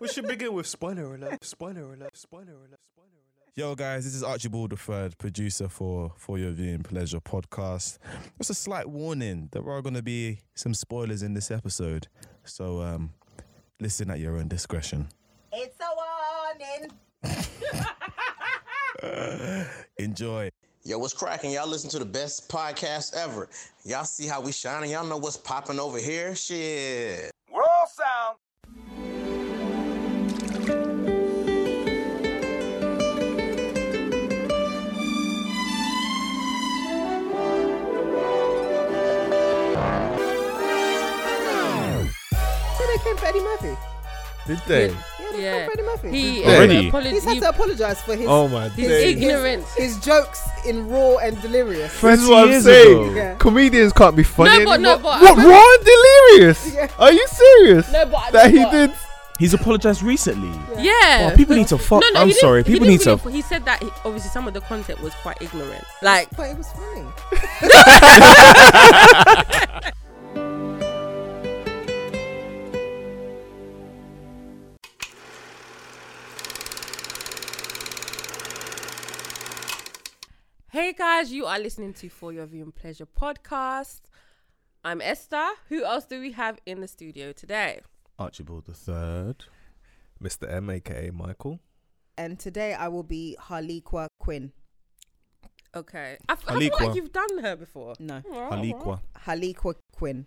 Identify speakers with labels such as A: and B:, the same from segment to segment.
A: we should begin with spoiler alert, spoiler alert, spoiler alert, spoiler alert.
B: Yo, guys, this is Archibald III, producer for For Your Viewing Pleasure podcast. Just a slight warning there are going to be some spoilers in this episode. So um, listen at your own discretion.
C: It's a warning.
B: Enjoy.
D: Yo, what's cracking? Y'all listen to the best podcast ever. Y'all see how we shining. Y'all know what's popping over here. Shit.
E: World sound.
F: Say they came Freddie Murphy.
G: Did they?
F: Yeah, they
H: Yeah.
F: came Freddie Murphy.
H: He
G: Already?
H: apolo-
F: He's
H: he-
F: had to apologize for his
G: Oh my
H: he's
G: days.
H: ignorant.
F: his jokes in raw and delirious.
G: This is what I'm saying.
F: ago. Yeah.
G: Comedians can't be funny.
H: No, but- no,
G: anymore. what?
H: but-
G: Raw and delirious?
F: Yeah.
G: Are you serious?
H: No, but
G: that
H: no,
G: he
H: but-
G: did.
I: He's apologized recently.
H: Yeah.
I: Oh, people need to fuck. I'm
H: he didn't-
I: sorry.
H: he
I: People need
H: didn't
I: to.
H: really- He said that he, obviously some of the content was quite ignorant. Like
F: But it was funny.
H: Hey guys, you are listening to For Your Viewing Pleasure podcast. I'm Esther. Who else do we have in the studio today?
B: Archibald III.
G: Mr. M, aka Michael.
F: And today I will be Harlequa Quinn.
H: Okay. I, f- I feel
B: Aliqua.
H: like you've done her before.
F: No,
H: Oh,
B: Aliqua.
F: Harlequa Quinn.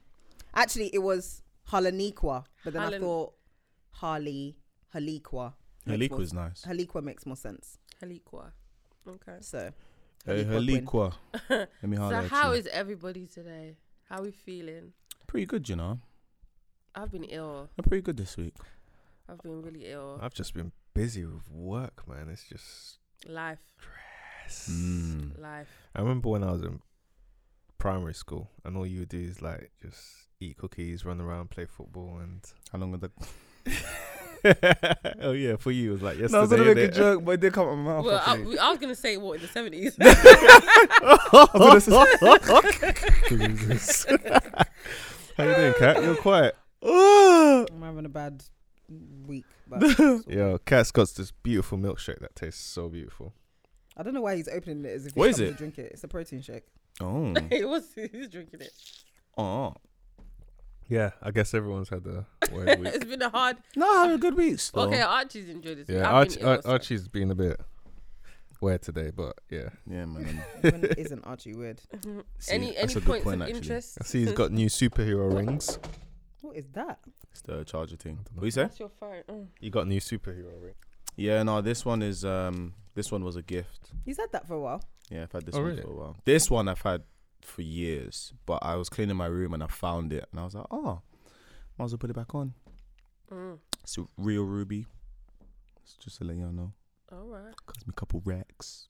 F: Actually, it was Halaniqua, but then
H: Halen-
F: I thought Harley Harlequa. Makes more-
B: Aliqua is nice.
F: Harlequa makes more sense.
H: Haliqua. Okay.
F: So.
B: Hey,
F: Harlequin.
B: Aliqua. Let me holler
H: So
B: at
H: how
B: you.
H: is everybody today? How we feeling?
B: Pretty good, you know.
H: I've been ill.
B: I'm pretty good this week.
H: I've been really ill.
G: I've just been busy with work, man. It's just.
H: Life.
B: Mm.
H: Life.
G: I remember when I was in primary school, and all you would do is like just eat cookies, run around, play football, and.
B: How long are the.
G: oh yeah, for you it was like yesterday.
B: No, I was going to make a
G: innit?
B: joke, but it did come out of my mouth.
H: well, I,
B: properly.
H: we- I was gonna say what in the seventies.
G: Jesus. How you doing, Cat? You're quiet.
F: I'm having a bad week. But
G: Yo, Cat's got this beautiful milkshake that tastes so beautiful.
F: I don't know why he's opening it as if he's
B: What is
F: coming
B: it?
F: to drink it. It's a protein shake.
B: Oh.
H: it was he's drinking it.
B: oh.
G: Yeah, I guess everyone's had a weird week.
H: It's been a hard.
B: No, I had a good week. Still.
H: Okay, Archie's enjoyed this.
G: Yeah,
H: I've
G: Arch-
H: been ill,
G: Ar-
H: so-
G: Archie's been a bit weird today, but yeah,
B: Yeah, man.
F: Even isn't Archie weird?
B: See,
H: any
B: that's
H: any
B: a good
H: points
B: point,
H: of
B: actually.
H: interest?
G: I see he's got new superhero rings.
F: What is that?
B: It's the charger thing. What you say?
H: That's your phone. Mm.
G: You got new superhero ring.
B: Yeah, no, this one is um this one was a gift.
F: He's had that for a while.
B: Yeah, I've had this
G: Oh,
B: one
G: really?
B: for a while. This one I've had for years, but I was cleaning my room and I found it and I was like, oh, might as well put it back on.
H: Mm.
B: It's a real ruby. It's just to let y'all know.
H: All right.
B: Cost me a couple racks.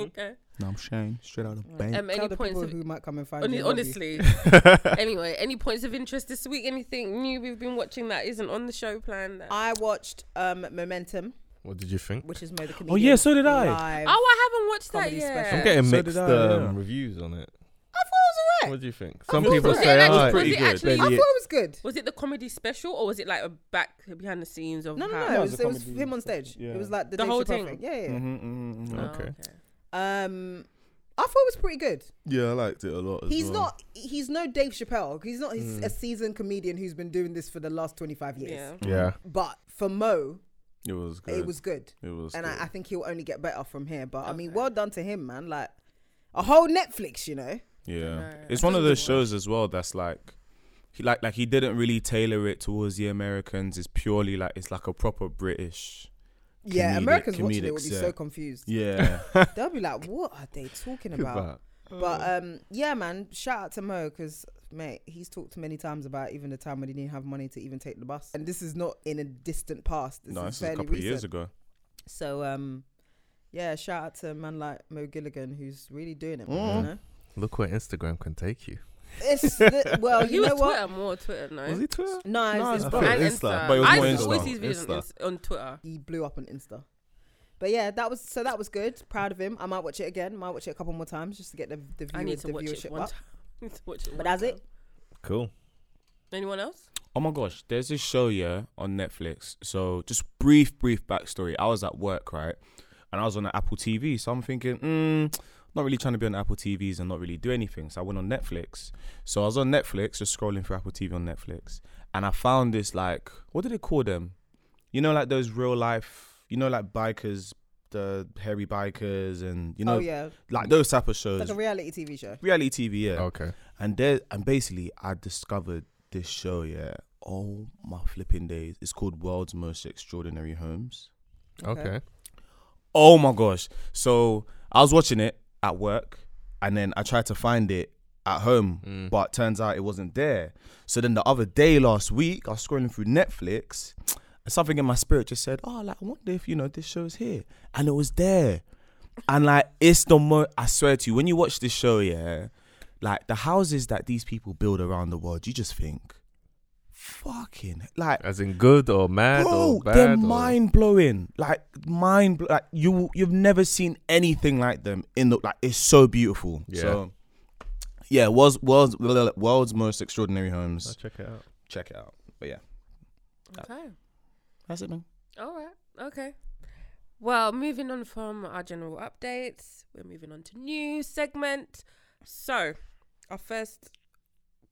H: Okay.
B: Now I'm sharing straight out of
F: Right.
B: bank.
H: Um,
F: Tell
H: any
F: the
H: points
F: people
H: of
F: who might come and find
H: honi-
F: you. and rob you.
H: honestly. anyway, any points of interest this week? Anything new we've been watching that isn't on the show plan? That...
F: I watched um, Momentum,
G: What did you think?
F: which is Mo the comedian.
I: Oh, yeah, so did I.
F: live.
H: oh, I haven't watched that
F: comedy
H: yet.
F: special.
G: I'm getting
B: So
G: mixed
B: did I,
G: um,
B: yeah.
G: reviews on it.
F: I thought it was alright.
G: What do you think? Some
B: thought it
G: people
B: was
G: say,
H: alright.
G: "Oh,
H: Was
G: it's
H: it
G: pretty good."
H: actually-
F: I thought
G: Barely-
F: it was good.
H: Was it the comedy special or was it like a back behind the scenes of
F: No, no,
H: how...
F: no. it, was,
B: it's a
F: it was
B: comedy
F: him on stage.
B: yeah.
F: It was like the,
H: The
F: Dave
H: whole
F: Chappelle
H: thing.
F: thing. Yeah, yeah.
B: Mhm, mhm, mhm.
H: Oh,
G: Okay.
F: Um, I thought it was pretty good.
B: Yeah, I liked it a lot. As
F: He's
B: well.
F: not. He's no Dave Chappelle. He's not. He's a seasoned comedian who's been doing this for the last twenty five years.
H: Yeah.
G: Yeah,
F: But for Mo,
B: It was good.
F: it was good.
B: It was.
F: and
B: good.
F: I, I think he'll only get better from here. But I mean,
H: Okay.
F: well done to him, man. Like a whole Netflix, you know.
B: Yeah,
H: Right.
B: it's one of those shows as well that's like, he like like he didn't really tailor it towards the Americans. It's purely like it's like a proper British.
F: Yeah,
B: Comedic-
F: Americans watching it will be
B: comedics, yeah.
F: so confused.
B: Yeah,
F: They'll be like, "What are they talking
G: good
F: about?"
G: vibe.
B: Oh.
F: But um, yeah, man. Shout out to Mo because mate, he's talked many times about even the time when he didn't have money to even take the bus, and this is not in a distant past. This
B: no,
F: is
B: this was a
F: fairly
B: couple
F: recent.
B: of years ago.
F: So um, yeah, shout out to a man like Mo Gilligan who's really doing it.
G: Mm.
F: Man, you know?
G: Look where Instagram can take you.
F: It's the, well,
H: He
F: you
H: was
F: know what?
H: Twitter more Twitter, no?
G: Was he Twitter?
F: No, it's- it's
G: I
F: both.
G: thought
H: And
G: Insta,
H: Insta.
B: but it was
H: I
B: more
H: used to always
B: Insta.
H: see his videos on,
G: Insta.
H: Insta- on Twitter.
F: he blew up on Insta. But yeah, that was so that was good. Proud of him. I might watch it again. Might watch it a couple more times just to get the the, view,
H: I need to
F: the
H: watch
F: viewership
H: it one
F: up.
H: time. I need to watch
F: But
H: it one
F: that's it.
H: time.
G: Cool.
H: Anyone else?
E: Oh my gosh, there's this show, yeah, on Netflix. So just brief, brief backstory. I was at work, right? And I was on the Apple TV. So I'm thinking, mm, not really trying to be on Apple TVs and not really do anything. So I went on Netflix. So I was on Netflix, just scrolling through Apple TV on Netflix. And I found this like, what do they call them? You know, like those real life, you know, like bikers, the hairy bikers and you know
F: oh yeah,
E: like those type of
F: it's
E: shows.
F: like a reality TV show.
E: reality TV, yeah
G: Okay.
E: and there and basically I discovered this show, yeah. Oh my flipping days. It's called World's Most Extraordinary Homes.
G: Okay.
E: Oh my gosh. So I was watching it at work and then I tried to find it at home,
G: Mm.
E: but turns out it wasn't there. So then the other day last week, I was scrolling through Netflix and something in my spirit just said, Oh, like I wonder if you know this show is here. And it was there. And like it's the most I swear to you, when you watch this show, yeah, like the houses that these people build around the world, you just think, fucking like
G: As in good or mad
E: Bro,
G: or bad.
E: they're
G: or-
E: mind blowing. Like mind, bl- like you you've never seen anything like them in the like. It's so beautiful.
G: Yeah.
E: So, yeah, world's world's world's most extraordinary
G: I'll
E: homes.
G: check it out.
E: Check it out. But yeah,
H: Okay.
E: that's it, man.
H: All right. Okay. Well, moving on from our general updates, we're moving on to news segment. So, our first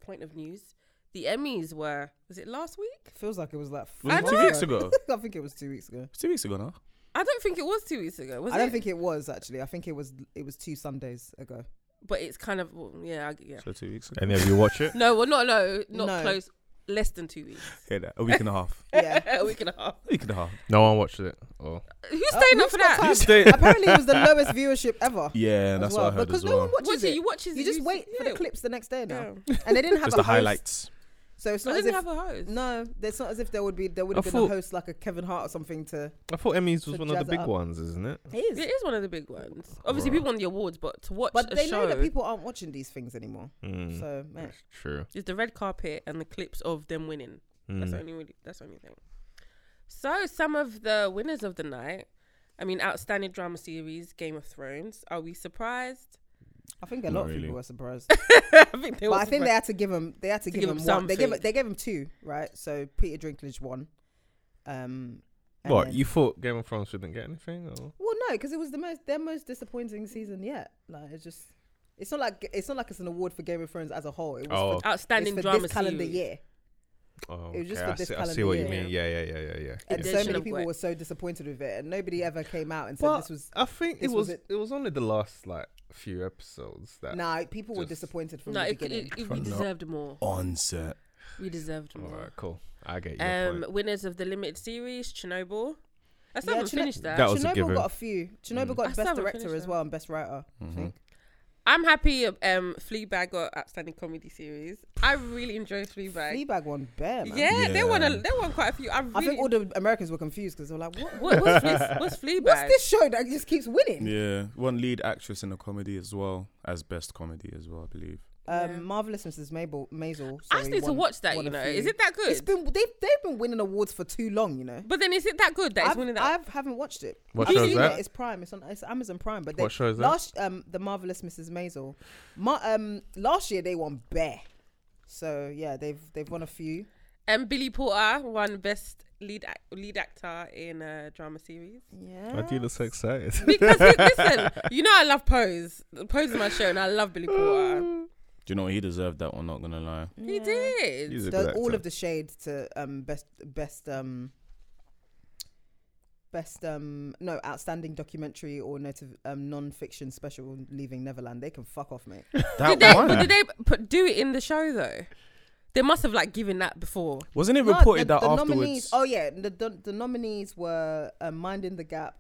H: point of news: the Emmys were was it last week?
F: Feels like it was like
E: Was it
F: four
E: two weeks ago?
F: I think it was two weeks ago.
E: It's two weeks ago now.
H: I don't think it was two weeks ago. Was
F: I
H: it?
F: don't think it was actually. I think it was it was two Sundays ago.
H: But it's kind of well, yeah I- yeah.
E: So two weeks ago.
G: Any of you watch it?
H: No, well, not no, not
F: No.
H: close. Less than two weeks.
E: Hear that? A week and a half.
F: Yeah.
H: a week and a half.
E: A week and a half.
G: No one watched it. Oh. Or
H: Who's
F: Uh,
H: staying up
F: who's
H: for
F: got
H: that?
F: time?
E: You stay-
F: Apparently, it was the lowest viewership ever.
E: Yeah,
F: as
E: that's
F: well,
E: what I heard
F: because
E: as
F: no
E: well.
F: one watches
H: Watch
F: it.
H: it. You watches.
F: You
H: it,
F: just wait for
H: yeah.
F: the clips the next day now,
H: Yeah.
F: and they didn't have
E: Just
F: a
E: the
F: host,
E: highlights.
F: So it's
H: So
F: not
H: they
F: as
H: didn't
F: if
H: have a host.
F: no, it's not as if there would be there would
G: I
F: have been
G: thought-
F: a host like a Kevin Hart or something to.
G: I thought Emmys was
F: So
G: one of the
F: jazz it
G: big
F: up.
G: ones, isn't it?
F: It is,
H: It is one of the big ones. Obviously,
G: Right.
H: people won the awards, but to watch
F: but
H: a
F: they
H: show
F: know that people aren't watching these things anymore.
G: Mm.
F: So man.
G: That's true.
H: is the red carpet and the clips of them winning. That's the
G: Mm.
H: only really, that's the only thing. So some of the winners of the night. I mean, outstanding drama series, Game of Thrones. Are we surprised?
F: I think a
E: Not
F: lot of
E: really.
F: people were surprised,
H: I think they
F: but
H: were.
F: I think
H: surprised.
F: they had to give him. They had to, give,
H: give
F: him,
H: him
F: one. They gave
H: something.
F: they gave him two, right? So Peter Dinklage won. Um, and
G: What
F: then-
G: you thought Game of Thrones wouldn't get anything? Or
F: Well, no, because it was the most their most disappointing season yet. Like it's just, it's not like it's not like it's an award for Game of Thrones as a whole. It was
G: Oh.
F: for,
G: Outstanding
F: it's
H: outstanding
F: for
H: drama
F: this calendar
H: series.
F: year,
G: oh,
F: It was just
G: okay,
F: for
G: I
F: this
G: see, I see
F: calendar
G: what you
F: year.
G: mean. Yeah, yeah, yeah, yeah, yeah.
F: and
H: Edition
F: so many
H: of
F: people
H: what?
F: were so disappointed with it, and nobody ever came out and said
G: Well,
F: this was.
G: I think it
F: this
G: was,
F: was
G: it.
F: it.
G: was only the last like few episodes that.
F: Nah, people were
G: just-
F: disappointed from
H: No,
F: the
H: it,
F: beginning.
H: it- it- we
E: From the- Oh,
H: deserved more.
E: On set.
H: We deserved
G: All
H: more.
G: right, cool. I get your
H: Um,
G: point.
H: winners of the limited series, Chernobyl. I still
F: Yeah,
H: haven't
F: Cherno-
H: finished that.
G: That was a
F: Chernobyl
G: given.
F: got a few. Chernobyl
E: Mm.
F: got
H: I still
F: best
H: haven't
F: director
H: finished
F: as
H: that.
F: well and best writer. I
G: Mm-hmm.
F: think.
H: I'm happy. Um, Fleabag got outstanding comedy series. I really enjoy Fleabag.
F: Fleabag won bare man.
H: Yeah, they won. A,
E: Yeah.
H: they won quite a few. I really.
F: I think all the Americans were confused because they were like, "What?
H: what, what's, Fle- what's Fleabag?
F: What's this show that just keeps winning?"
E: Yeah, one lead actress in a comedy as well as best comedy as well, I believe.
F: Um,
H: Yeah.
F: Marvelous Mrs. Mabel Maisel. sorry,
H: I just need to
F: won-
H: watch that.
F: won
H: You
F: a
H: know,
F: few.
H: is it that
F: It's
H: good?
F: been they've they've been winning awards for too long, you know.
H: but then is it that good that it's
F: I've,
H: winning that?
F: I've haven't watched it.
G: What
F: I've
G: show is
F: seen
G: that?
F: It. It's Prime. It's on. It's Amazon Prime. But they,
G: What show is that?
F: last um the marvelous Mrs. Maisel, Ma- um last year they won Bear, so yeah they've they've won a few.
H: And Um, Billy Porter won best lead ac- lead actor in a drama series.
F: Yeah.
G: Why do you look so excited?
H: Because li- listen, you know I love Pose. Pose is my show, and I love Billy Porter.
E: Do you know what? He deserved that one, not gonna lie.
H: He did.
G: He's a
F: Does
G: good
F: all
G: actor.
F: of the shades to um best best um best um no outstanding documentary or noti- um non-fiction special leaving neverland they can fuck off mate
E: That
H: did they,
E: one.
H: but did they put, do it in the show though? They must have like given that before.
E: Wasn't it
F: No,
E: reported
F: the-
E: that
F: the
E: afterwards?
F: Nominees, oh yeah, the, the, the nominees were uh, Minding the Gap,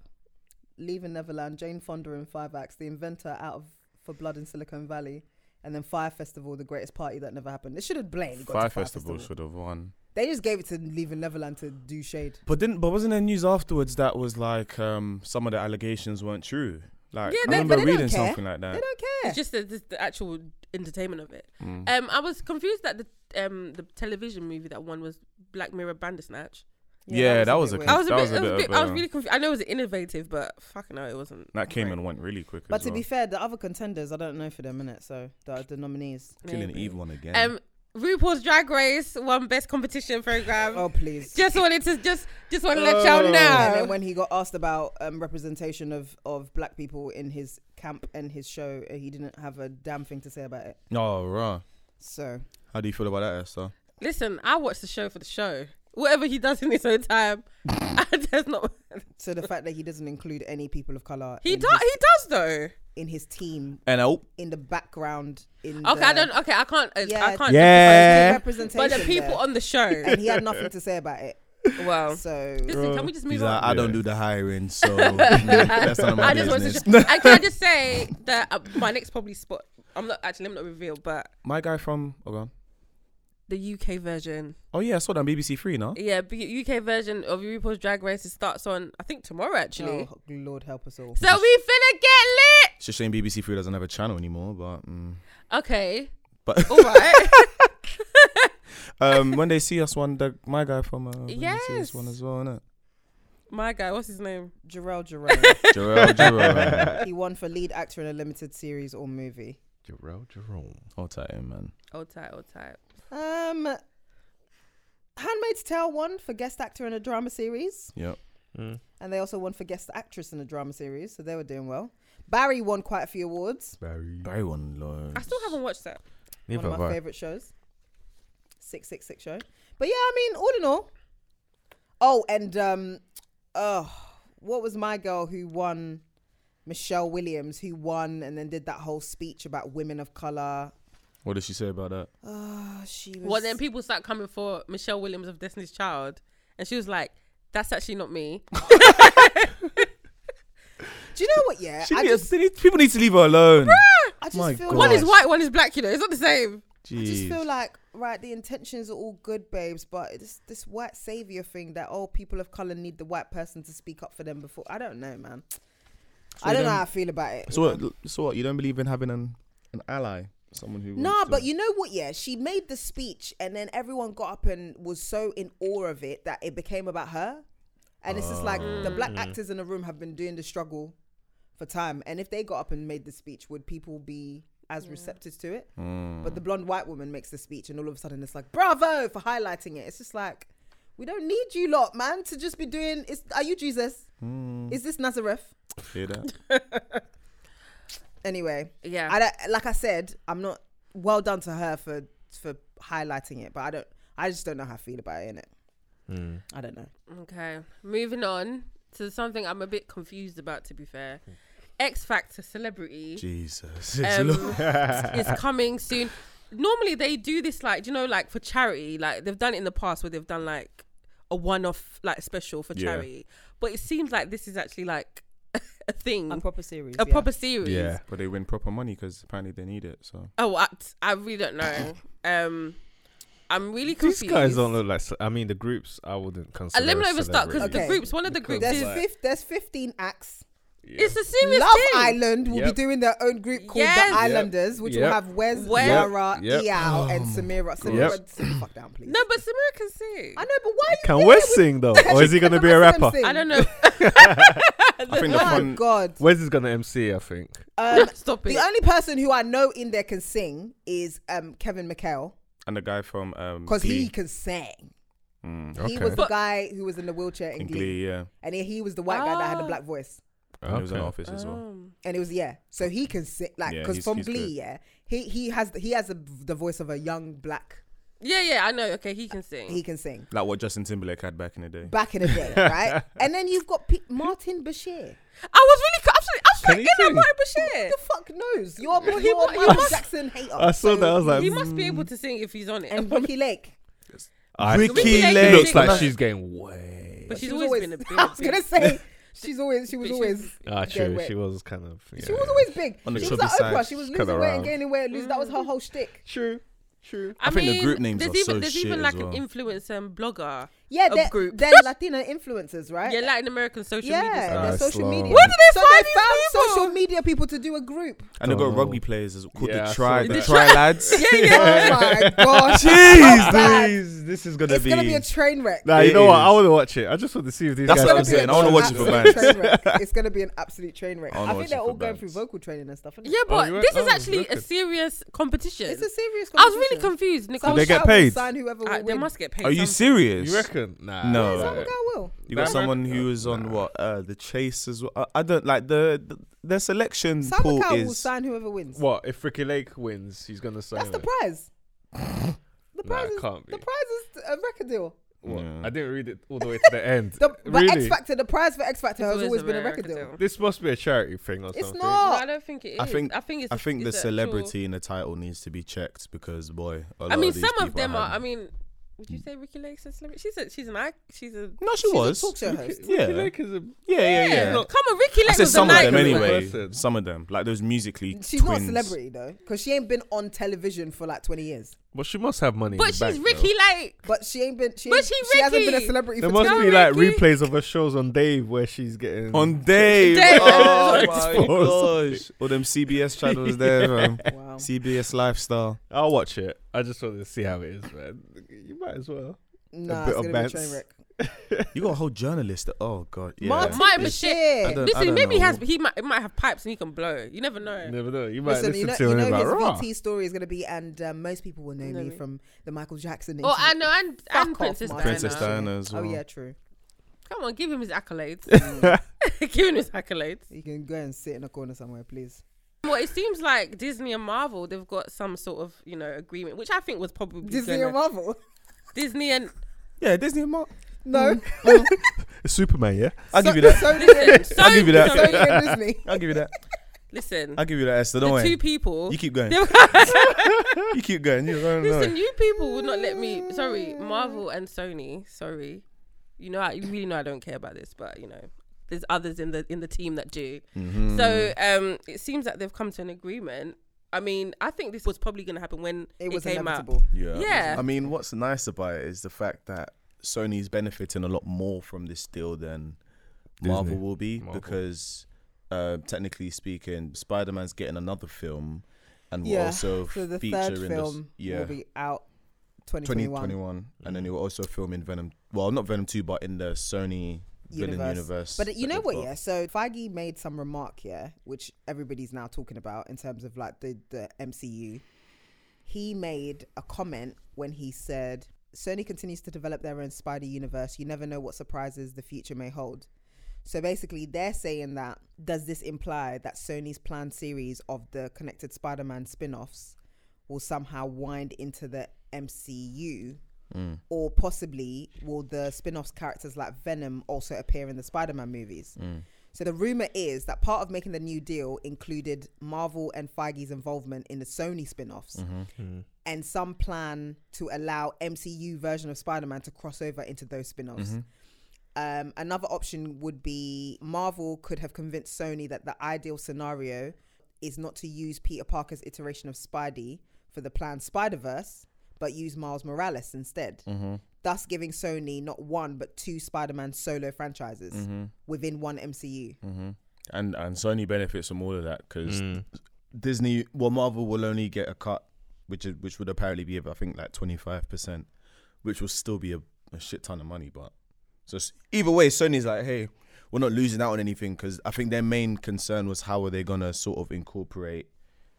F: Leaving Neverland, Jane Fonda and Five Acts, The Inventor, Out of for Blood in Silicon Valley, and then Fire Festival, the greatest party that never happened. It should have blamed. Fire,
E: Fire
F: Fire
E: Festival
F: Festival.
E: should have won.
F: They just gave it to Leaving Neverland to do shade.
E: But didn't? But wasn't there news afterwards that was like um, some of the allegations weren't true? Like
H: Yeah,
E: I
H: they-
E: remember
F: but they don't
E: reading
F: care.
E: something like
F: They
E: that.
F: don't care.
H: It's just the, the, the actual entertainment of it.
E: Mm.
H: Um, I was confused that the um the television movie that one was Black Mirror Bandersnatch.
E: Yeah, that was a
F: bit
E: con-
H: I
F: weird.
H: was a bit,
E: That was
H: it was
E: a bit
H: a
E: of
H: bit, I was
E: a-
H: really confused. I know it was innovative, but fucking no, it wasn't.
E: That came
H: great.
E: and went really quick.
F: But
E: as
F: to
E: well.
F: be fair, the other contenders, I don't know for them in it. So the, the nominees.
E: killing
H: Maybe.
E: Eve one again.
H: Um, RuPaul's Drag Race won best competition program.
F: Oh please.
H: Just wanted to just just want to let y'all
E: Oh.
F: And
H: know.
F: then when he got asked about um, representation of, of black people in his camp and his show, uh, he didn't have a damn thing to say about it.
E: Oh, right.
F: So
E: How do you feel about that, Esther?
H: Listen, I watch the show for the show. Whatever he does in his own time, that's not.
F: So the fact that he doesn't include any people of color
H: He
F: in,
H: does.
F: his,
H: He does though.
F: in his team,
E: And oh,
F: in the background, in
H: Okay,
F: the,
H: I don't. Okay, I can't. I-
F: Yeah.
H: I
F: there's no
H: can't.
I: Yeah.
F: representation.
H: But the people
F: there.
H: on the show.
F: and he had nothing to say about it.
H: Well,
F: So
H: listen. Can we just move
B: He's
H: on?
B: like, I don't
G: Yeah.
B: do the hiring, so that's none of my
H: I just wanted
B: business.
H: to. I can I just say that uh, my next probably spot. I'm not actually. I'm not revealed, but
E: my guy from oh, go on.
H: the UK version.
E: oh yeah, I saw that on BBC Three. No,
H: Yeah, B- UK version of RuPaul's Drag Race it starts on I think tomorrow actually.
F: Oh, Lord help us all.
H: So we finna get
E: it's a shame BBC Three doesn't have a channel anymore. But mm.
H: lit. Okay.
E: but
H: All right.
E: um, when they see us, one the, my guy from uh, when they see us
H: Yes.
E: one as well, innit?
H: my guy, what's his name?
F: Jarrell Jerome,
E: Jarrell, Jarrell,
F: he won for lead actor in a limited series or movie.
G: Jerome, Jerome.
E: hold tight, in, man.
H: Old tight, old tight.
F: Um, Handmaid's Tale won for guest actor in a drama series.
E: Yep.
G: Mm.
F: And they also won for guest actress in a drama series, so they were doing well. Barry won quite a few awards.
G: Barry.
E: Barry one, Lord.
H: I still haven't watched that.
G: Neither
F: one of
G: have
F: my
G: I.
F: favorite shows. Six Six Six show. But yeah, I mean, all in all. Oh, and um, oh, what was my girl who won? Michelle Williams, who won and then did that whole speech about women of color.
E: What did she say about that?
F: Oh, she was.
H: Well, then people start coming for Michelle Williams of Destiny's Child, and she was like, "That's actually not me."
F: Do you know what? Yeah,
E: She
F: I
E: need-
F: just,
E: they need- people need to leave her alone.
F: I just
E: My
F: feel
E: God.
H: One
F: like
H: is white, one is black. You know, it's not the same.
F: I just
E: Jeez.
F: feel like right, the intentions are all good, babes, but it's this white savior thing that all people of color need the white person to speak up for them before. I don't know, man. I
E: you
F: don't know
E: don't-
F: how I feel about it.
E: so what? So what? You don't believe in having an an ally, someone who
F: Nah,
E: wants to-
F: but you know what? Yeah, she made the speech, and then everyone got up and was so in awe of it that it became about her. And it's just like the
E: Ah.
F: black actors in the room have been doing the struggle for time, and if they got up and made the speech, would people be as receptive to it?
E: Hmm.
F: But the blonde white woman makes the speech, and all of a sudden it's like bravo for highlighting it. It's just like we don't need you lot, man, to just be doing. Is are you Jesus? Is this Nazareth?
E: Hmm. hear that.
F: Anyway,
H: Yeah.
F: I don't, like I said, I'm not well done to her for for highlighting it, but I don't. I just don't know how I feel about it. Innit?
G: Hmm.
F: I don't know.
H: Okay, moving on to something I'm a bit confused about. To be fair, X Factor celebrity
B: Jesus.
H: um, is coming soon. Normally they do this like do you know like for charity. Like they've done it in the past where they've done like a one-off like special for
E: Yeah.
H: charity. But it seems like this is actually like a thing, Mm. a,
F: proper series.
H: proper series.
G: Yeah.
E: But they win proper money because apparently they need it. So
H: Oh, I, I really don't know. Um, I'm really
G: These
H: confused. Uh,
G: guys don't look like. ce- I mean, the groups I wouldn't consider.
H: let
G: a
H: me not even start, 'cause
G: celebrity.
F: the Okay. groups-
H: one of the
G: Because,
H: groups
F: There's
H: is-
G: like,
F: fif- there's 15 acts.
H: It's a serious
F: Love
H: thing.
F: Island will
G: Yep.
F: be doing their own group called
H: Yes.
F: the Islanders, which will
G: Yep.
F: have Wes,
H: Wes.
F: Yara,
G: Yep. Oh,
F: Iao, and Samira. Samira, sit the fuck down, please.
H: No, but Samira can sing.
F: I know, but why? Are you
G: Can
F: doing
G: Wes
F: it with-
G: sing though, or is he gonna be a
F: Let them
G: rapper?
F: sing.
H: I don't know.
E: I think the
F: Oh
E: fun.
F: my God.
G: Wes is gonna MC, I think.
F: Um,
H: Stop it.
F: the only person who I know in there can sing is um, Kevin McHale
E: and the guy from um
F: because he
E: Glee.
F: can sing.
E: Mm.
F: He
G: Okay.
F: was the
H: But-
F: guy who was in the wheelchair in
E: In
F: Glee,
E: Glee, yeah.
F: and he, he was the white guy that had a
H: Ah.
F: black voice,
E: And He was in
G: Okay.
E: office as
F: Oh.
E: well.
H: Um,
F: and it was yeah. So he can sit like
E: Yeah,
F: because
E: he's-
F: from
E: he's
F: Glee,
E: good.
F: yeah, he he has the, he has a, the voice of a young black.
H: yeah, yeah, I know. Okay, he can sing.
F: He can sing
E: Like what Justin Timberlake had back in the day.
F: back in the day, right? And then you've got Pe- Martin Bashir.
H: I was really, co- actually, I was
G: Can
H: like,
G: he
H: in that
G: sing?
H: Martin Bashir.
F: The fuck knows? You're a-
H: he
F: you're a
H: mu- he
F: Michael
H: must-
F: Jackson hater.
G: I saw
F: So-
G: that. I was like,
H: He must be able to sing if he's on it.
F: and Ricky Lake.
G: I-
H: Ricky
G: She
H: Lake.
G: looks like she's getting way.
H: but she's
F: She was
H: always, been a big.
F: I was
H: big-
F: gonna say she's always she was
H: But she's-
F: always
G: Ah,
F: Yeah,
G: true.
F: wait.
G: She was kind of.
F: she
G: yeah.
F: was always big.
E: On the
F: she was
E: chubby
F: like Oprah.
E: side,
F: She was
G: she's
F: losing
G: kinda
F: weight and
G: round.
F: gaining weight. Lose that was
H: Mm-hmm.
F: her whole shtick.
G: True. True.
H: I,
E: I think the
H: mean,
E: group names
H: there's
E: are
H: even
E: so
H: there's
E: shit
H: even
E: as
H: like
E: well.
H: an influencer and blogger
F: yeah,
H: a
F: they're,
H: group.
F: they're Latino influencers, right?
H: Yeah, Latin American social
F: yeah,
H: media. stuff.
F: they're
G: Ah,
F: social
G: slow.
F: media.
G: Where
H: did
F: so
H: they find
F: they
H: these
F: found
H: people?
F: social media people to do a group.
E: And they've got
G: Don't know.
E: rugby players as- called
G: Yeah, I
E: the
G: saw
E: Tri
G: that.
E: the Tri Lads.
H: Yeah, yeah.
F: Oh my gosh! How
G: Jeez,
F: bad.
G: Louise, this is gonna
F: It's
G: be.
F: gonna be a train wreck.
G: nah, you
E: It
G: know what?
E: is.
G: I want to watch it. I just want to see if these guys.
E: That's what
F: gonna
E: I'm
F: be
E: saying.
F: an
E: I wanna watch it for
F: absolute
E: bands.
F: train wreck. It's gonna be an absolute train wreck.
E: I wanna
F: I,
E: watch
F: think
E: it
F: they're all
E: for
F: going through
E: bands.
F: vocal training and stuff. Isn't
H: Yeah,
F: it?
H: but
G: you were-
H: this
G: oh,
H: is actually
G: wicked.
H: a serious competition.
F: it's a serious.
H: I was really
F: competition.
H: confused,
F: Some
H: Nicole.
G: Did they get
F: guy will
G: paid?
F: Sign whoever will
H: Ah, they
F: win.
H: must get paid.
E: Are you
H: something.
E: serious?
G: You reckon? Nah.
E: No.
F: Some guy will.
E: You got
G: Nah.
E: someone who was on
G: Nah.
E: what uh, the chase as well. I, I don't like the, the their selection
F: Some
E: pool
F: guy will
E: is.
F: sign whoever wins.
G: What if Ricky Lake wins? He's gonna sign.
F: That's the
G: it.
F: prize. The
G: Nah,
F: prize
G: it
F: is
G: can't be.
F: the prize is a record deal.
G: What?
E: Yeah.
G: I didn't read it all the way to the end.
F: The, but X
G: Really?
F: Factor, the prize for X Factor has
H: It's
F: always been a
H: America
F: record deal.
G: This must be a charity thing or
F: It's
G: something.
H: No,
F: not.
H: I don't think it is.
E: I think-
H: I think it's
E: I think the
H: it's actual-
E: celebrity in the title needs to be checked because boy, a lot
H: I mean,
E: these
H: some of
E: people
H: them are. I
E: having-
H: mean, would you say Ricky Lake's a celebrity? She's a she's an act. She's a
E: no, she
F: She's a
E: was.
F: talk show host.
E: Yeah.
G: Ricky Lake is a.
E: Yeah, yeah, yeah.
H: Come on, Ricky Lake
E: I said
H: was
E: some
H: an
E: of
H: icon.
E: them anyway.
G: person.
E: Some of them, like those musically.
F: She's not a
E: twins.
F: celebrity though, because she ain't been on television for like twenty years.
G: Well, she must have money. in
H: But
G: the
H: she's
G: bank,
H: Ricky
G: though.
H: Lake.
F: But she ain't been. She,
H: But
F: ain't-
H: she
F: she hasn't been a
H: Ricky.
F: celebrity
G: There
F: for
G: must
F: 20
G: be
H: Ricky.
G: like replays of her shows on Dave where she's getting.
E: On Dave.
H: Dave.
E: Oh my
G: Exposed.
E: gosh. All them CBS channels there. man.
F: Wow.
E: CBS lifestyle.
G: I'll watch it. I just want to see how it is, man. You might as well.
F: Nah,
G: bit
F: it's gonna
G: of
F: be a
G: Vance.
F: train wreck.
E: You got a whole journalist. that- Oh god. Yeah.
F: Martin
H: Martin
F: Bashir.
E: I don't- I
H: Listen,
E: don't
H: maybe he
E: know.
H: has. He might. It might have pipes and he can blow. You never know.
G: Never know. You might
F: Listen,
G: listen,
F: you know,
G: to
F: you
G: him
F: know his
G: about raw.
F: VT story is gonna be, and um, most people will know
H: Know
F: me
H: me.
F: from the Michael Jackson.
H: Oh,
F: interview.
H: I know, and,
F: Fuck
H: and
F: off,
H: Princess Diana.
F: Martin
E: Princess
F: Bashir.
E: Diana as well.
F: Oh yeah, true.
H: Come on, give him his accolades. give him his accolades.
F: You can go and sit in a corner somewhere, please.
H: Well, it seems like Disney and Marvel they've got some sort of you know agreement, which I think was probably
F: Disney
H: gonna-
F: and Marvel.
H: Disney and
E: Yeah, Disney. Mark.
F: No,
G: Superman, yeah.
E: I'll give you that.
F: Sony,
H: listen, so,
E: I'll give you that.
F: Sony and Disney.
E: I'll give you that.
H: Listen,
E: I'll give you that. Esther. Don't
H: the two
E: worry.
H: people.
E: You keep going.
H: they were-
E: You keep going. You don't know.
H: Listen, you people would not let me. Sorry, Marvel and Sony. Sorry, you know, I, you really know I don't care about this, but you know, there's others in the in the team that do.
G: Mm.
E: Mm-hmm.
H: So um, it seems that they've come to an agreement. I mean, I think this was probably going to happen when
F: It was
H: came
F: inevitable.
H: out.
E: Yeah.
H: Yeah.
E: I mean, what's nice about it is the fact that Sony's benefiting a lot more from this deal than Marvel will be
G: Marvel.
E: because, uh, technically speaking, Spider Man's getting another film and will
F: Yeah.
E: also
F: So the
E: feature
F: third
E: in
F: film
E: the, yeah,
F: will be out 2021.
E: 2021. And then he will also film in Venom. Well, not Venom 2, but in the Sony villain
F: Universe.
E: universe.
F: But uh, you
E: that
F: know
E: they've
F: what?
E: got.
F: Yeah. So Feige made some remark here, which everybody's now talking about in terms of like the the MCU. He made a comment when he said, "Sony continues to develop their own Spider universe. You never know what surprises the future may hold." So basically, they're saying that does this imply that Sony's planned series of the connected Spider-Man spin-offs will somehow wind into the MCU? Or possibly will the spin-offs characters like Venom also appear in the Spider-Man movies? So the rumor is that part of making the new deal included Marvel and Feige's involvement in the Sony spin-offs and some plan to allow MCU version of Spider-Man to cross over into those spin-offs. Um, another option would be Marvel could have convinced Sony that the ideal scenario is not to use Peter Parker's iteration of Spidey for the planned Spider Verse, but use Miles Morales instead, thus giving Sony not one but two Spider Man solo franchises within one MCU.
E: and and Sony benefits from all of that because Disney, well, Marvel will only get a cut, which is, which would apparently be, I think, like twenty five percent, which will still be a, a shit ton of money. But so s- either way, Sony's like, hey, we're not losing out on anything because I think their main concern was how are they gonna sort of incorporate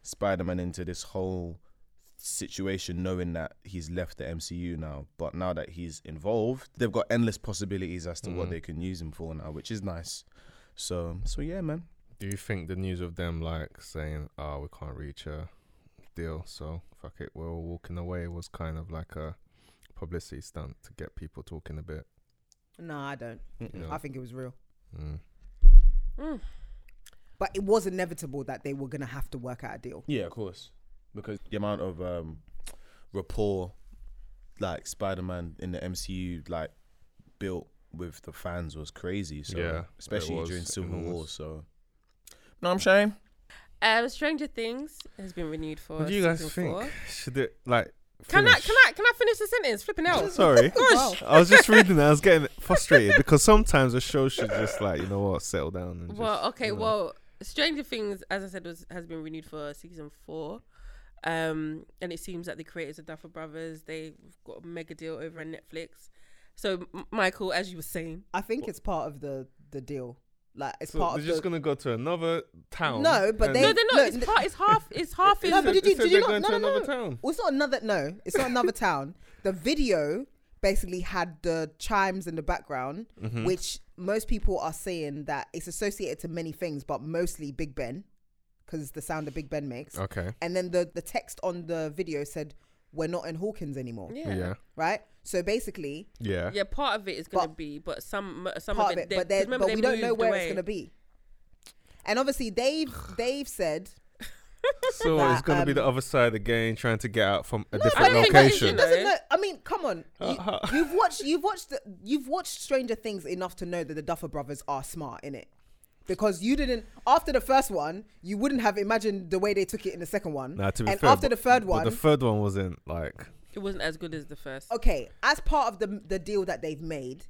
E: Spider Man into this whole situation, knowing that he's left the MCU now. But now that he's involved, they've got endless possibilities as to what they can use him for now, which is nice. So, so yeah, man.
G: Do you think the news of them like saying, "Oh, we can't reach a deal, so fuck it, we're all walking away" was kind of like a publicity stunt to get people talking a bit?
F: No, I don't.
G: You know?
F: I think it was real.
G: Mm.
H: Mm.
F: But it was inevitable that they were going to have to work out a deal.
E: Yeah, of course, because the amount of um, rapport like Spider-Man in the MCU like built with the fans was crazy. So
G: Yeah, it
E: especially
G: was
E: during Civil War.
G: enormous.
E: So no, I'm saying
H: Um, Stranger Things has been renewed for.
G: What do you guys
H: season
G: think?
H: Four.
G: Should it like
H: Can I
G: finish.
H: can I can I finish the sentence? Flipping out.
G: Sorry.
H: Gosh.
G: I was just reading that. I was getting frustrated because sometimes a show should just like you know what, settle down. And
H: well,
G: just,
H: okay.
G: you know.
H: Well, Stranger Things, as I said, was has been renewed for season four, um, and it seems that the creators of Duffer Brothers they've got a mega deal over on Netflix. So, M- Michael, as you were saying,
F: I think it's part of the the deal. Like it's
G: so
F: part
G: they're
F: of
G: just
F: the,
G: gonna go to another town.
F: No, but
G: and-
F: they-
H: no,
F: Hey,
H: they're not.
F: look,
H: it's
F: th-
H: part. It's half. It's half.
G: They
H: in
F: No,
G: said-
F: but did
G: they
F: you-
G: said
F: did you
G: they're
F: not-
G: going
F: no,
G: to
F: no,
G: another
F: no.
G: town.
F: Well, it's not another. No, it's not another town. The video basically had the chimes in the background,
G: Mm-hmm.
F: which most people are saying that it's associated to many things, but mostly Big Ben, because it's the sound that Big Ben makes.
G: Okay.
F: And then the the text on the video said, "We're not in Hawkins anymore."
H: yeah. yeah.
G: Yeah.
F: Right. So basically,
G: Yeah.
H: part of it is gonna
F: But-
H: be, but some some
F: part
H: of it, they-
F: but,
H: 'cause
F: they're-
H: remember
F: but
H: they
F: we don't know
H: moved
F: where
H: away.
F: it's gonna be. And obviously, they've they've said
G: So
F: That,
G: it's gonna be
F: um,
G: the other side again, trying to get out from a
H: I
G: different
H: don't think that is, you
G: location.
H: know.
F: Listen, look, I mean, come on. You,
G: Uh, uh.
F: you've watched, you've watched, the, you've watched Stranger Things enough to know that the Duffer Brothers are smart in it, because you didn't after the first one, you wouldn't have imagined the way they took it in the second one.
G: Nah, to be
F: and
G: fair,
F: after
G: but-
F: the third
G: but
F: one,
G: the third one wasn't like
H: It wasn't as good as the first.
F: okay, as part of the the deal that they've made,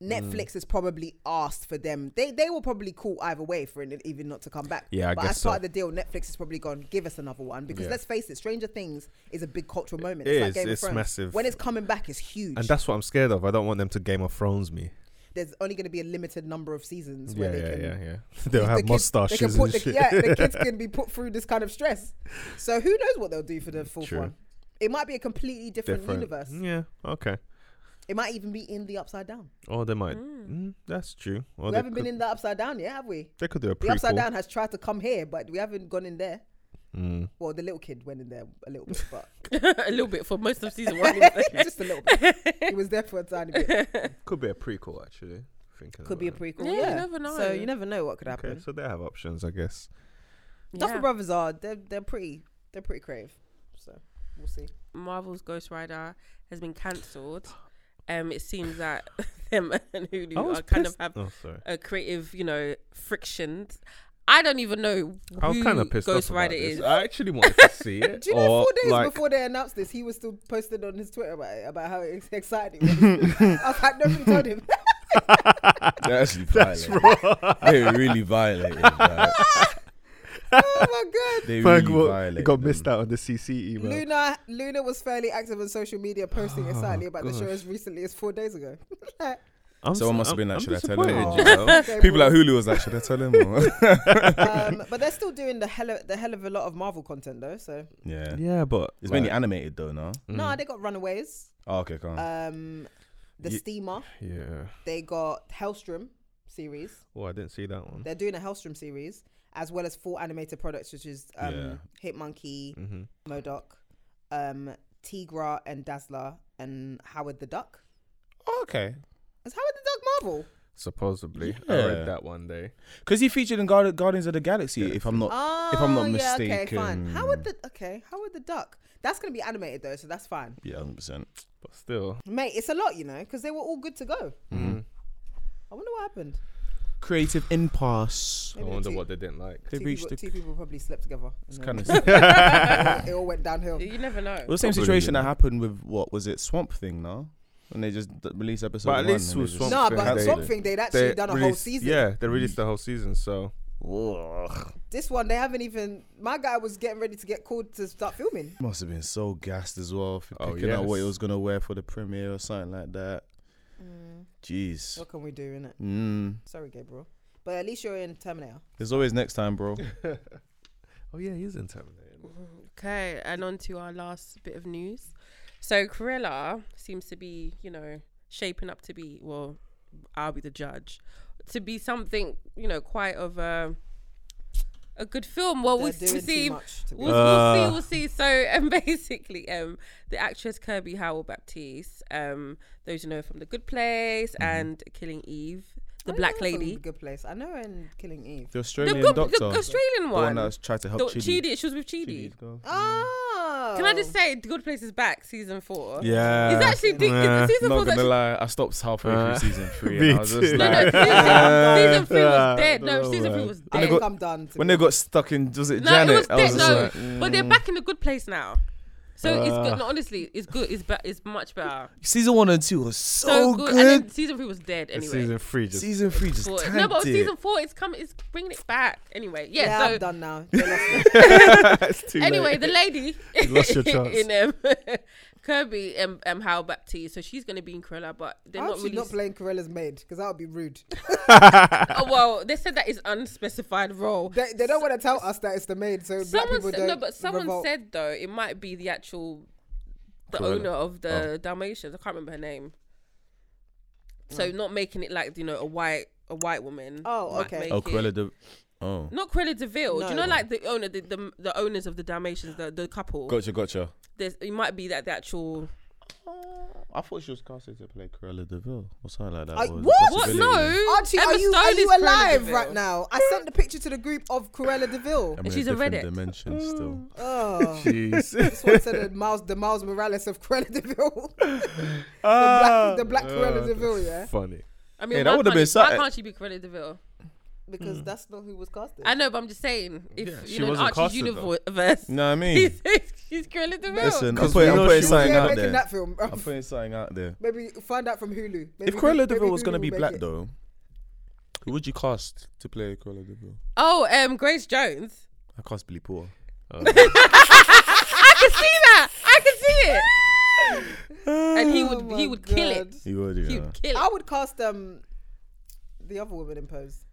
F: Netflix has probably asked for them. They they were probably cool either way for it even not to come back.
G: Yeah, I
F: but
G: guess
F: as part
G: so.
F: of the deal, Netflix has probably gone give us another one because
G: Yeah.
F: let's face it, Stranger Things is a big cultural moment.
G: It
F: it's like
G: is,
F: Game
G: it's
F: of Thrones.
G: massive.
F: When it's coming back, it's huge.
G: And that's what I'm scared of. I don't want them to Game of Thrones me.
F: there's only going to be a limited number of seasons
G: Yeah,
F: where they
G: yeah,
F: can.
G: yeah, yeah. They'll
F: the
G: have
F: kids-
G: mustaches
F: they can
G: and
F: put the,
G: shit.
F: Yeah, the kids can be put through this kind of stress. So who knows what they'll do for the fourth
G: True.
F: one? It might be a completely different, universe.
G: Yeah. Okay.
F: It might even be in the upside down.
G: Or they might.
H: Hmm.
G: Mm, that's true. Or
F: we
G: they
F: haven't
G: could,
F: been in the upside down yet, have we?
G: They could do a
F: The upside
G: prequel.
F: down has tried to come here, but we haven't gone in there.
G: Mm.
F: Well, the little kid went in there a little bit, but
H: a little bit for most of season one. wasn't it?
F: just a little bit. He was there for a tiny bit.
G: Could be a prequel, actually. Thinking
F: Could be a
G: about
F: prequel.
H: Yeah,
F: Yeah,
H: you never know.
F: So you never know what could
G: it.
F: happen.
G: Okay, so they have options, I guess.
F: Duffer
H: Yeah.
F: Brothers are they're they're pretty they're pretty creative. So we'll see.
H: Marvel's Ghost Rider has been cancelled. Um, it seems that them and Hulu
G: I was
H: are kind
G: pissed-
H: of have
G: Oh, sorry.
H: a creative, you know, frictions. I don't even know who
G: I was kind of pissed
H: Ghost
G: off
H: Rider
G: about
H: is.
G: This. Uh, I actually wanted to see it.
F: Do you know
G: or,
F: four days
G: like,
F: before they announced this, he was still posted on his Twitter about it, about how ex- excited he was. I was like, nobody told him.
B: They're actually violating. They really violated. Like,
F: oh my god.
B: they
G: Frank
B: really
G: what-
B: violated.
G: got
B: them.
G: missed out on the E, CC email.
F: Luna Luna was fairly active on social media, posting
G: Oh,
F: excitedly about the show as recently as four days ago. Like,
G: I'm
B: Someone
G: s-
B: must have been like,
G: I'm-
B: should I
G: I'm
B: tell him?
G: disappointed.
F: okay,
B: People
F: well,
B: at Hulu was like, should I tell him? or-
F: um, but they're still doing the hell of, the hell of a lot of Marvel content though. So
B: yeah.
G: Yeah, but
B: It's
G: like, mm,
B: mainly animated though, no?
F: no, they got Runaways,
B: Oh, okay, come on.
E: Uh,
F: um, the
G: Ye-
F: Steamer,
G: yeah.
F: they got Hellstrom series.
G: Oh, I didn't see that one.
F: They're doing a Hellstrom series as well as four animated products, which is um, Hit Monkey,
G: Mm-hmm.
F: Modoc, um, Tigra and Dazzler, and Howard the Duck.
B: Oh, okay.
F: Is Howard the Duck Marvel?
G: Supposedly, I
B: Yeah.
G: read that one day.
B: Because he featured in Guard- Guardians of the Galaxy, if I'm not
F: Oh,
B: if I'm not
F: yeah,
B: mistaken.
F: okay, fine. Howard the okay, Howard the Duck. That's gonna be animated though, so that's fine.
B: Yeah, 100%.
G: But still,
F: Mate, it's a lot, you know, because they were all good to go.
G: mm.
F: I wonder what happened.
B: Creative impasse.
G: I
F: Maybe the
G: wonder
F: two-
G: what they didn't like.
B: They
F: two
B: reached the.
F: people, two people probably slept together.
B: It's
F: and
B: kind
F: then
B: of.
F: it all went downhill.
H: You never know.
B: Well, the same
G: Probably,
B: situation
G: yeah.
B: that happened with what was it Swamp Thing now, when they just d- released episode.
G: But at
B: one
G: least
B: and they
G: with
B: just-
G: Swamp
F: No,
G: Thing,
F: but
G: they-
F: something they'd actually
G: They
F: done a whole
G: released-
F: season.
G: Yeah, they released the whole season. So
F: This one they haven't even. My guy was getting ready to get called to start filming.
B: must have been so gassed as well for
G: Oh,
B: picking out what he
G: yes.
B: was gonna wear for the premiere or something like that.
H: Mm.
B: Jeez.
F: What can we do in it?
B: Mm.
F: Sorry, Gabriel, but at least you're in Terminator.
B: There's always next time, bro.
G: oh yeah, he's in Terminator.
H: Okay, and on to our last bit of news. So Cruella seems to be, you know, shaping up to be well, I'll be the judge. To be something, you know, quite of a a good film. Well, we'll,
F: They're
H: we'll
F: doing
H: Oh, see.
F: too much. To be
H: We'll,
G: Uh.
H: we'll see. We'll see. So, and basically, um, the actress Kirby Howell Baptiste, um, those who know from The Good Place
B: Mm-hmm.
H: and Killing Eve, the
F: I
H: Black
F: know her Oh, from
H: Lady, Mm.
F: The Good place. I know her in Killing Eve.
B: The
H: the,
B: Australian
H: good, the
B: doctor,
H: Australian
B: the one
H: one,
B: that tried to
H: the,
B: help
H: Chidi.
B: Chidi.
H: She was with Chidi. Ah.
B: Chidi's girl.
F: Oh.
H: Can I just say, The Good Place is back, season four.
G: Yeah,
H: It's actually the-
G: Nah.
H: it's- season
B: Not
H: four's
B: gonna
H: actually-
B: lie, I stopped halfway through
G: Uh,
B: season three,
G: me
B: and I was just
G: too.
H: No, no,
B: like,
H: season, season three
G: Yeah.
H: was dead. No,
G: No
H: season three
G: way.
H: was
F: I
H: dead.
B: they
F: think
B: got-
F: I'm done. to
B: when
F: be
B: they got stuck in, was it
H: no,
B: Janet?
H: it was
B: I was
H: dead.
B: just
H: No,
B: like, mm.
H: but they're back in the good place now. So it's
B: Uh.
H: good. No, honestly, it's good. It's be- It's much better.
B: Season one and two was so, good.
H: And then season three was dead
G: And
H: anyway.
G: Season three just
B: season three just
H: Four-
B: tanked
H: no, but
B: it.
H: season four is coming. It's bringing it back anyway. Yeah.
F: yeah,
H: so
F: I'm done now. They lost me.
G: It's too late.
H: anyway, the lady
G: You lost your chance.
H: in um, Kirby and um, Hal Baptiste, so she's going to be in Cruella, but they're
F: I hope
H: not
F: she's
H: really.
F: not playing Corella's maid because that would be rude.
H: oh, well, they said that is unspecified role.
F: They, they don't want to tell us that it's the maid, so black
H: Someone
F: people
H: said,
F: don't.
H: no, but someone
F: revolt.
H: said though it might be the actual the
G: Cruella. Oh.
H: owner of the Dalmatians. I can't remember her name. So not making it like you know a white a white woman.
F: Oh,
H: might
F: okay.
H: make
E: Oh,
H: it-
E: Cruella de. Oh,
H: Not Cruella Deville. Do you
F: No.
H: know like the owner, the, the the owners of the Dalmatians, the the couple.
E: gotcha, gotcha.
H: There's, it might be that the actual.
E: Uh, I thought she was casted to play Cruella Deville or something like that.
F: Are- was a what?
H: What?
F: possibility.
H: No,
F: Archie,
H: Emma
F: are you, are
H: Stone
F: you
H: is Cruella
F: alive
H: Deville.
F: right now? I sent the picture to the group of Cruella Deville.
H: in a she's a different Reddit. Mm.
E: dimension still.
F: Oh,
G: Jeez.
F: this one said the Miles, the Miles Morales of Cruella Deville.
G: Ah.
F: the
E: Oh,
F: black Cruella
G: Ah,
F: Deville,
G: that's
H: Mm.
F: yeah?
G: Funny.
H: I mean,
E: Yeah, that
H: why,
E: would've
H: can't
E: been
H: she, why
E: something.
H: can't she be Cruella Deville?
F: because that's not who was casted.
H: I know, but I'm just saying, if
G: Yeah, she
H: you know, in
G: wasn't
H: Archie's
G: casted, though.
H: universe,
E: You know what I mean?
H: he's, she's Cruella Deville.
E: Mm. Listen, I'm
G: Because we
E: putting, I'm
G: know
E: putting
G: she was
E: something
F: They're
E: out
F: making
E: there.
F: that film.
E: I'm putting something out there.
F: Maybe find out from Hulu. Maybe,
E: If Cruella
F: maybe
E: Deville was
F: Hulu
E: going
F: will
E: to be
F: make
E: black,
F: it.
E: though, who would you cast to play Cruella Deville?
H: Oh, um, Grace Jones.
E: I cast Billy Porter.
H: I can see that. I can see it. and he
F: Oh
H: would,
F: my
H: he would kill it.
F: God.
E: You would, yeah.
H: He would kill
F: I
H: it.
F: would cast um the other woman in Pose.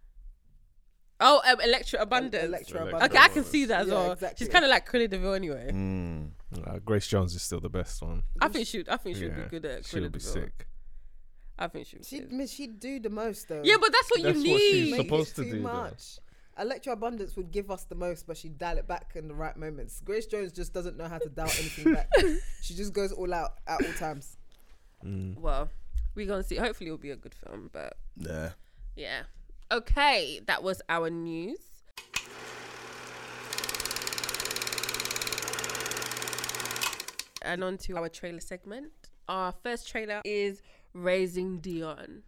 H: Oh, um, Electra Abundance.
F: Electra
G: Okay,
F: Abundance.
H: Okay, I can see that as
F: Yeah,
H: well.
F: exactly.
H: She's kind of like Cruella Deville anyway.
E: Mm.
G: Nah, Grace Jones is still the best one.
H: I think she, I think she'd
G: Yeah,
H: be good at Cruella
G: She'll be
H: Deville.
G: sick.
H: I think she would.
F: She would she'd do the most though.
H: yeah, but that's what
G: That's
H: you
G: what
H: need.
G: she's
F: Make it
G: supposed to
F: too
G: do that.
F: much. Electro Abundance would give us the most, but she dial it back in the right moments. Grace Jones just doesn't know how to dial anything back. She just goes all out at all times.
H: well, we're gonna see. Hopefully, it'll be a good film. But
B: Yeah.
H: yeah, okay, that was our news. And on to our trailer segment. Our first trailer is Raising Dion.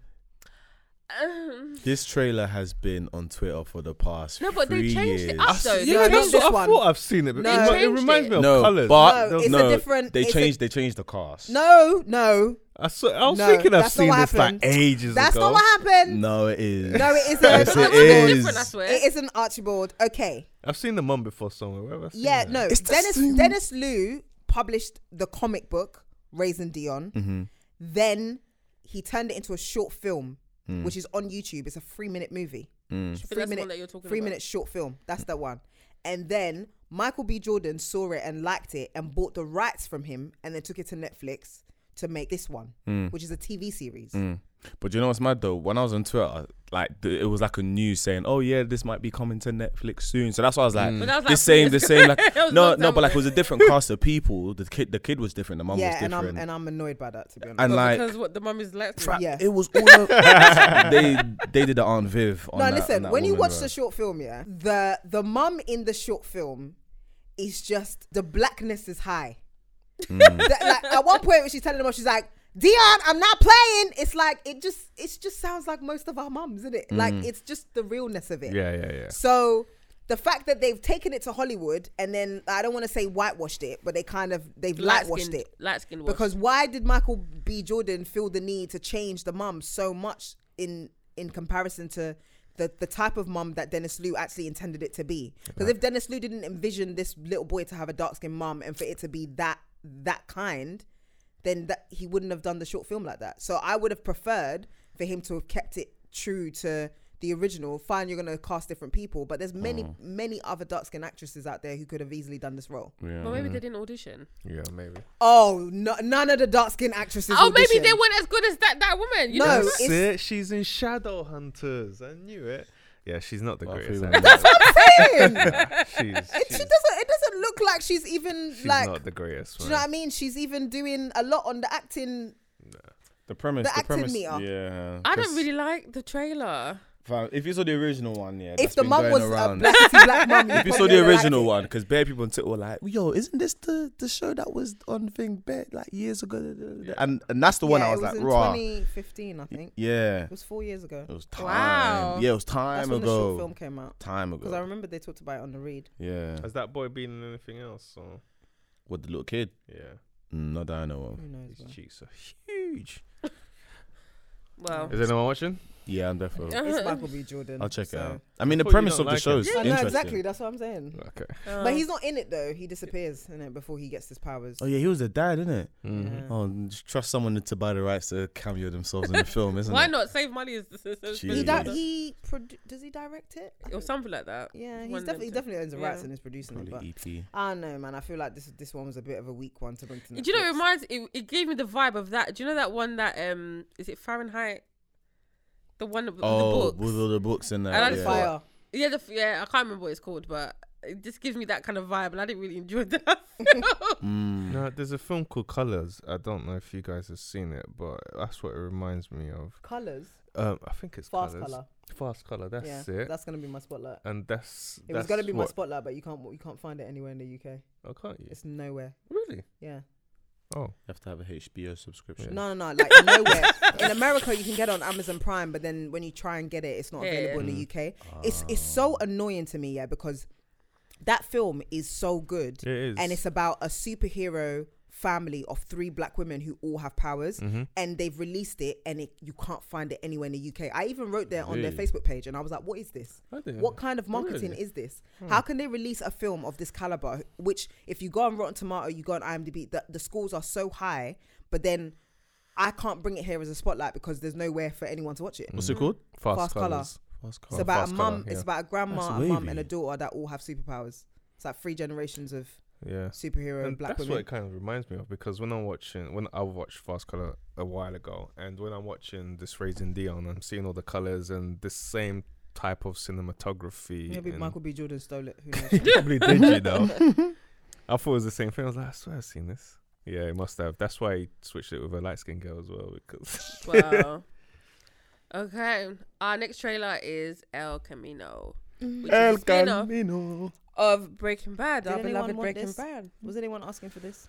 H: Um,
E: This trailer has been on Twitter for the past
H: no, but they
E: three
H: changed
E: years.
H: it up though.
F: yeah,
H: They
F: that's
H: changed
F: what
H: it
F: I
H: up.
F: this one.
G: I've seen it. But
F: No.
G: it,
H: They
G: remi- it
H: changed
G: reminds
H: it.
G: me of
E: no,
G: colors.
E: but
F: No,
E: no,
F: it's a different-
E: They
F: it's a-
E: changed. They changed the cast.
F: No, no,
G: I, saw, I was
F: No,
G: thinking I've
F: that's not
G: seen
F: what
G: this
F: happened.
G: like ages
F: that's
G: ago.
F: not what happened.
E: No, it is.
F: No, it isn't.
E: Yes,
F: It
E: it
H: It's
E: is.
H: different, I swear.
F: It isn't Archibald. Okay.
G: I've seen the mum before somewhere. Where have I seen
F: Yeah,
G: that?
F: no. Dennis Dennis Liu published the comic book Raising Dion. Then he turned it into a short film, which is on YouTube. It's a three minute movie.
H: that's the
F: Three
H: one
F: minute,
H: that you're talking
F: three
H: about.
F: minute short film. That's the one. And then Michael B. Jordan saw it and liked it and bought the rights from him and then took it to Netflix to make this one, which is a TV series.
E: But you know what's mad though? When I was on Twitter, like th- it was like a news saying, "Oh yeah, this might be coming to Netflix soon." So that's why I was like,
F: Mm.
H: that was,
E: the
H: like,
E: same, the
H: years
E: same."
H: ago. That
E: Like
H: was a
E: no,
H: long
E: no,
H: time
E: but like it
H: ago.
E: was a different cast of people. The kid, the kid was different. The mum was
F: Yeah, and
E: different.
F: I'm and I'm annoyed by that to be honest.
E: And,
H: But
E: like
H: because what the mum is like.
E: fra-
F: Yeah.
E: it was all over. they they did the Aunt Viv. On
F: No,
E: that- on
F: listen.
E: that
F: When you
E: woman,
F: watch
E: bro.
F: the short film, yeah, the the mum in the short film is just the blackness is high.
E: Hmm.
F: That- like, at one point, when she's telling them, she's like, "Dion, I'm not playing." It's like it just it just sounds like most of our mums, isn't it?
E: Hmm.
F: Like it's just the realness of it.
G: Yeah, yeah, yeah.
F: So the fact that they've taken it to Hollywood and then I don't want to say whitewashed it, but they kind of they've lightwashed
H: Light-skinned-
F: it.
H: light-skinned wash.
F: Because why did Michael B. Jordan feel the need to change the mum so much in in comparison to the, the type of mum that Dennis Liu actually intended it to be? Because if Dennis Liu didn't envision this little boy to have a dark skinned mum and for it to be that that kind, then that he wouldn't have done the short film like that. So I would have preferred for him to have kept it true to the original. Fine, you're gonna cast different people, but there's many many other dark skinned actresses out there who could have easily done this role.
H: But maybe
G: Uh-huh.
H: they didn't audition.
G: Yeah, maybe.
F: Oh, no, none of the dark skinned actresses.
H: Oh, maybe
F: auditioned.
H: they weren't as good as that that woman. You
F: No,
H: know?
G: That's
F: it's-
G: it. She's in Shadowhunters. I knew it. Yeah, she's not the
E: Well, I
G: greatest.
E: feel
G: actress.
F: Damn.
G: Nah, she's,
F: It- she
G: she's,
F: doesn't. It doesn't look like she's even
G: she's
F: like.
G: not the greatest.
F: do
G: One.
F: you know what I mean? She's even doing a lot on the acting.
E: the premise,
F: the
E: the,
F: acting
E: premise,
F: meter.
E: yeah.
H: I
E: 'cause,
H: don't really like the trailer.
E: fam, If you saw the original one, yeah.
F: If the mum was a
E: around.
F: black, black mum,
E: if you saw the original one, because bare people on Twitter were like, "Yo, isn't this the, the show that was on thing bare, like years ago?" And and that's the one I was, like,
F: in
E: "Raw,
F: 2015, I think.
E: yeah,
F: It was four years ago.
E: it was time.
H: Wow.
E: Yeah, it was
F: That's
E: time
F: when the
E: ago.
F: short film came out.
E: Time
F: Because I
E: ago.
F: remember they talked about it on the read.
E: Yeah,
G: Has that boy been in anything else? Or?
E: With the little kid?
G: Yeah,
E: Mm, Not that I know of.
F: Who knows?
G: his
F: bro?
G: cheeks are huge.
H: Well,
G: Is anyone watching?
E: Yeah, I'm definitely.
F: It's Michael B. Jordan.
E: I'll check it
F: so-
E: out. I mean, the
G: thought you
E: premise
G: don't
E: of the
G: like
E: show
G: it.
E: is
F: Yeah, no,
E: interesting.
F: exactly. That's what I'm saying.
G: Okay.
H: uh,
F: But he's not in it though. He disappears in it before he gets his powers.
E: Oh yeah, he was the dad, isn't it?
G: Mhm.
F: Yeah.
E: Oh, just trust someone to buy the rights to cameo themselves in the film, isn't
H: Why
E: it?
H: not? Save money is the system.
E: Jeez.
F: He,
E: He
F: di-
E: does.
F: he produ- does he direct it? I
H: or
F: think-
H: something like that.
F: yeah, he's
H: One of
F: definitely he
H: them
F: definitely owns the rights
H: Yeah.
F: and is producing it. But
E: Probably E ET.
F: I don't know, man. I feel like this this one was a bit of a weak one to bring to.
H: two. Do you know? It
F: Netflix.
H: reminds. It, it gave me the vibe of that. Do you know that one that um is it Fahrenheit? The one with
E: Oh,
H: the books.
E: with all the books in there.
H: And I
E: yeah.
H: just
F: Fire.
H: thought- Yeah, the, f- yeah. I can't remember what it's called, but it just gives me that kind of vibe, and I didn't really enjoy that. film.
E: Mm.
G: No, there's a film called Colors. I don't know if you guys have seen it, but that's what it reminds me of.
F: Colors.
G: Um, I think it's
F: Fast
G: Colours.
F: color.
G: Fast Color. That's
F: yeah,
G: it.
F: that's gonna be my spotlight.
G: and that's
F: It was gonna be my
G: what-
F: spotlight, but you can't you can't find it anywhere in the UK.
G: Oh, can't you?
F: It's nowhere.
G: Really?
F: Yeah.
G: Oh,
E: You have to have a HBO subscription.
F: No, no, no. Like nowhere in America, you can get it on Amazon Prime, but then when you try and get it, it's not
H: Yeah,
F: available
G: Mm.
E: yeah.
F: in the UK. It's it's so
G: Ah.
F: annoying to me, yeah, because that film is so good,
G: it is.
F: and it's about a superhero family of three black women who all have powers,
G: Mhm.
F: and they've released it, and it, you can't find it anywhere in the UK. I even wrote there on their
E: Really?
F: Facebook page, and I was like, "What is this?
G: I didn't-
F: What kind of marketing
G: Really? Hmm.
F: is this? How can they release a film of this caliber? Which, if you go on Rotten Tomato, you go on IMDb, the, the scores are so high, but then I can't bring it here as a spotlight because there's nowhere for anyone to watch it.
E: What's it called?
G: Fast,
F: Mm-hmm. Fast Colour.
G: Colours.
F: It's about a
G: Fast
F: mum.
G: Colour, yeah.
F: It's about a grandma,
E: That's
F: a mum, and
E: wavy.
F: a daughter that all have superpowers. It's like three generations of
G: Yeah.
F: superhero
G: And
F: black
G: that's
F: women.
G: what it kind of reminds me of because when I'm watching, when I watched Fast Color a while ago, and when I'm watching this Raising Dion, I'm seeing all the colors and the same type of cinematography.
F: Maybe
G: and-
F: Michael B. Jordan stole it. Who knows?
G: probably did, you know. I thought it was the same thing. I was like, I swear I've seen this. Yeah, it must have. That's why he switched it with a light skinned girl as well because
H: wow. Okay, our next trailer is El Camino, which is a spin-off
G: Camino.
H: of Breaking Bad,
F: Did
H: our
F: anyone
H: beloved
F: want
H: Breaking
F: this?
H: Bad.
F: Was anyone asking for this?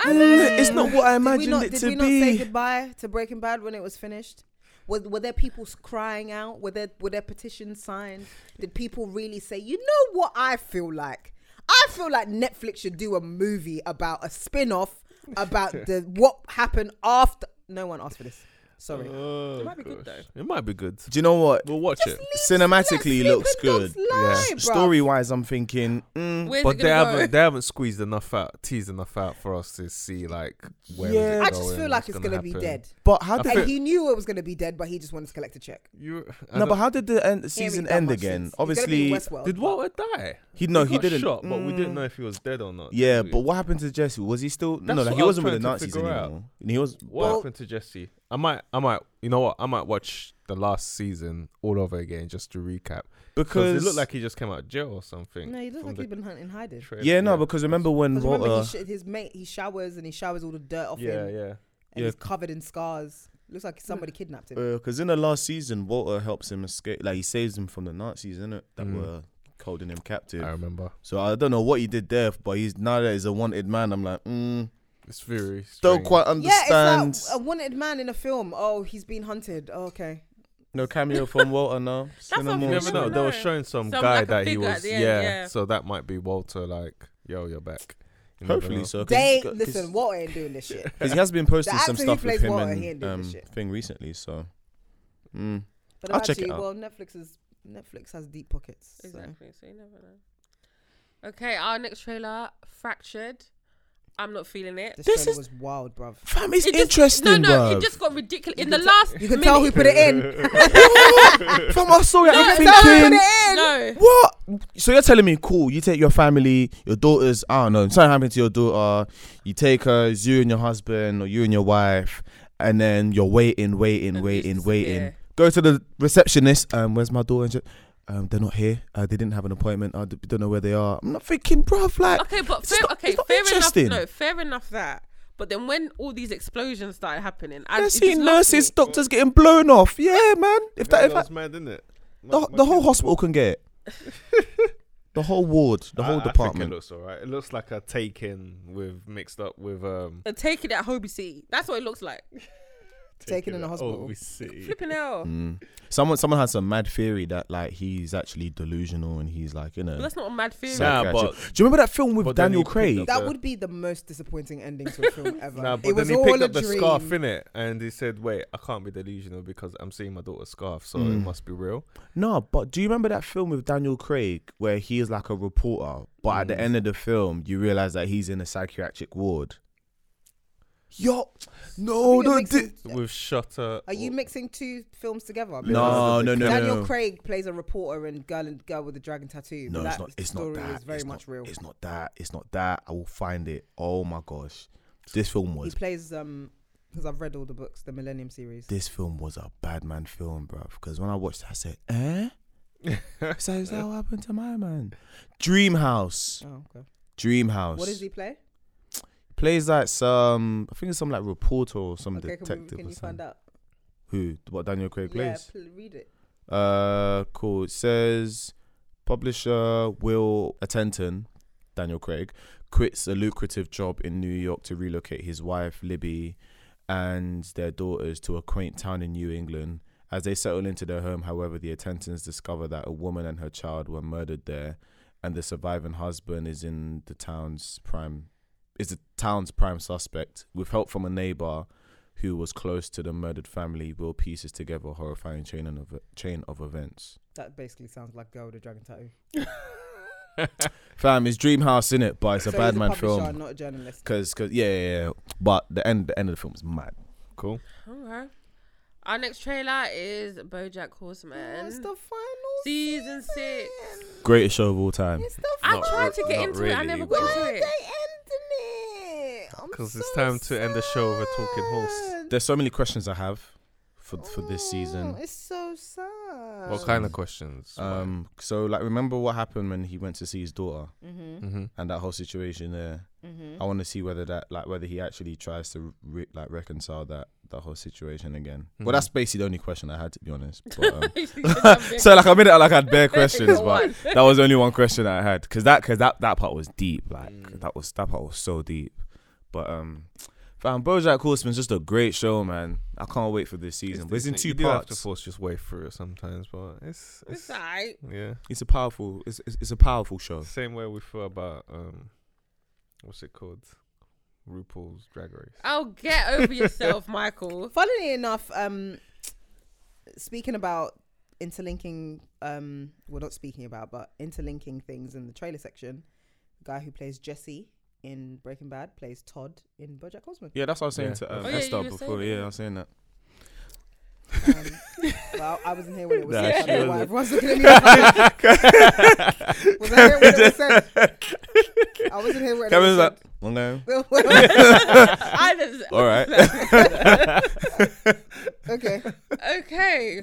H: I
B: Mm, it's not what I
F: Did we
B: imagined
F: not,
B: it
F: did
B: to
F: we not say
B: be.
F: goodbye to Breaking Bad when it was finished? Were, were there people s- crying out? Were there were there petitions signed? Did people really say, you know what I feel like? I feel like Netflix should do a movie about a spin-off about the what happened after no one asked for this. Sorry.
G: it
H: might be good
G: though. It might be good.
B: Do you know what?
G: We'll watch
F: Just
G: it.
F: leave-
B: Cinematically
F: let
B: looks
F: sleeping dogs
B: good.
F: lie, bruv.
B: Story wise, I'm thinking, mm,
H: Where's
G: But
H: it
G: they
H: gonna go?
G: haven't they haven't squeezed enough out, teased enough out for us to see like where is it
B: Yeah.
F: I just
G: going,
F: feel
G: what's
F: like it's gonna, be
G: happen.
F: dead.
B: but how
G: I
B: did
G: feel-
F: And he knew it was gonna be dead, but he just wanted to collect a check.
G: You
B: no? But how did the end, season end again? Obviously,
G: did Walter die?
B: he no,
G: he,
B: he
G: got
B: didn't.
G: Shot, but we didn't
B: Mm.
G: know if he was dead or not.
B: Yeah,
G: did we?
B: but what happened to Jesse? Was he still
G: That's
B: no?
G: what
B: Like,
G: I
B: he
G: was
B: wasn't with the
G: trying to
B: Nazis
G: figure
B: anymore.
G: out.
B: And he was
G: What
F: Well-
G: happened to Jesse? I might, I might. You know what? I might watch the last season all over again just to recap because
B: because
G: it looked like he just came out of jail or something.
F: No, he looks
G: from
F: like
G: the
F: he's been hunting hiding.
G: trailer.
B: yeah, no, because remember when
F: Because remember,
B: Walter?
F: he sh- his mate, he showers and he showers all the dirt off
G: uh, yeah,
F: him,
G: yeah, Uh,
F: and
B: yeah.
F: he's covered in scars. Looks like somebody kidnapped him.
B: Because uh, in the last season, Walter helps him escape. Like he saves him from the Nazis, innit? That
G: Mm.
B: were holding him captive.
G: I remember.
B: So I don't know what he did there, but he's now that he's a wanted man. I'm like, mm,
G: It's very
B: don't
G: strange.
B: quite
F: Yeah,
B: understand.
F: it's like uh, a wanted man in a film. Oh, he's been hunted. Oh, okay,
B: no cameo from Walter now.
H: what
G: You
H: You
G: never
H: never
G: know. They were
H: know.
G: showing some,
H: Some,
G: guy
H: like, a
G: that he
H: figure at
G: was.
H: the
G: Yeah,
H: end, yeah.
G: so that might be Walter. Like, yo, you're back. You never know.
B: Hopefully so. 'cause
F: they
B: he's got-
F: listen. Walter ain't doing this shit.
B: Because he has been posting
F: The
B: some
F: actor who
B: stuff
F: plays
B: with him
F: Walter, he ain't
B: and
F: doing
B: um,
F: this shit.
B: thing recently. So, mm.
F: But
B: I'll
F: actually,
B: check it out.
F: well, Netflix is Netflix has deep pockets. so-
H: Exactly. So you never know. Okay, our next trailer, Fractured. I'm not feeling it.
F: This,
B: This
F: trailer
B: is-
F: was wild, bruv.
B: fam, it's
H: It just-
B: interesting,
H: No, no,
B: bruv.
H: it just got ridiculous. In the last,
F: You can tell who put it in.
B: From I saw it,
H: No,
B: I'm
H: no, no,
B: thinking,
H: no,
B: What? So you're telling me, cool, you take your family, your daughters, I don't know, something happened to your daughter, you take her, it's you and your husband, or you and your wife, and then you're waiting, waiting,
H: And they
B: waiting,
H: just
B: waiting.
H: disappear.
B: Go to the receptionist, um, where's my daughter? And she- um, they're not here. Uh, they didn't have an appointment. I d- don't know where they are. I'm not thinking, bruv, like,
H: okay, but
B: It's
H: fair,
B: not-
H: okay,
B: it's not
H: fair
B: interesting.
H: enough. No, fair enough that. But then when all these explosions started happening, I
B: they're
H: it just
B: seeing
H: lost
B: nurses,
H: me.
B: doctors getting blown off. Yeah, man. If that,
G: Yeah,
B: if that,
G: was mad, didn't it?
B: the, the whole hospital can get it. The whole ward, the whole
G: I think it
B: department.
G: looks alright. It looks like a taken with mixed up with um.
H: They're taking it at Hobie City. That's what it looks like.
F: taken in a
G: it
F: hospital.
G: Over city.
H: Flipping hell.
E: Mm. Someone someone had some mad theory that like he's actually delusional and he's like you know.
H: But that's not a mad theory.
E: Nah,
H: Like,
E: but-
I: Do you remember that film with
G: But then
I: Daniel
G: he picked
I: Craig?
G: up-
F: That
G: the-
F: would be the most disappointing ending to a film ever.
G: Nah, but
F: it was
G: then he
F: all
G: picked
F: a
G: up the
F: dream.
G: scarf in it, and he said, "Wait, I can't be delusional because I'm seeing my daughter's scarf, so it
E: Mm.
G: must be real."
E: No, but do you remember that film with Daniel Craig where he is like a reporter, but at the
G: Mm.
E: end of the film you realize that he's in a psychiatric ward? Yo, no,
F: You're
E: no,
F: mixing-
G: With Shutter,
F: Are you mixing two films together?
E: no, no, no, no,
F: Daniel
E: no.
F: Craig plays a reporter in Girl and Girl with a Dragon Tattoo.
E: No,
F: but
E: it's
F: that
E: not. It's not
F: story
E: that.
F: is very
E: it's
F: much
E: not,
F: real.
E: It's not that. It's not that. I will find it. Oh my gosh, this film
F: He
E: was.
F: plays um because I've read all the books, the Millennium series.
E: This film was a bad man film, bruv. Because when I watched, it, I said, "Eh." So is that what happened to my man? Dream House.
F: Oh, okay.
E: Dream House.
F: What does he play?
E: Plays like some. I think it's some like reporter or some
F: Okay, can,
E: detective
F: we, can
E: or
F: you find
E: something.
F: out?
E: Who? What Daniel Craig
F: yeah,
E: plays?
F: pl- read it.
E: Uh, cool. It says publisher Will Attenton, Daniel Craig, quits a lucrative job in New York to relocate his wife Libby and their daughters to a quaint town in New England. As they settle into their home, however, the Attentons discover that a woman and her child were murdered there, and the surviving husband is in the town's prime is the town's prime suspect. With help from a neighbor, who was close to the murdered family, will pieces together a horrifying chain of chain of events.
F: That basically sounds like Girl with a Dragon Tattoo.
E: Fam, it's Dream House in it, but it's a
F: so
E: bad
F: he's a
E: man
F: publisher,
E: film.
F: not a journalist.
E: Cause, cause, yeah, yeah, yeah. But the end, the end of the film is mad.
G: cool.
H: Okay. Our next trailer is BoJack Horseman.
F: Oh, It's the final
H: Season six.
F: season.
E: Greatest show of all time.
F: It's the
H: I
F: final.
H: tried to get
G: not
H: into it. I
G: really,
H: never
G: but-
H: got
F: Why are
H: into
F: they
H: it.
F: ending it? I'm
G: 'Cause it's
F: so
G: time to end the show with a talking horse.
F: sad.
E: There's so many questions I have for for this season.
F: Oh, It's so sad.
G: What kind of questions?
E: Um, so like, remember what happened when he went to see his daughter
F: Mm-hmm.
G: mm-hmm.
E: and that whole situation there.
F: Mm-hmm.
E: I want to see whether that, like, whether he actually tries to re- like reconcile that that whole situation again. Well,
G: Mhm.
E: that's basically the only question I had to be honest. But, um, so
H: so
E: like I made it like I had bare questions,
H: Go
E: but
H: on.
E: that was only one question I had because that because that that part was deep. Like
H: Mm.
E: that was that part was so deep. But um, fam, BoJack Horseman's just a great show, man. I can't wait for this season. But it's in two
G: you do have to
E: parts.
G: force your way through it sometimes, but it's
H: it's
G: it's
H: alright.
G: yeah.
E: It's a powerful. It's it's, it's a powerful show.
G: Same way we feel about um, what's it called? RuPaul's Drag Race.
H: Oh, get over yourself, Michael.
F: Funnily enough, um, speaking about interlinking, um, well, not speaking about, but interlinking things in the trailer section, the guy who plays Jesse in Breaking Bad plays Todd in BoJack Horseman.
E: Yeah, that's what I was saying
G: Yeah.
E: to um,
H: Oh, yeah, you
E: Esther
H: were saying
E: before.
H: that.
E: Yeah, I was saying that.
F: Um, well, I wasn't here when it was
G: Nah,
F: said. I
G: she
F: don't know why
G: wasn't.
F: everyone's looking at me. I was I here when it was said? I wasn't here when
E: Kevin's
F: it
E: like, okay,
F: was said.
H: I just,
E: all right.
F: okay.
H: okay.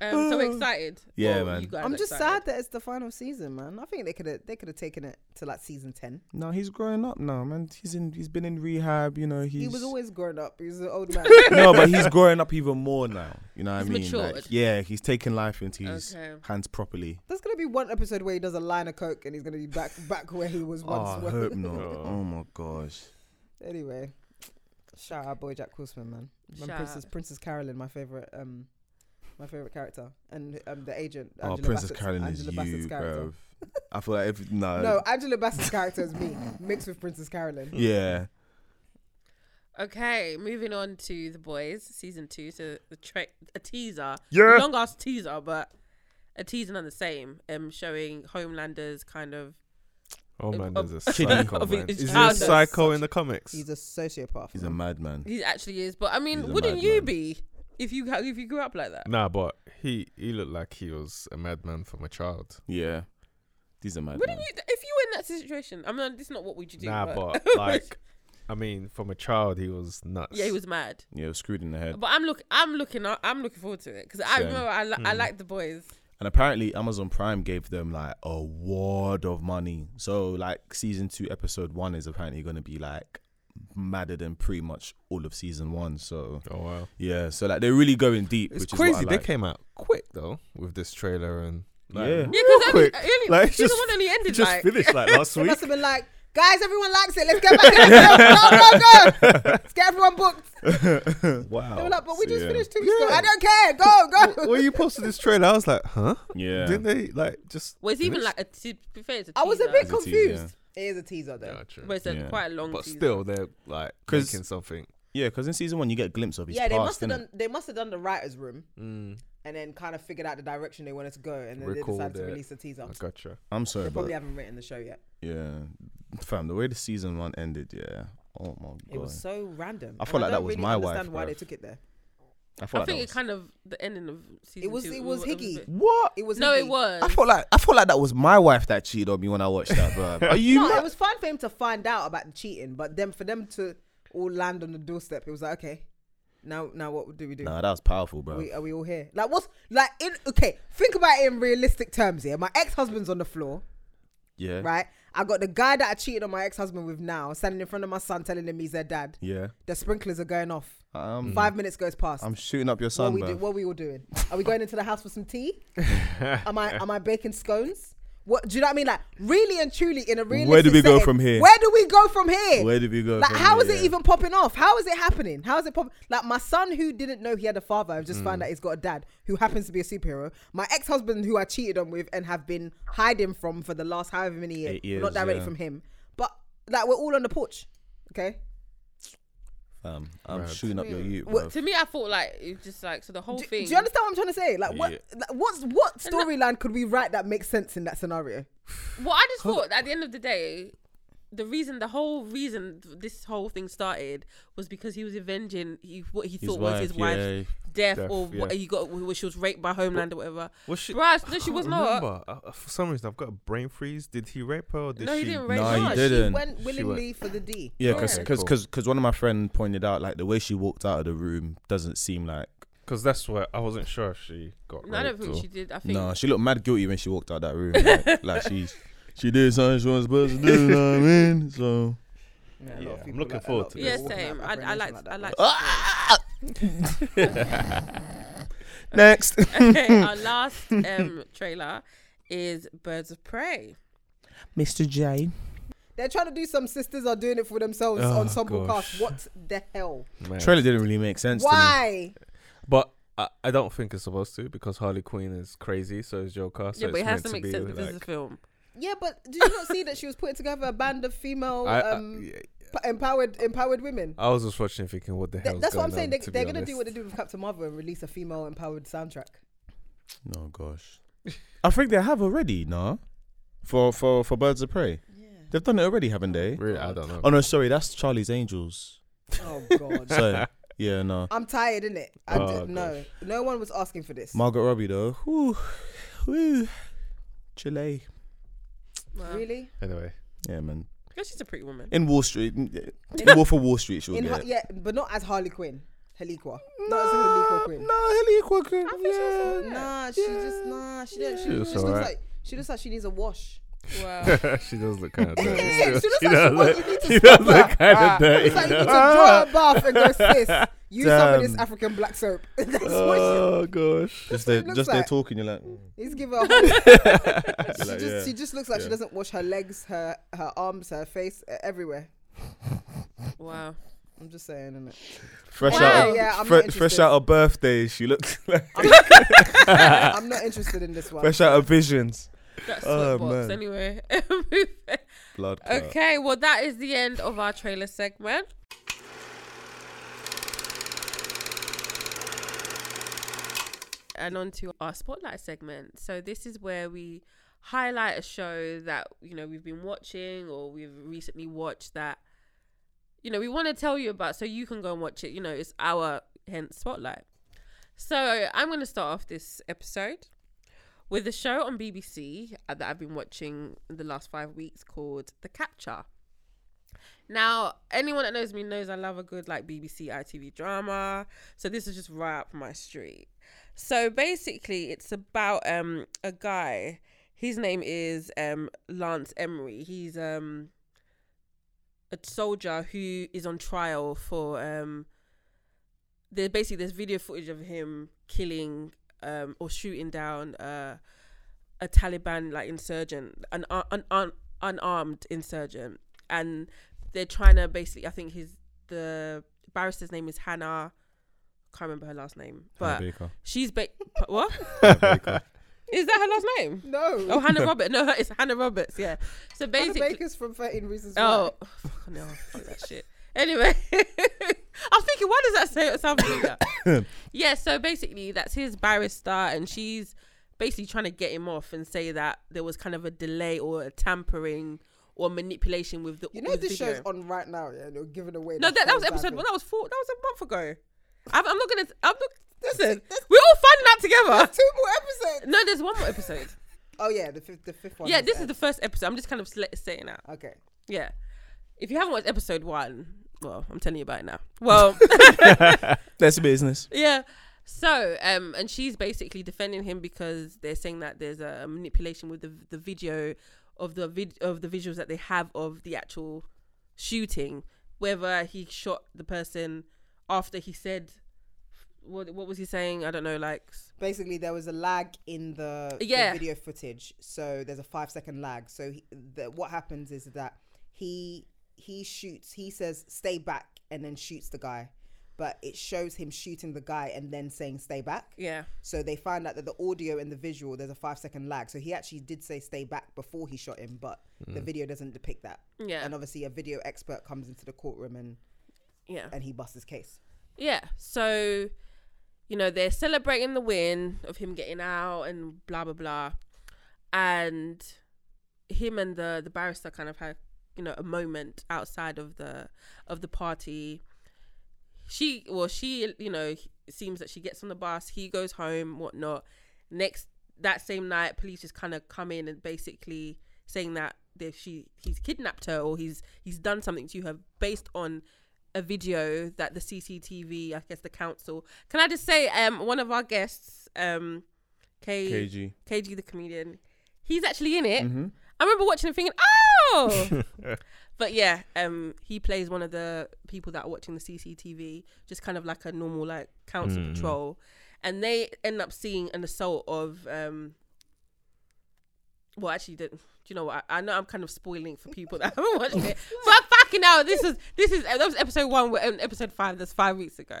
H: Um, so excited.
E: Yeah,
H: Well,
E: man.
H: you guys
F: I'm just sad
H: excited.
F: that it's the final season, man. I think they could have they could have taken it to like season ten.
E: No, he's growing up now, man. He's in. He's been in rehab. You know, he's
F: He was always grown up. He was an old man.
E: no, but he's growing up even more now. You know what
H: He's
E: I mean? Like,
H: matured.
E: yeah, he's taking life into his
H: Okay.
E: hands properly.
F: There's gonna be one episode where he does a line of coke and he's gonna be back back where he was
E: Oh,
F: once.
E: I hope not. Oh my gosh.
F: anyway, shout out boy Jack Horseman, man. And
H: Shout
F: Princess
H: out.
F: Princess Carolyn, my favorite um, my favorite character, and um, the agent.
E: Oh,
F: Angela
E: Princess
F: Bassett's-
E: Carolyn
F: Angela
E: is
F: Bassett's
E: you, Uh,
F: character.
E: bro. I feel like if no,
F: No, Angela Bassett's character is me mixed with Princess Carolyn.
E: yeah.
H: Okay, moving on to the boys season two. So the tra- a teaser,
E: Yeah.
H: long ass teaser, but a teaser none the same. Um, showing Homelander's kind of
G: Oh
H: Of-
G: man,
H: of-
G: there's a
H: of
G: psycho.
H: his
G: man. Is he a
H: childhood.
G: psycho in the comics?
F: He's a sociopath.
E: He's a
F: man.
E: madman.
H: he actually is. But I mean,
E: He's a
H: wouldn't you
E: madman.
H: be if you ha- if you grew up like that?
G: Nah, but he he looked like he was a madman from a child.
E: Yeah, he's a madman.
H: Wouldn't you if you were in that situation? I mean, this is not what would you do?
G: Nah, but like, I mean, from a child he was nuts.
H: yeah, he was mad.
E: Yeah, screwed in the
F: Oh.
E: head.
H: But I'm look, I'm looking, up- I'm looking forward to it because I
E: Same. Hmm.
H: remember I, li- I like the boys.
E: And apparently, Amazon Prime gave them like a wad of money. So like season two, episode one is apparently going to be like madder than pretty much all of season one. So
G: Oh wow,
E: yeah, so like they're really going deep.
G: it's
E: which
G: crazy.
E: Is what I
G: They
E: like.
G: came out quick though with this trailer and like,
E: Yeah.
G: real
H: Yeah, because only,
G: quick.
H: only
G: Like,
H: season
G: just-
H: one only ended
G: just
H: like
G: finished like last
F: They
G: week.
F: must have been like, guys, everyone likes it. Let's get back in the show. Go, go, go. Let's get everyone booked.
E: wow.
F: They were like, but we
E: So,
F: just
E: Oh, yeah.
F: finished two weeks ago. I don't care. Go, go.
G: when you posted this trailer, I was like, huh?
E: Yeah.
G: Didn't they like just?
H: Was even
G: finish?
H: like a to be fair, it's a
F: I was a
H: teaser.
F: bit
E: a teaser.
F: confused. It is a teaser though.
G: Yeah, true.
H: But it's a
E: Yeah.
H: quite a long.
G: But
H: teaser.
G: still, they're like
E: 'Cause-
G: making something.
E: Yeah, because in season one you get a glimpse of his
F: Yeah, they must
E: past,
F: have
E: innit?
F: done. They must have done the writers' room
G: Mm,
F: and then kind of figured out the direction they wanted to go, and then
G: Recall
F: they decided to
G: that.
F: release a teaser.
G: I gotcha.
E: I'm sorry,
F: They
E: but
F: probably haven't written the show yet.
E: yeah, fam, the way the season one ended, yeah. Oh my god.
F: It was so random.
E: I felt like
F: and
E: that
F: don't
E: was
F: really
E: my wife,
F: understand why
E: bruv.
F: they took it there.
E: felt
H: I think
E: like that
H: it
E: was-
H: kind of the ending of season.
F: It was.
H: two,
F: It was
H: a
F: Higgy.
H: bit-
E: What?
F: It was.
H: No, it
F: Higgy.
H: was.
E: I felt like I felt like that was my wife that cheated on me when I watched that, bro. Are you?
F: No, it was fun for him to find out about the cheating, but then for them to all land on the doorstep, it was like, okay, now, now what do we do?
E: Nah, that was powerful, bro.
F: we, uh, are we all here? Like, what's like in? Okay, think about it in realistic terms. Here, my ex-husband's on the floor,
E: yeah.
F: right? I got the guy that I cheated on my ex-husband with now standing in front of my son, telling him he's their dad.
E: Yeah.
F: The sprinklers are going off.
E: Um,
F: Five minutes goes past.
E: I'm shooting up your
F: what
E: son,
F: we
E: bro.
F: do, what we all doing? Are we going into the house for some tea? am I am I baking scones? What do you know what I mean? Like really and truly in a realistic
E: Where do we go
F: setting,
E: from here?
F: Where do we go from here?
E: Where do we go
F: Like
E: from
F: how is
E: here,
F: it
E: yeah.
F: even popping off? How is it happening? How is it popping? Like my son who didn't know he had a father, I've just found out he's got a dad who happens to be a superhero. My ex husband who I cheated on with and have been hiding from for the last however many years,
E: Eight years,
F: not directly
E: yeah.
F: from him, but like we're all on the porch. Okay,
E: Fam, I'm shooting up your youth,
F: What-
E: bro.
H: To me, I thought like it was just like so the whole
F: do, do
H: thing.
F: you understand what I'm trying to say? Like, what, like, what's what storyline could we write that makes sense in that scenario?
H: Well, I just thought at the end of the day, the reason, the whole reason this whole thing started was because he was avenging he, what he thought was his
E: wife,
H: wife's death,
G: Death,
H: or
G: yeah.
H: what he got, wh- wh- she was raped by Homeland or whatever.
G: Was she?
H: Bruh, no,
G: I
H: she
G: can't
H: was not.
G: remember. Uh, uh, for some reason, I've got a brain freeze. Did he rape her? Or did
H: No, he
G: she?
H: didn't rape
E: No,
H: her.
E: he
H: She-
E: did. didn't.
F: went
G: She
F: willingly
G: went-
F: for the D.
E: Yeah,
H: Yeah.
E: because
H: Okay,
E: because
G: cool.
E: one of my friend pointed out like the way she walked out of the room doesn't seem like.
G: Because that's where I wasn't sure if she got.
H: No, I don't
G: raped
H: think
G: or-
H: she did. I think
E: No, she looked mad guilty when she walked out that room. Like, like she she did something she wasn't supposed to do. You know what I mean? So
F: Yeah, a lot
G: Yeah,
F: of
G: I'm
F: people
G: looking
F: like- a
G: forward
F: lot of
G: to
F: people
H: yeah,
F: walking out
H: same.
F: with
H: I, I
F: apprehension
H: liked,
F: that,
H: I liked.
F: bro.
E: Ah! next,
H: okay, our last um, trailer is Birds of Prey.
E: Mr. J.
F: They're trying to do some sisters are doing it for themselves
G: Oh,
F: ensemble
G: gosh.
F: cast. What the hell?
G: Man.
E: Trailer didn't really make sense. To me.
F: Why?
G: But I, I don't think it's supposed to because Harley Quinn is crazy. So is Joker. So
H: yeah,
G: it's
H: but it
G: meant
H: has to make
G: be
H: sense because
G: like-
H: it's a film.
F: Yeah, but did you not see that she was putting together a band of female
G: I, I-
F: um,
G: yeah,
F: p- empowered empowered women?
G: I was just watching, thinking, what the
F: Th-
G: hell?
F: that's what I'm saying.
G: On,
F: They,
G: to be
F: they're going to do
G: honest.
F: what they did with Captain Marvel and release a female empowered soundtrack.
E: No Oh, gosh, I think they have already. No, for for for Birds of Prey, they've done it already, haven't they?
G: Really, I don't know.
E: Oh no, sorry, that's Charlie's Angels.
F: Oh God,
E: So yeah, no.
F: I'm tired, innit? I
G: Oh,
F: did, no, no one was asking for this.
E: Margaret Robbie though. Whew. Whew. Chile.
H: Wow.
F: really?
G: Anyway,
E: Yeah, man.
H: Yeah, she's a pretty woman.
E: In Wall Street, in Wolf of Wall Street, she'll
F: In
E: get.
F: Har-
E: it.
F: yeah, but not as Harley Quinn, Heliqua.
E: No,
F: Not as Heliqua Quinn.
E: no, Heliqua Quinn.
H: I think she was
E: yeah.
H: alright.
F: Nah, she just nah. She don't. She,
G: She was
F: just looks
G: alright.
F: like she looks like she needs a wash.
H: Wow.
G: she does look kind of dirty.
F: she
G: still.
F: looks like she wants-
G: she does look,
F: you need to
G: she
F: stop
G: does look
F: her.
G: kind of dirty.
F: It's like you need to draw
G: Ah!
F: a bath and go sis. Use some of this
E: Damn. Uh.
F: African black soap. That's what she,
G: Oh gosh.
E: Just they,
F: it looks
E: just they're
F: like.
E: talking. You're like, mm.
F: he's give her. A whole, she
E: Like,
F: just
E: yeah.
F: she just looks like she
E: Yeah.
F: doesn't wash her legs, her her arms, her face, uh, everywhere.
H: wow.
F: I'm just saying, innit?
E: fresh
H: Wow.
E: out, of,
F: Yeah, I'm
E: fre-
F: not
E: fresh
F: interested.
E: out of birthdays. She looks like
F: I'm not interested in this one.
E: fresh out of visions.
H: That's
E: Oh,
H: what box
E: man.
H: anyway.
E: Blood. clot.
H: okay, well that is the end of our trailer segment. And on to our spotlight segment. So this is where we highlight a show that, you know, we've been watching or we've recently watched that you know, we want to tell you about so you can go and watch it. You know, it's our hence spotlight. So I'm going to start off this episode with a show on BBC uh, that I've been watching in the last five weeks called The Capture. Now, anyone that knows me knows I love a good like BBC ITV drama. So this is just right up my street. So basically, it's about um a guy. His name is um Lance Emery. He's um a soldier who is on trial for um there basically there's video footage of him killing um or shooting down uh a Taliban like insurgent an un- un- un- unarmed insurgent and they're trying to basically I think his the barrister's name is Hannah. Can't remember her last name, but
G: Baker.
H: she's ba- what
G: Baker.
H: is that her last name?
F: No.
H: Oh, Hannah Roberts. No, her- it's Hannah Roberts. Yeah. So
F: Hannah
H: basically,
F: Baker's from 13 Reasons
H: oh fuck, no, fuck that shit. Anyway, I'm thinking, why does that say sound familiar? yeah. So basically, that's his barrister, and she's basically trying to get him off and say that there was kind of a delay or a tampering or manipulation with the.
F: You know
H: with the
F: this show's
H: video.
F: on right now, yeah, and you're giving away.
H: No,
F: the
H: that, that
F: full
H: was episode
F: background.
H: one. That was four. That was a month ago. I'm, I'm not gonna. I'm not. Listen,
F: this-
H: we're all finding out together.
F: Two more episodes.
H: No, there's one more episode.
F: Oh yeah, the fifth, the fifth one.
H: yeah, this is the first episode. I'm just kind of sl- setting out.
F: Okay.
H: Yeah. If you haven't watched episode one, well, I'm telling you about it now. Well,
B: That's business.
H: yeah. So, um, and she's basically defending him because they're saying that there's a manipulation with the the video of the vid- of the visuals that they have of the actual shooting, whether he shot the person after he said. What, what was he saying? I don't know. Like,
F: Basically, there was a lag in the, the
H: Yeah.
F: video footage, so there's a five second lag. So he, the, what happens is that he he shoots. He says, "Stay back," and then shoots the guy. But it shows him shooting the guy and then saying, "Stay back."
H: yeah,
F: So they find out that the audio and the visual, there's a five second lag. So he actually did say stay back before he shot him, but the video doesn't depict that.
H: Yeah.
F: And obviously a video expert comes into the courtroom and,
H: yeah.
F: and he busts his case.
H: Yeah. So, you know, they're celebrating the win of him getting out and blah blah blah. And him and the the barrister kind of had, you know, a moment outside of the of the party. She well, she, you know, he- seems that she gets on the bus, he goes home, whatnot. Next that same night, police just kinda come in and basically saying that if she he's kidnapped her or he's he's done something to her based on a video that the CCTV, I guess the council. Can I just say, um, one of our guests, um, K- KG.
E: KG.
H: the comedian, he's actually in it. I remember watching and thinking, oh. but yeah, um, he plays one of the people that are watching the CCTV, just kind of like a normal like council patrol, and they end up seeing an assault of um. Well, actually, do do you know what? I, I know I'm kind of spoiling for people that haven't watched it, but fucking hell, this is this is that was episode one, we're on episode five. That's five weeks ago.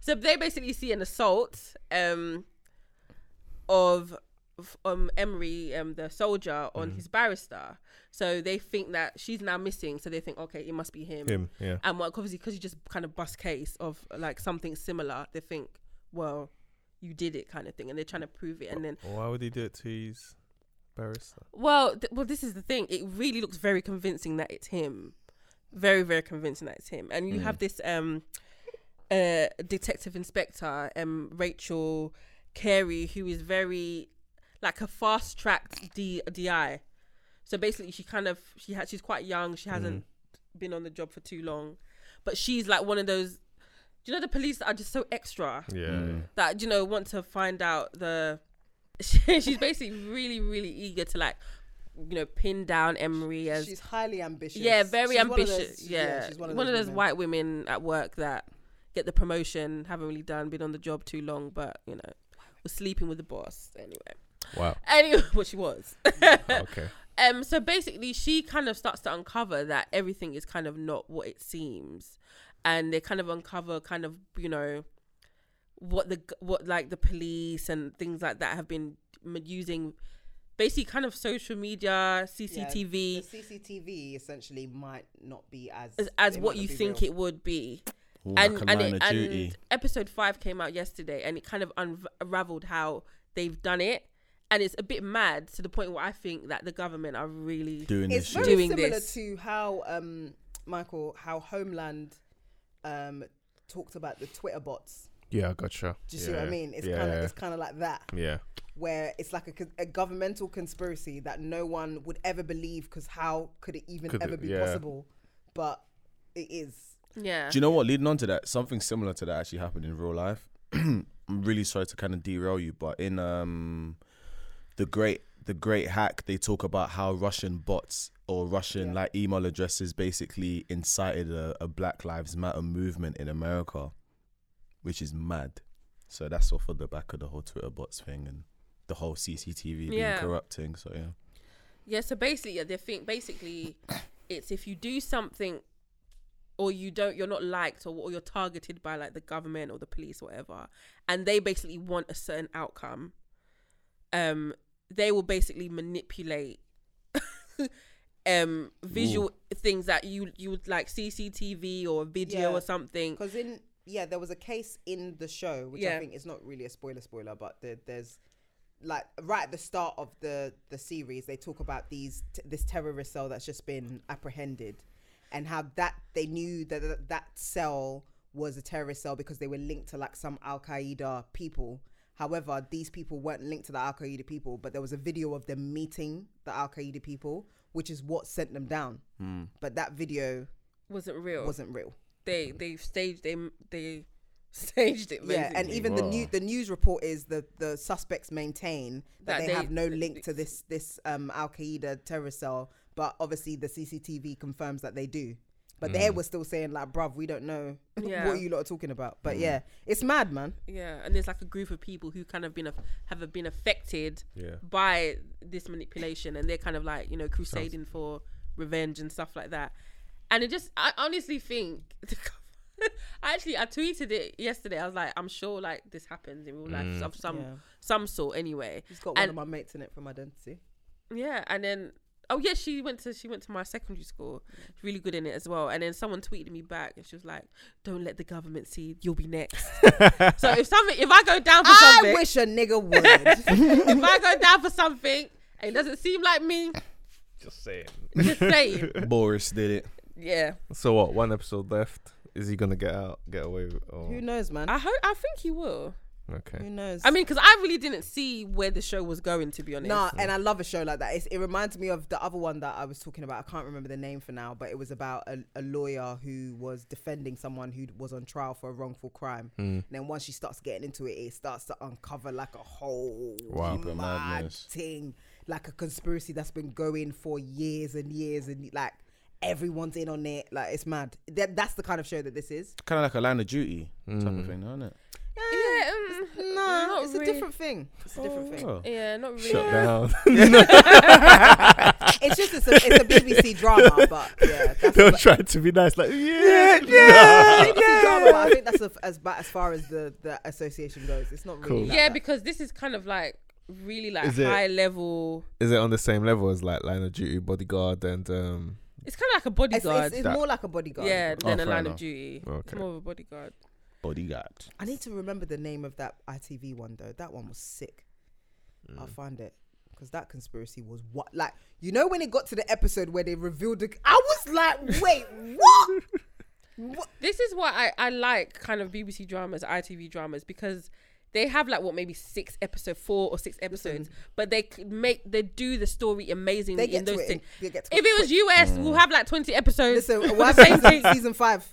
H: So they basically see an assault um of of, um Emery, um the soldier, on his barrister. So they think that she's now missing. So they think, okay, it must be him.
G: Him, yeah.
H: And well, obviously, because you just kind of bust case of like something similar, they think, well, you did it, kind of thing, and they're trying to prove it. And then,
G: Why would he do it to his barrister?
H: well, th- well, this is the thing. It really looks very convincing that it's him. Very, very convincing that it's him. And you have this um, uh, detective inspector, um, Rachel Carey, who is very like a fast tracked D- DI. So basically, she kind of she had she's quite young. She hasn't been on the job for too long, but she's like one of those. Do you know the police that are just so extra?
G: Yeah.
H: that you know want to find out the she's basically really really eager to like you know pin down emery as
F: She's highly ambitious.
H: yeah very
F: She's one of
H: ambitious
F: those-
H: yeah.
F: she's
H: one of those,
F: women.
H: white women at work that get the promotion haven't really done been on the job too long but you know was sleeping with the boss anyway
G: Wow.
H: anyway what she was
G: Okay.
H: um so basically she kind of starts to uncover that everything is kind of not what it seems and they kind of uncover kind of you know what the g- what like the police and things like that have been m- using basically kind of social media
F: Yeah,
H: cctv
F: The CCTV essentially might not be as
H: as, as
F: it
H: what
F: might not
H: you
F: be
H: think
F: real.
H: it would be
B: like a line
H: it-
B: of duty.
H: episode five came out yesterday and it kind of unraveled how they've done it and it's a bit mad to the point where i think that the government are really
B: Doing this
F: It's
B: shit.
F: very
H: Doing
F: similar
H: this.
F: to how um, Michael, how Homeland um, talked about the Twitter bots.
G: Yeah, I gotcha.
F: Do you
G: yeah.
F: see what I mean? It's
G: yeah,
F: kind of
G: yeah.
F: it's kind of like that.
G: yeah.
F: where it's like a, con- a governmental conspiracy that no one would ever believe because how could it even
G: Could
F: ever
G: it-
F: be
G: yeah.
F: possible? But it is.
H: yeah
B: Do you know what? Leading on to that, something similar to that actually happened in real life. I'm really sorry to kind of derail you, but in um, the great the great hack, they talk about how Russian bots or Russian like email addresses basically incited a, a Black Lives Matter movement in America, which is mad. So that's off of the back of the whole Twitter bots thing and the whole CCTV
H: Yeah.
B: being corrupting. So yeah,
H: Yeah, so basically, yeah, they think basically it's if you do something or you don't you're not liked or, or you're targeted by like the government or the police or whatever and they basically want a certain outcome um they will basically manipulate um visual things that you you would like cctv or video
F: Yeah.
H: or something
F: Because in yeah, there was a case in the show, which
H: Yeah.
F: I think is not really a spoiler spoiler, but there, there's like right at the start of the the series, they talk about these t- this terrorist cell that's just been apprehended, and how that they knew that that, that cell was a terrorist cell because they were linked to like some Al Qaeda people. However, these people weren't linked to the Al Qaeda people, but there was a video of them meeting the Al Qaeda people, which is what sent them down. But that video
H: wasn't real
F: wasn't real.
H: they they staged they they staged it
F: Yeah,
H: basically.
F: and even the new the news report is the the suspects maintain that,
H: That
F: they,
H: they-
F: have no
H: th-
F: link to this this um, Al Qaeda terrorist cell, but obviously the CCTV confirms that they do. But they were still saying like, "Bruv, we don't know
H: Yeah.
F: what you lot are talking about." But yeah, it's mad, man.
H: Yeah, and there's like a group of people who kind of been aff- have been affected
G: Yeah.
H: by this manipulation, and they're kind of like you know crusading for revenge and stuff like that. And it just, I honestly think, the gov- I actually I tweeted it yesterday. I was like, I'm sure like this happens in real life of some
F: Yeah.
H: some sort anyway.
F: He's got
H: one
F: one
H: Um, And-
F: of
H: of
F: my mates in it from Identity.
H: Yeah, and then oh yeah, she went to she went to my secondary school. She's really good in it as well. And then someone tweeted me back, and she was like, "Don't let the government see you'll be next." so if something, if I go down for something,
F: I wish a nigga would.
H: if I go down for something and it doesn't seem like me,
G: Just saying.
H: just saying.
B: Boris did it.
H: Yeah.
G: So what? One episode left. Is he gonna get out? Get away? with- Or
F: Who knows, man?
H: I hope I think he will.
G: okay.
F: Who knows?
H: I mean, because I really didn't see where the show was going, to be honest.
F: Nah, and I love a show like that. It's, it reminds me of the other one that I was talking about. I can't remember the name for now, but it was about a, a lawyer who was defending someone who was on trial for a wrongful crime. And then once she starts getting into it, it starts to uncover like a whole
G: Wow.
F: mad thing, like a conspiracy that's been going for years and years, and like everyone's in on it. Like it's mad. That, that's the kind of show that this is.
E: Kind of like a line of duty type of thing, isn't it?
H: yeah, um,
F: No,
H: not
F: it's
H: really.
F: a different thing. It's a different
G: Oh.
F: thing.
H: Yeah, not really.
F: eh,
G: Shut down.
F: It's just it's a, it's a BBC drama, but yeah, that's
G: They'll try to be nice. Like yeah,
F: BBC drama, but I think that's a, as ba- as far as the, the association goes. It's not really.
G: Cool.
F: like
H: yeah,
F: that.
H: because this is kind of like really like
G: Is it-
H: high level.
G: Is it on the same level as like Line of Duty, Bodyguard, and um?
H: It's kind of like a
F: it's,
H: bodyguard.
F: it's, it's
G: That-
F: more like a bodyguard.
H: yeah, than a
E: fair
H: line of
E: enough.
H: duty. It's
G: Oh, Okay.
H: more of a bodyguard.
E: Bodyguard.
F: I need to remember the name of that ITV one though. That one was sick. I'll
G: Mm.
F: find it because that conspiracy was what like you know when it got to the episode where they revealed the. I was like, wait, what? what?
H: This is why I, I like kind of BBC dramas, ITV dramas, because they have like what maybe six episode four or six episodes, but they c- make they do the story amazing
F: Mm-hmm. They get
H: in
F: to
H: those
F: it in-
H: things.
F: they get to
H: If
F: it
H: it was US,
G: Mm.
H: we'll have like twenty episodes.
F: Listen,
H: for
F: we're
H: the same
F: season,
H: thing.
F: season five.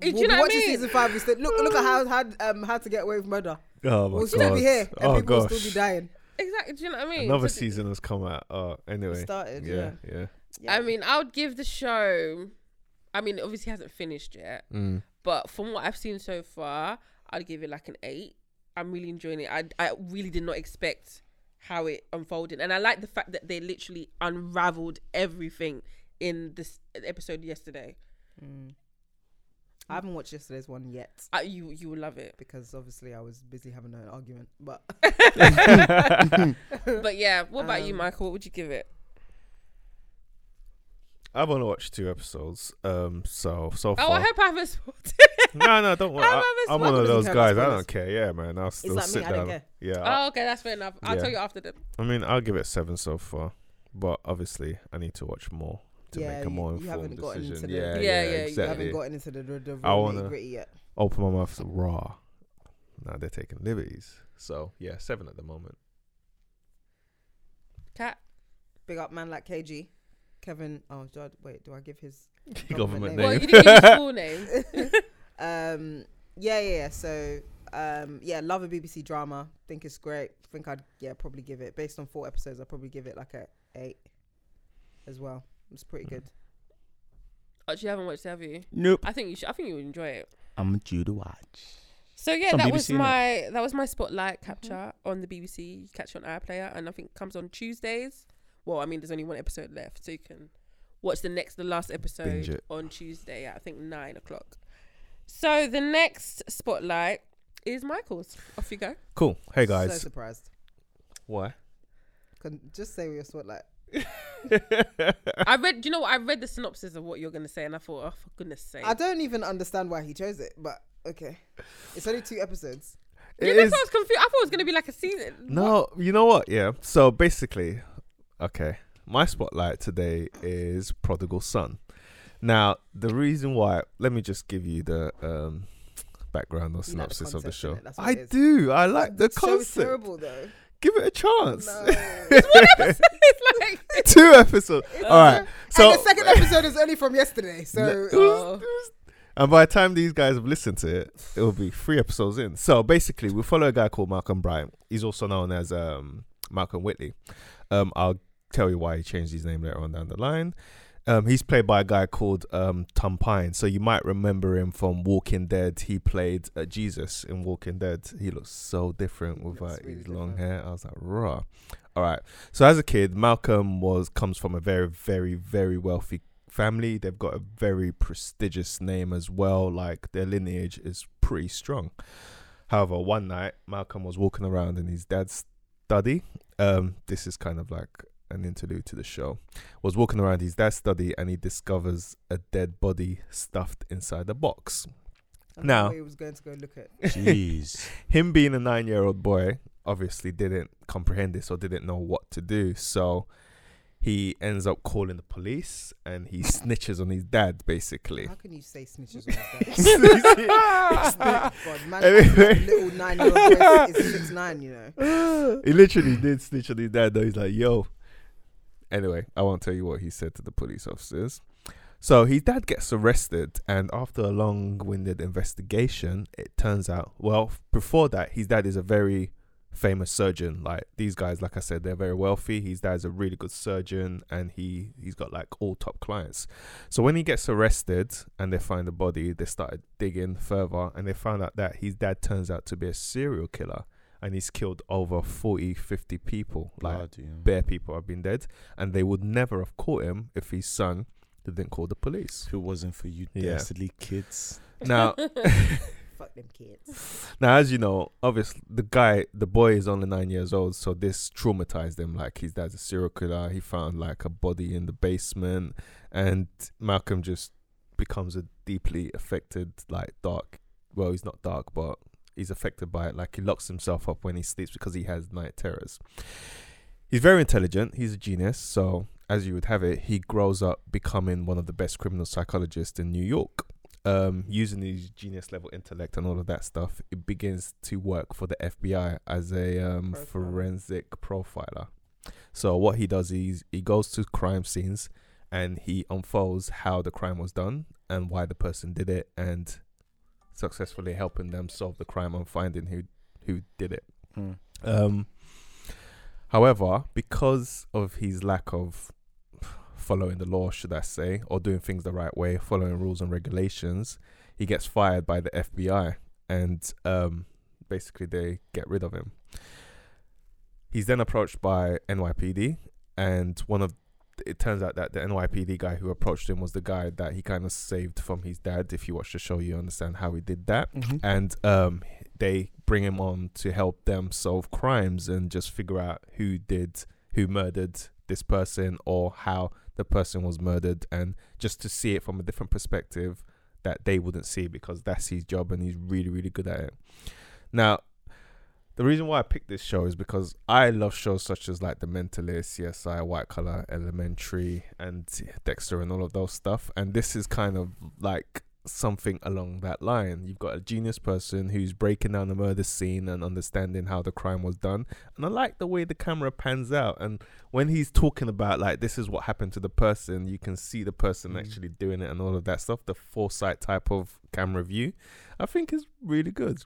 H: Do you
F: we'll be
H: know what I
F: watching
H: mean?
F: season five. We still look look at how how um how to get away with murder.
G: Oh my
F: we'll
G: god.
F: still be here and
G: oh
F: people
G: gosh.
F: will still be dying.
H: Exactly. Do you know what I mean?
G: Another
H: So-
G: season has come out. Oh, anyway.
F: started,
G: Yeah. yeah.
H: I mean, I would give the show. I mean, it obviously hasn't finished yet,
G: Mm.
H: but from what I've seen so far, I'd give it like an eight. I'm really enjoying it. I I really did not expect how it unfolded, and I like the fact that they literally unraveled everything in this episode yesterday.
F: I haven't watched yesterday's one yet.
H: Uh, you you will love it,
F: because obviously I was busy having an argument. But
H: but yeah. What about you, Michael? What would you give it?
G: I've only watched two episodes. Um. So so far.
H: Oh, I hope I haven't spoiled it.
G: no, no, don't worry.
H: I love
G: I,
H: this
G: am
H: one.
G: one of
F: Doesn't
G: those
F: care
G: guys.
F: about
G: I
F: spoilers.
G: don't care. Yeah, man. I'll still
F: like me,
G: sit
F: I
G: down.
F: don't care. Oh.
G: Yeah. I-
H: Oh, okay, that's fair enough. I'll
G: Yeah.
H: tell you after the.
G: I mean, I'll give it seven so far, but obviously I need to watch more to
F: Yeah,
G: make a
F: you-
G: more
F: you haven't
G: informed
F: gotten into
G: decision.
F: the-
G: yeah,
H: Yeah,
G: yeah,
H: yeah, you
F: I haven't
G: exactly.
F: gotten into the, the, the
G: I
F: real
G: wanna-
F: nitty gritty yet.
G: Open my mouth raw. Now they're taking liberties. So yeah, seven at the moment.
H: Cat.
F: Big up man like KG, Kevin. Oh, do I, wait, do I give his Government
G: Government
H: Well,
G: name.
H: you didn't give his full name.
F: um yeah yeah, yeah. so um yeah love a bbc drama think it's great think i'd yeah probably give it based on four episodes i'd probably give it like a eight as well it's
G: Mm.
F: pretty good
H: Actually, Oh, you haven't watched it, have you?
E: Nope.
H: I think you should. I think you would enjoy it.
E: I'm due to watch.
H: So yeah,
E: It's on
H: that
E: BBC,
H: was
E: innit?
H: my that was my spotlight capture on the BBC. You catch it on iPlayer, and I think it comes on Tuesdays. Well, I mean, there's only one episode left, so you can watch the next, the last
G: Binge
H: episode
G: it.
H: on Tuesday at I think nine o'clock. So the next spotlight is Michael's. Off you go.
G: Cool. Hey
F: So
G: guys.
F: surprised.
G: Why?
F: Can just say what you're sort like.
H: I read. Do you know what? I read the synopsis of what you're gonna say, and I thought, oh for goodness sake.
F: I don't even understand why he chose it, but okay. It's only two episodes.
H: Yeah,
G: It
H: that's
G: is-
H: why I was confused. I thought it was gonna be like a season. What?
G: No, you know what? Yeah. So basically, okay, my spotlight today is Prodigal Son. Now, the reason why, let me just give you the um,
F: You
G: background or
F: like the
G: synopsis of the
F: concept,
G: show.
F: innit? That's what
G: I
F: it is.
G: do. I like the
F: So it's
G: concept.
F: terrible though.
G: Give it a chance.
F: No.
H: it's like
G: Two episodes. All right. So
F: and the second episode is only from yesterday, so oh.
G: N- And by the time these guys have listened to it, it will be three episodes in. So basically, we follow a guy called Malcolm Bryant. He's also known as um, Malcolm Whitley. Um, I'll tell you why he changed his name later on down the line. Um, he's played by a guy called um, Tom Pine. So you might remember him from Walking Dead. He played uh, Jesus in Walking Dead. He looks so different with
F: Looks
G: uh,
F: really
G: his long
F: different.
G: hair. I was like, raw. All right. So as a kid, Malcolm was comes from a very, very, very wealthy family. They've got a very prestigious name as well. Like their lineage is pretty strong. However, one night Malcolm was walking around in his dad's study. Um, this is kind of like an interlude to the show. Was walking around his dad's study and he discovers a dead body stuffed inside a box. Now-
F: he was going to go look at.
E: Jeez.
G: him being a nine year old boy obviously didn't comprehend this or didn't know what to do. So he ends up calling the police and he snitches on his dad basically.
F: How can you say snitches? on his dad?
G: he
F: God, man, little nine-year-old boy is six nine. You know.
G: literally did snitch on his dad though. He's like, yo. Anyway, I won't tell you what he said to the police officers. So his dad gets arrested, and after a long winded investigation, it turns out, well, before that, his dad is a very famous surgeon. Like these guys, like I said, they're very wealthy. His dad's a really good surgeon and he, he's got like all top clients. So when he gets arrested and they find the body, they started digging further and they found out that his dad turns out to be a serial killer and he's killed over 40, 50 people. Like
E: Bloody hell.
G: bare people have been dead. And they would never have caught him if his son didn't call the police.
E: If it wasn't for you
G: Yeah.
E: dastardly kids.
G: Now,
F: Fuck them kids.
G: Now, as you know, obviously the guy, the boy is only nine years old, so this traumatized him. Like his dad's a serial killer. He found like a body in the basement, and Malcolm just becomes a deeply affected, like dark. Well, he's not dark, but he's affected by it. Like he locks himself up when he sleeps because he has night terrors. He's very intelligent. He's a genius. So, as you would have it, he grows up becoming one of the best criminal psychologists in New York um, using his genius level intellect and all of that stuff, it begins to work for the FBI as a um,
F: Profiler.
G: forensic profiler. So what he does is he goes to crime scenes and he unfolds how the crime was done and why the person did it, and successfully helping them solve the crime and finding who who did it.
E: Mm.
G: Um, however, because of his lack of following the law, should I say, or doing things the right way, following rules and regulations, he gets fired by the FBI and um, basically they get rid of him. He's then approached by NYPD, and one of it turns out that the NYPD guy who approached him was the guy that he kind of saved from his dad. If you watch the show, you understand how he did that
F: Mm-hmm.
E: Mm-hmm.
G: and um, they bring him on to help them solve crimes and just figure out who did who murdered this person or how the person was murdered and just to see it from a different perspective that they wouldn't see because that's his job and he's really really good at it now the reason why i picked this show is because i love shows such as like the mentalist csi white collar elementary and dexter and all of those stuff and this is kind of like something along that line. You've got a genius person who's breaking down the murder scene and understanding how the crime was done. And I like the way the camera pans out. And when he's talking about, like, this is what happened to the person, you can see the person actually doing it and all of that stuff. The foresight type of camera view, I think is really good.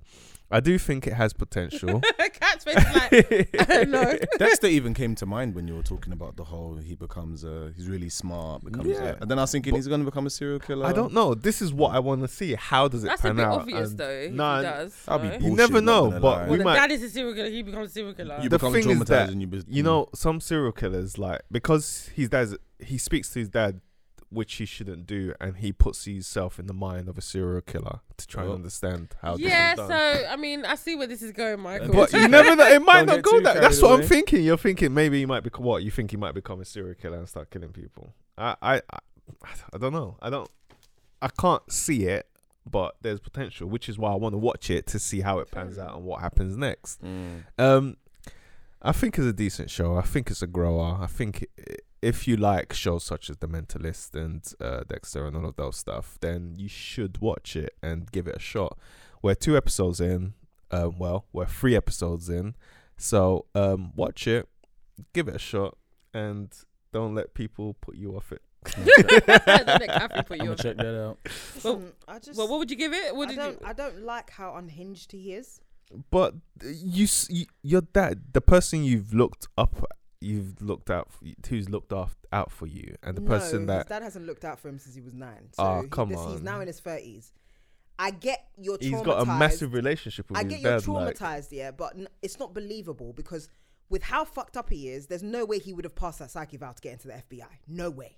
G: I do think it has potential.
H: Cat's face is like no.
E: Dexter even came to mind when you were talking about the whole he becomes a he's really smart becomes
G: Yeah.
E: a, and then I was thinking
G: But-
E: he's gonna become a serial killer.
G: I don't know. This is what I want to see. How does it
H: That's a
G: pan
H: bit
G: out?
H: obvious
G: And-
H: though. if he
G: Nah,
H: does,
E: That'd be
H: no?
E: bullshit,
G: You never
E: not
G: know,
E: gonna
G: but
E: lie.
G: we
H: Well, the
G: might-
H: dad is a serial killer. He becomes a serial killer.
E: you
G: The
E: become
G: thing is
E: traumatized
G: that,
E: and you, be-
G: you know some serial killers like because his dad's he speaks to his dad which he shouldn't do, and he puts himself in the mind of a serial killer to try
E: Well.
G: and understand how. this
H: yeah,
G: was
H: so
G: done.
H: I mean, I see where this is going, Michael.
G: But you never know. It might
E: Don't
G: not
E: get
G: go
E: too
G: that. That's
E: carried
G: what I'm
E: away.
G: thinking. You're thinking maybe he might become what you think he might become a serial killer and start killing people. I, I, I, I don't know. I don't. I can't see it, but there's potential, which is why I want to watch it to see how it pans out and what happens next.
E: Mm.
G: Um, I think it's a decent show. I think it's a grower. I think i- if you like shows such as The Mentalist and uh, Dexter and all of those stuff, then you should watch it and give it a shot. We're two episodes in. Um, well, we're three episodes in. So um, watch it, give it a shot, and don't let people put you off it.
H: Don't let Catherine put you
E: I'ma
H: off.
E: check that out.
H: Well-
F: Listen, Hmm, I just.
H: Well, what would you give it? What
F: I
H: did
F: don't.
H: you?
F: I don't like how unhinged he is.
G: But you, s- you your dad, the person you've looked up, you've looked out, f- who's looked af- out for you, and the
F: no,
G: person that
F: his dad hasn't looked out for him since he was nine. So
G: Ah,
F: he-
G: come
F: this- He's
G: on.
F: now in his thirties. I get you're traumatized.
G: he's got a massive relationship with
F: I
G: his
F: get you're
G: dad. like-
F: traumatized, yeah, but n- it's not believable because with how fucked up he is, there's no way he would have passed that psyche vow to get into the FBI. No way.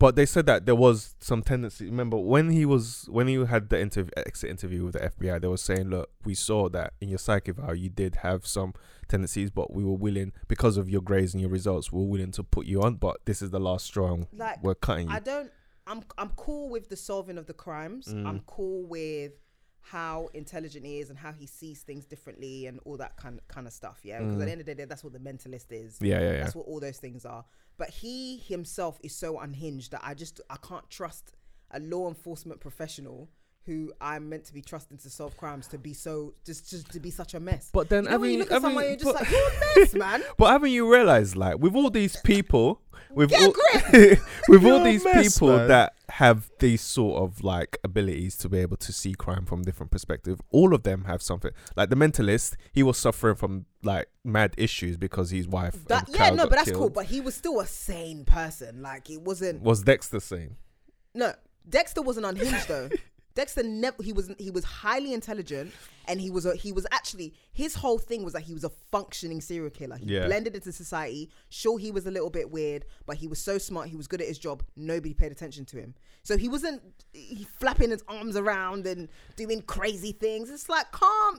G: but they said that there was some tendency. Remember when he was when he had the interview, exit interview with the FBI, they were saying, "Look, we saw that in your psyche vow, you did have some tendencies, but we were willing because of your grades and your results, we were willing to put you on. But this is the last straw, and
F: Like,
G: we're cutting you."
F: I don't. I'm I'm cool with the solving of the crimes.
G: Mm.
F: I'm cool with how intelligent he is and how he sees things differently and all that kind kind of stuff. Yeah, because at the end of the day, that's what the mentalist is.
G: Mm. yeah, yeah, yeah.
F: That's what all those things are. But he himself is so unhinged that I just I can't trust a law enforcement professional who I'm meant to be trusting to solve crimes to be so just just to be such a mess.
G: But then
F: you know, when you
G: haven't-
F: look at someone, you're
G: haven't-
F: just
G: but-
F: like, you're a mess, man.
G: But haven't you realized, like, with all these people, with
F: Get a
G: all, with all these
B: mess,
G: people
B: man.
G: that have these sort of like abilities to be able to see crime from different perspective, all of them have something. Like the mentalist, he was suffering from like mad issues because his wife.
F: That,
G: and
F: yeah,
G: cow
F: no,
G: got
F: but that's cool.
G: killed.
F: But he was still a sane person. Like it wasn't.
G: was Dexter same?
F: No, Dexter wasn't unhinged though. Dexter never. He was. He was highly intelligent, and he was. A, he was actually. His whole thing was that he was a functioning serial killer. He
G: Yeah.
F: blended into society. Sure, he was a little bit weird, but he was so smart. He was good at his job. Nobody paid attention to him, so he wasn't he flapping his arms around and doing crazy things. It's like calm.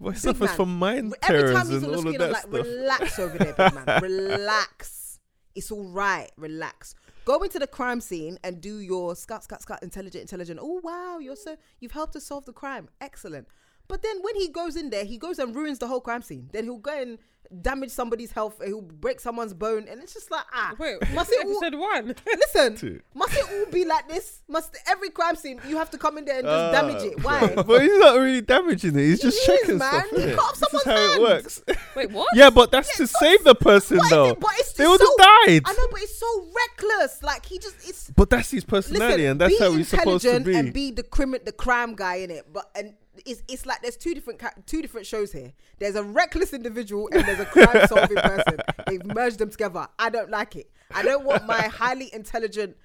G: Well,
F: Big
G: he suffers
F: man.
G: from mind
F: Every
G: terrors
F: time he's
G: and
F: on the
G: all of
F: screen,
G: that
F: I'm like,
G: stuff.
F: relax over there, big man. Relax. It's all right. Relax. Go into the crime scene and do your scut, scut, scut, intelligent, intelligent. Oh wow, you're so you've helped us solve the crime. Excellent. But then when he goes in there, he goes and ruins the whole crime scene. Then he'll go and damage somebody's health. He'll break someone's bone, and it's just like ah.
H: Wait,
F: must
H: must
F: it all,
H: episode one?
F: listen? Must it all be like this? Must every crime scene you have to come in there and just
G: Ah,
F: damage it? Why?
G: but he's not really damaging it. He's just
F: He is,
G: checking
F: man.
G: stuff.
F: He
G: innit?
F: cut off
G: this is
F: someone's
G: how it
F: hand.
G: works.
H: Wait, what?
G: Yeah, but that's
F: Yeah,
G: to
F: so-
G: save the person
F: What is
G: though.
F: it? But it's
G: they
F: just
G: would
F: so-
G: have died.
F: I know, but it's so reckless. Like he just it's
G: But that's his personality,
F: Listen,
G: and that's
F: be
G: how he's supposed to
F: intelligent
G: be.
F: And be the crime, the crime guy in it. But and it's it's like there's two different ca- two different shows here. There's a reckless individual and there's a crime solving person. They've merged them together. I don't like it. I don't want my highly intelligent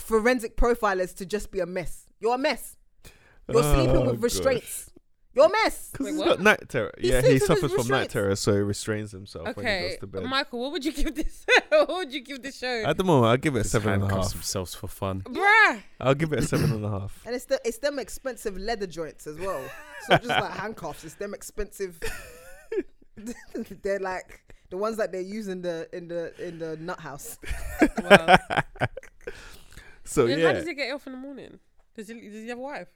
F: forensic profilers to just be a mess. You're a mess. You're
G: Oh,
F: sleeping with
G: gosh.
F: restraints. You're a mess.
G: Because
H: Wait,
G: he's
H: what?
G: got night terror.
F: He
G: yeah,
F: sleeps
G: he
F: with his
G: suffers from night
F: restraints.
G: terror, so he restrains himself when he
H: Okay,
G: goes to bed.
H: Michael, what would you give this? what would you give this show?
G: At the moment, I'll give it a
E: Just
G: seven and a
E: handcuffs
G: half.
E: themselves for fun.
H: Bruh,
G: I'll give it a seven and a half.
F: And it's the, it's them expensive leather joints as well. It's not just like handcuffs. It's them expensive. they're like the ones that they use in the in the in the nut house.
H: wow.
G: So
H: Then How
G: Oh, yeah,
H: does he get off in the morning? Does he? Does he have a wife?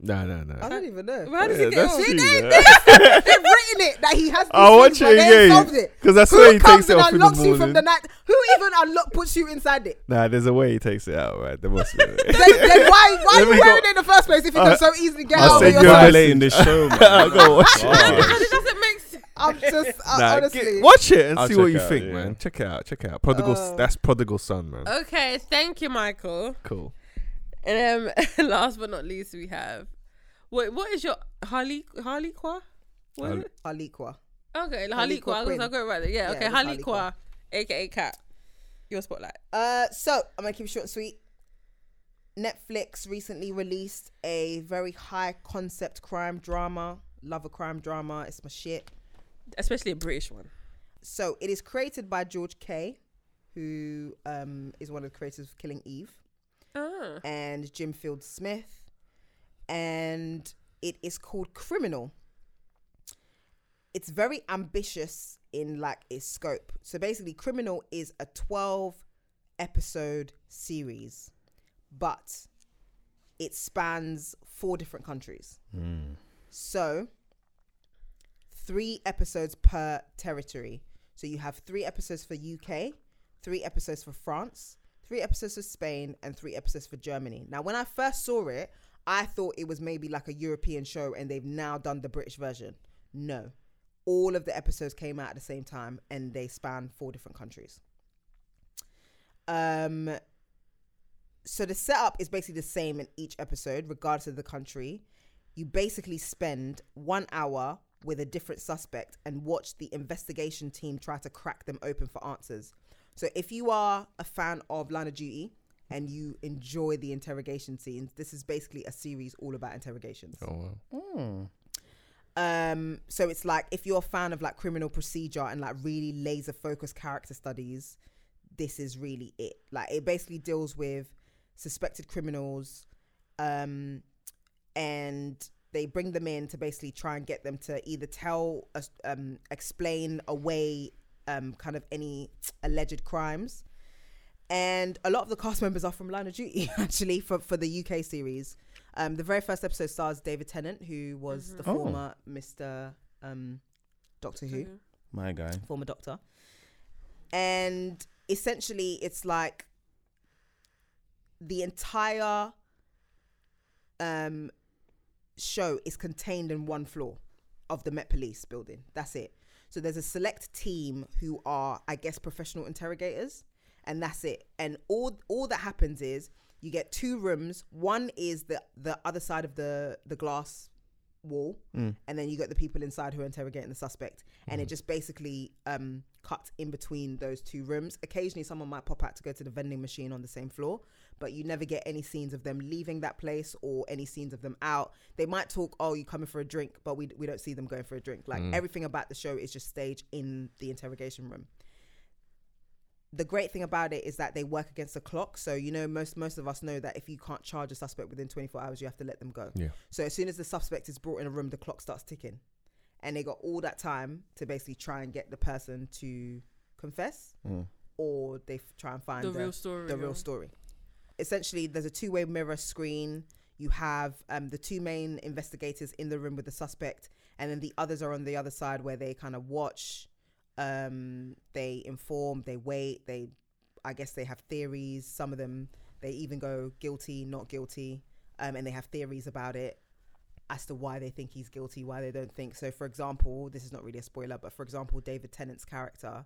G: no, no, no.
F: I don't even know.
H: How does
G: Yeah,
H: he get
G: that's
H: off?
G: you, man.
F: They've written it that he has. These
G: I'll watch
F: things, but
G: it
F: they
G: again,
F: ain't solved it.
G: 'cause that's
F: Who
G: where he
F: comes
G: takes it
F: and
G: off in the
F: unlocks you from
G: morning.
F: the night? Who even unlock puts you inside it?
G: Nah, there's a way he takes it out, right? There must be. a way.
F: Then, then why why are
G: Let me
F: you
G: go- Uh,
F: wearing it in the first place if you
G: I'll-
F: can so easily get
G: I'll
F: out of
G: send
F: your
G: you a
F: life?
G: link.
B: in this show, man.
G: I'll go watch it.
H: Because it doesn't make sense.
F: I'm just uh,
G: Nah, get-
F: honestly.
G: watch it and
B: I'll
G: see what
B: check
G: you
B: it out,
G: think,
B: yeah.
G: man. Check it out. Check it out. Prodigal. s
F: Oh.
G: that's prodigal son, man.
H: Okay, thank you, Michael.
G: Cool.
H: And um, last but not least, we have what? What is your Harley Harley Qua? What is
G: Harley-
H: it?
F: Aliqua.
H: Okay, Harley
F: Harlequin
H: Qua. I guess
F: Quinn.
H: I'll go right there. Yeah.
F: Yeah,
H: okay,
F: it's
H: Harley
F: Harlequin.
H: Qua, aka Cat. Your spotlight.
F: Uh, so I'm gonna keep it short and sweet. Netflix recently released a very high concept crime drama. Love a crime drama. It's my shit.
H: especially a British one.
F: So it is created by George K. who um, is one of the creators of Killing Eve,
H: Ah.
F: and Jim Field Smith, and it is called Criminal. It's very ambitious in like its scope. So basically, Criminal is a twelve episode series, but it spans four different countries. So three episodes per territory. So you have three episodes for UK, three episodes for France, three episodes for Spain, and three episodes for Germany. Now, when I first saw it, I thought it was maybe like a European show and they've now done the British version. No. All of the episodes came out at the same time and they span four different countries. Um, so the setup is basically the same in each episode, regardless of the country. You basically spend one hour with a different suspect and watch the investigation team try to crack them open for answers. So if you are a fan of Line of Duty and you enjoy the interrogation scenes, this is basically a series all about interrogations.
G: Oh, wow.
F: Um, so it's like if you're a fan of like criminal procedure and like really laser focused character studies, this is really it. Like it basically deals with suspected criminals, um, and they bring them in to basically try and get them to either tell, us- um, explain away, um, kind of any alleged crimes. And a lot of the cast members are from Line of Duty, actually, for, for the UK series. Um, the very first episode stars David Tennant, who was the
B: Oh.
F: former Mr. Um, Mm-hmm. Doctor Who
B: My guy.
F: former doctor. And essentially, it's like the entire um, show is contained in one floor of the Met Police building. That's it. So there's a select team who are, I guess, professional interrogators, and that's it. And all all that happens is you get two rooms. One is the the other side of the the glass wall, and then you got the people inside who are interrogating the suspect. And it just basically um, cuts in between those two rooms. Occasionally, someone might pop out to go to the vending machine on the same floor, but you never get any scenes of them leaving that place or any scenes of them out. They might talk, "Oh, you coming for a drink?" but we we don't see them going for a drink. Like everything about the show is just staged in the interrogation room the great thing about it is that they work against the clock. So you know, most most of us know that if you can't charge a suspect within 24 hours, you have to let them go.
G: Yeah.
F: So as soon as the suspect is brought in a room, the clock starts ticking, and they got all that time to basically try and get the person to confess, or they f- try and find
H: The real story,
F: The real
H: yeah.
F: story. Essentially, there's a two-way mirror screen. You have um, the two main investigators in the room with the suspect, and then the others are on the other side where they kind of watch um they inform they wait they i guess they have theories some of them they even go guilty not guilty um and they have theories about it as to why they think he's guilty why they don't think so for example this is not really a spoiler but for example david tennant's character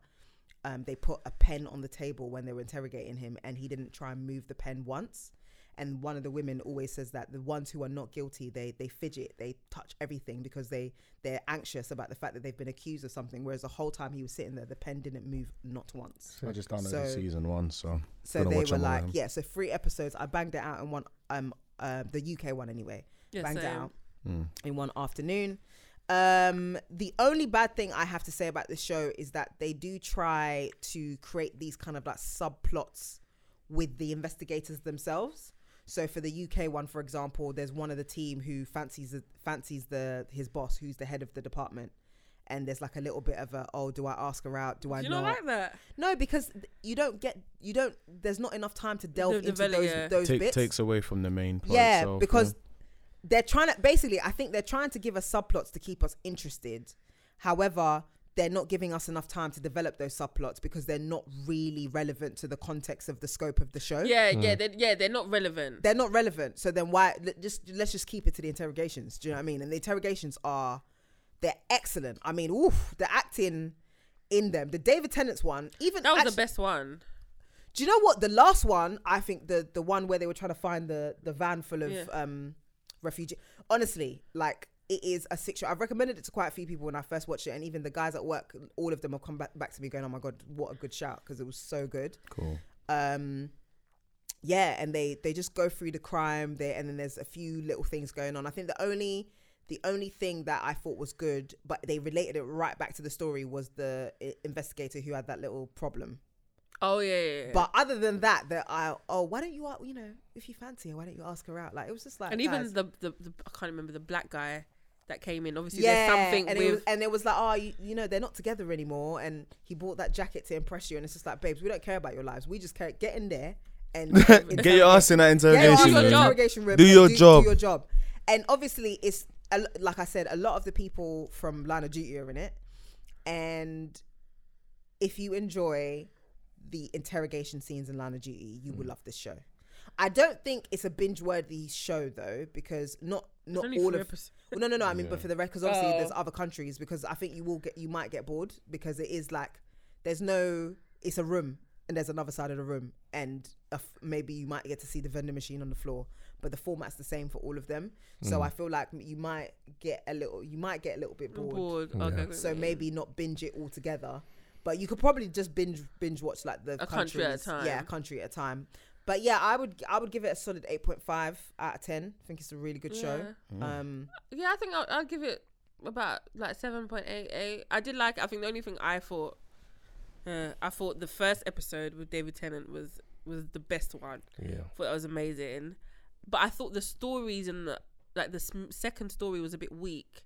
F: um they put a pen on the table when they were interrogating him and he didn't try and move the pen once and one of the women always says that the ones who are not guilty they they fidget they touch everything because they they're anxious about the fact that they've been accused of something whereas the whole time he was sitting there the pen didn't move not once
B: I just downloaded
F: So-
B: season one, so
F: so
B: gonna
F: they
B: watch
F: were
B: them all,
F: like
B: um.
F: yeah so three episodes i banged it out in one um uh, the uk one anyway
H: Yeah,
F: banged it
H: same.
F: out
B: Hmm.
F: in one afternoon um the only bad thing i have to say about this show is that they do try to create these kind of like subplots with the investigators themselves so for the UK one, for example, there's one of the team who fancies fancies the his boss, who's the head of the department, and there's like a little bit of a oh, do I ask her out? Do I
H: Do you
F: not?
H: not like that?
F: No, because th- you don't get you don't. There's not enough time to delve
H: To
F: into
H: develop,
F: those
H: yeah.
F: those
E: Take,
F: bits.
E: takes away from the main plot.
F: yeah,
E: itself,
F: because they're trying to basically. I think they're trying to give us subplots to keep us interested. However, they're not giving us enough time to develop those subplots because they're not really relevant to the context of the scope of the show.
H: Yeah, yeah, they're, yeah. They're not relevant.
F: They're not relevant. So then why l- just let's just keep it to the interrogations. Do you know what I mean? And the interrogations are they're excellent. I mean, oof, the acting in them. The David Tennant's one, even
H: that was
F: actu-
H: the best one.
F: do you know what? The last one, I think the the one where they were trying to find the the van full of
H: Yeah.
F: um refugee. Honestly, like it is a six. I've recommended it to quite a few people when I first watched it, and even the guys at work, all of them have come back, back to me going, "Oh my god, what a good shout!" Because it was so good.
B: cool.
F: Um, yeah, and they they just go through the crime there, and then there's a few little things going on. I think the only the only thing that I thought was good, but they related it right back to the story, was the i- investigator who had that little problem
H: Oh yeah, yeah, yeah.
F: But other than that, that I oh why don't you a- you know if you fancy her why don't you ask her out? Like it was just like
H: and even
F: guys,
H: the, the the I can't remember the black guy that came in. Obviously,
F: yeah,
H: there's something
F: and
H: with
F: it was, and it was like oh you, you know they're not together anymore, and he bought that jacket to impress you, and it's just like babes we don't care about your lives, we just care get in there and
B: Get your ass in that
F: Get
B: interrogation
F: your ass in
B: room.
F: the interrogation room.
B: Do
F: and
B: your job.
F: Do your job. And obviously, it's a lo- like I said, a lot of the people from Line of Duty are in it. And if you enjoy the interrogation scenes in Line of Duty, you
B: Mm.
F: will love this show. I don't think it's a binge-worthy show though, because not not
H: only
F: all
H: three
F: of.
H: episodes.
F: Well, no, no, no. I mean, but for the record, because obviously
H: Oh.
F: there's other countries. Because I think you will get, you might get bored because it is like there's no. It's a room and there's another side of the room, and a f- maybe you might get to see the vending machine on the floor. But the format's the same for all of them, so I feel like you might get a little, you might get a little bit bored.
H: board. Okay, okay,
F: So
H: okay.
F: maybe not binge it all together, but you could probably just binge binge watch like the
H: A country at a
F: countries- Yeah,
H: time.
F: country at a time. But yeah, I would I would give it a solid eight point five out of ten. I think it's a really good show. Um,
H: Yeah, I think I'll, I'll give it about like seven point eight eight. I did like. it. I think the only thing I thought, uh, I thought the first episode with David Tennant was was the best one.
G: Yeah.
H: I thought that was amazing, but I thought the stories and the like the sm- second story was a bit weak.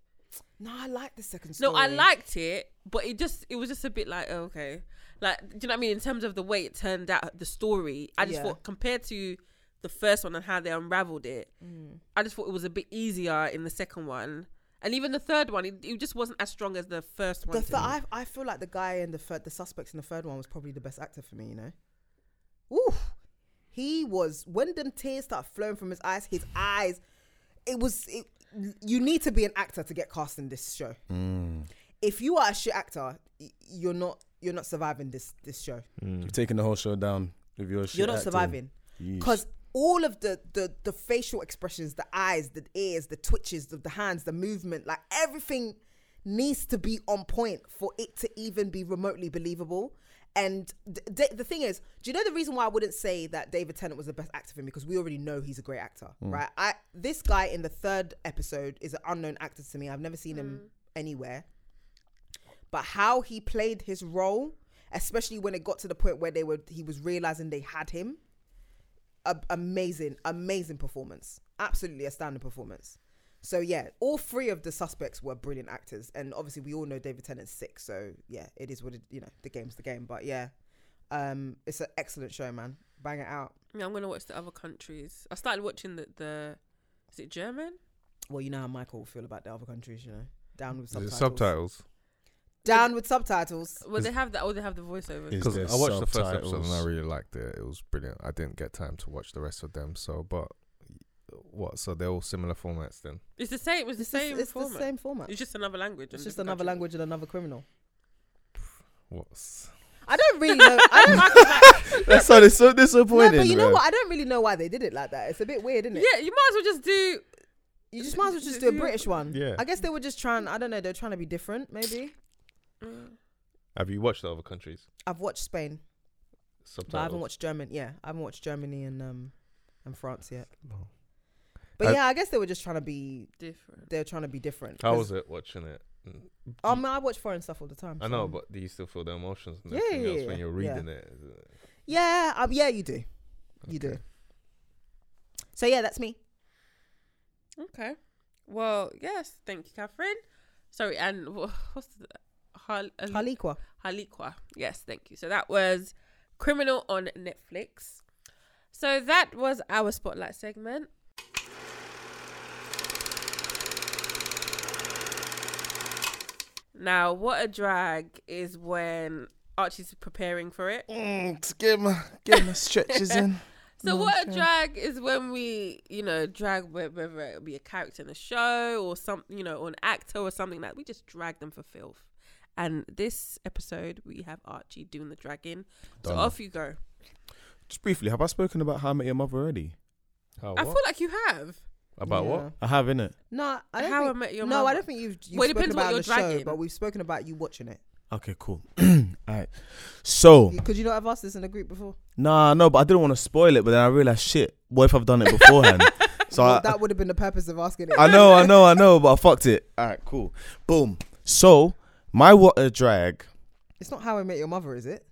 F: no, I like the second story.
H: No, I liked it, but it just it was just a bit like oh, okay, like do you know what I mean? In terms of the way it turned out, the story, I just
F: Yeah.
H: thought compared to the first one and how they unraveled it,
F: Mm.
H: I just thought it was a bit easier in the second one, and even the third one, it, it just wasn't as strong as the first one.
F: The
H: to
F: th-
H: me.
F: I, I feel like the guy in the third, the suspects in the third one was probably the best actor for me. You know, ooh, he was. When them tears start flowing from his eyes, his eyes, it was. It, you need to be an actor to get cast in this show.
E: Mm.
F: If you are a shit actor, y- you're not. You're not surviving this this show.
B: You're taking the whole show down with your shit.
F: you're not
B: acting.
F: surviving because all of the, the the facial expressions the eyes the ears the twitches the, the hands the movement like everything needs to be on point for it to even be remotely believable and d- d- the thing is do you know the reason why i wouldn't say that david tennant was the best actor for me because we already know he's a great actor right i this guy in the third episode is an unknown actor to me i've never seen him anywhere but how he played his role, especially when it got to the point where they were he was realizing they had him. A- amazing, amazing performance. Absolutely astounding performance. So yeah, all three of the suspects were brilliant actors, and obviously we all know David Tennant's sick. So yeah, it is what it, you know. The game's the game, but yeah, um, it's an excellent show, man. Bang it out.
H: Yeah, I'm gonna watch the other countries. I started watching the the is it German?
F: Well, you know how Michael will feel about the other countries, you know. Down with
G: Is it
F: subtitles.
G: subtitles?
F: Down with subtitles.
H: Well, they have that. Oh, they have the voiceover.
B: Is
G: Because
B: there
G: I watched the first episode and I
B: subtitles?
G: really liked it. It was brilliant. I didn't get time to watch the rest of them. So, but what? So they're all similar formats then.
H: It's the same. It's the
F: It's the-
H: same
F: It's
H: format.
F: the same format.
H: It's just another language.
F: It's
H: and
F: just
H: different
F: another
H: country.
F: language and another criminal.
G: What's
F: I don't really know. I don't.
B: That sounded so
F: No,
B: disappointing.
F: but you know
B: man.
F: what? I don't really know why they did it like that. It's a bit weird, isn't it?
H: Yeah, you might as well just do.
F: You just might as well just do a
H: Yeah.
F: British one.
G: Yeah.
F: I guess they were just trying. I don't know. They're trying to be different. Maybe.
H: uh,
G: Have you watched the other countries?
F: I've watched Spain, but I
G: Subtitles.
F: haven't watched German. Yeah, I haven't watched Germany and um and France yet.
G: No.
F: But
G: I-
F: yeah, I guess they were just trying to be.
H: different.
F: They're trying to be different.
G: How
F: 'Cause-
G: was it watching it?
F: Oh man, I watch foreign stuff all the time.
G: I know,
F: so-
G: but do you still feel the emotions and
F: Yeah,
G: everything
F: yeah,
G: else
F: yeah,
G: when you're
F: yeah.
G: reading it? Is it?
F: Yeah, um, yeah, you do. You do.
G: Okay.
F: So yeah, that's me.
H: Okay. Well, yes. Thank you, Catherine. Sorry, and wha- what's the Hal, Hal-
F: Haliqua.
H: Haliqua. Yes, thank you. So that was Criminal on Netflix. So that was our spotlight segment. Now, what a drag is when Archie's preparing for it.
B: Mm, to get my get my stretches in.
H: So what a drag is when we, you know, drag wh- whether it be a character in a show or some, you know, or an actor or something that we just drag them for filth. And this episode we have Archie doing the dragging. So
B: Done.
H: off you go.
B: Just briefly, have I spoken about how I met your mother already?
G: How,
H: I
G: what?
H: feel like you have.
G: About
F: Yeah.
G: what?
B: I have, innit?
F: No, I don't
H: How
F: think,
H: I Met Your
F: No, I
H: Mother.
F: don't think you've, you've
H: Well, it
F: spoken
H: depends what
F: about
H: you're
F: the show,
H: dragging.
F: but we've spoken about you watching it.
B: Okay, cool. All right. So,
F: Because you know I've asked this in the group before.
B: nah, no, but I didn't want to spoil it, but then I realized, shit, what if I've done it beforehand? so,
F: Well,
B: I,
F: that would have been the purpose of asking it.
B: I know, I know, I know, but I fucked it. All right, cool. Boom. So, my what a drag.
F: It's not how I met your mother, is it?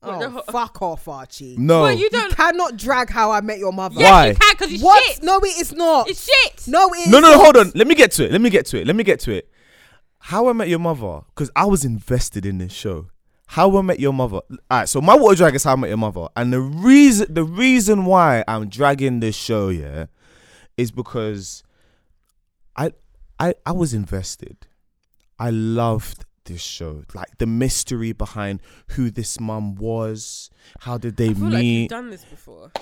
H: What the
F: Oh,
H: ho-
F: fuck off, Archie.
G: No.
H: Well, you
F: You
H: don't.
F: cannot drag How I Met Your Mother.
G: Yeah. Why?
H: Yes, you can because it's
F: What?
H: shit.
F: No, it is not.
H: It's shit.
F: no, it is
E: No, no, no,
F: not.
E: hold on. Let me get to it. Let me get to it. Let me get to it. How I Met Your Mother, because I was invested in this show. How I Met Your Mother. All right, so my water drag is How I Met Your Mother, and the reason the reason why I'm dragging this show, yeah, is because I I I was invested. I loved this show, like the mystery behind who this mum was. How did they
H: I feel
E: meet?
H: like you've done this before.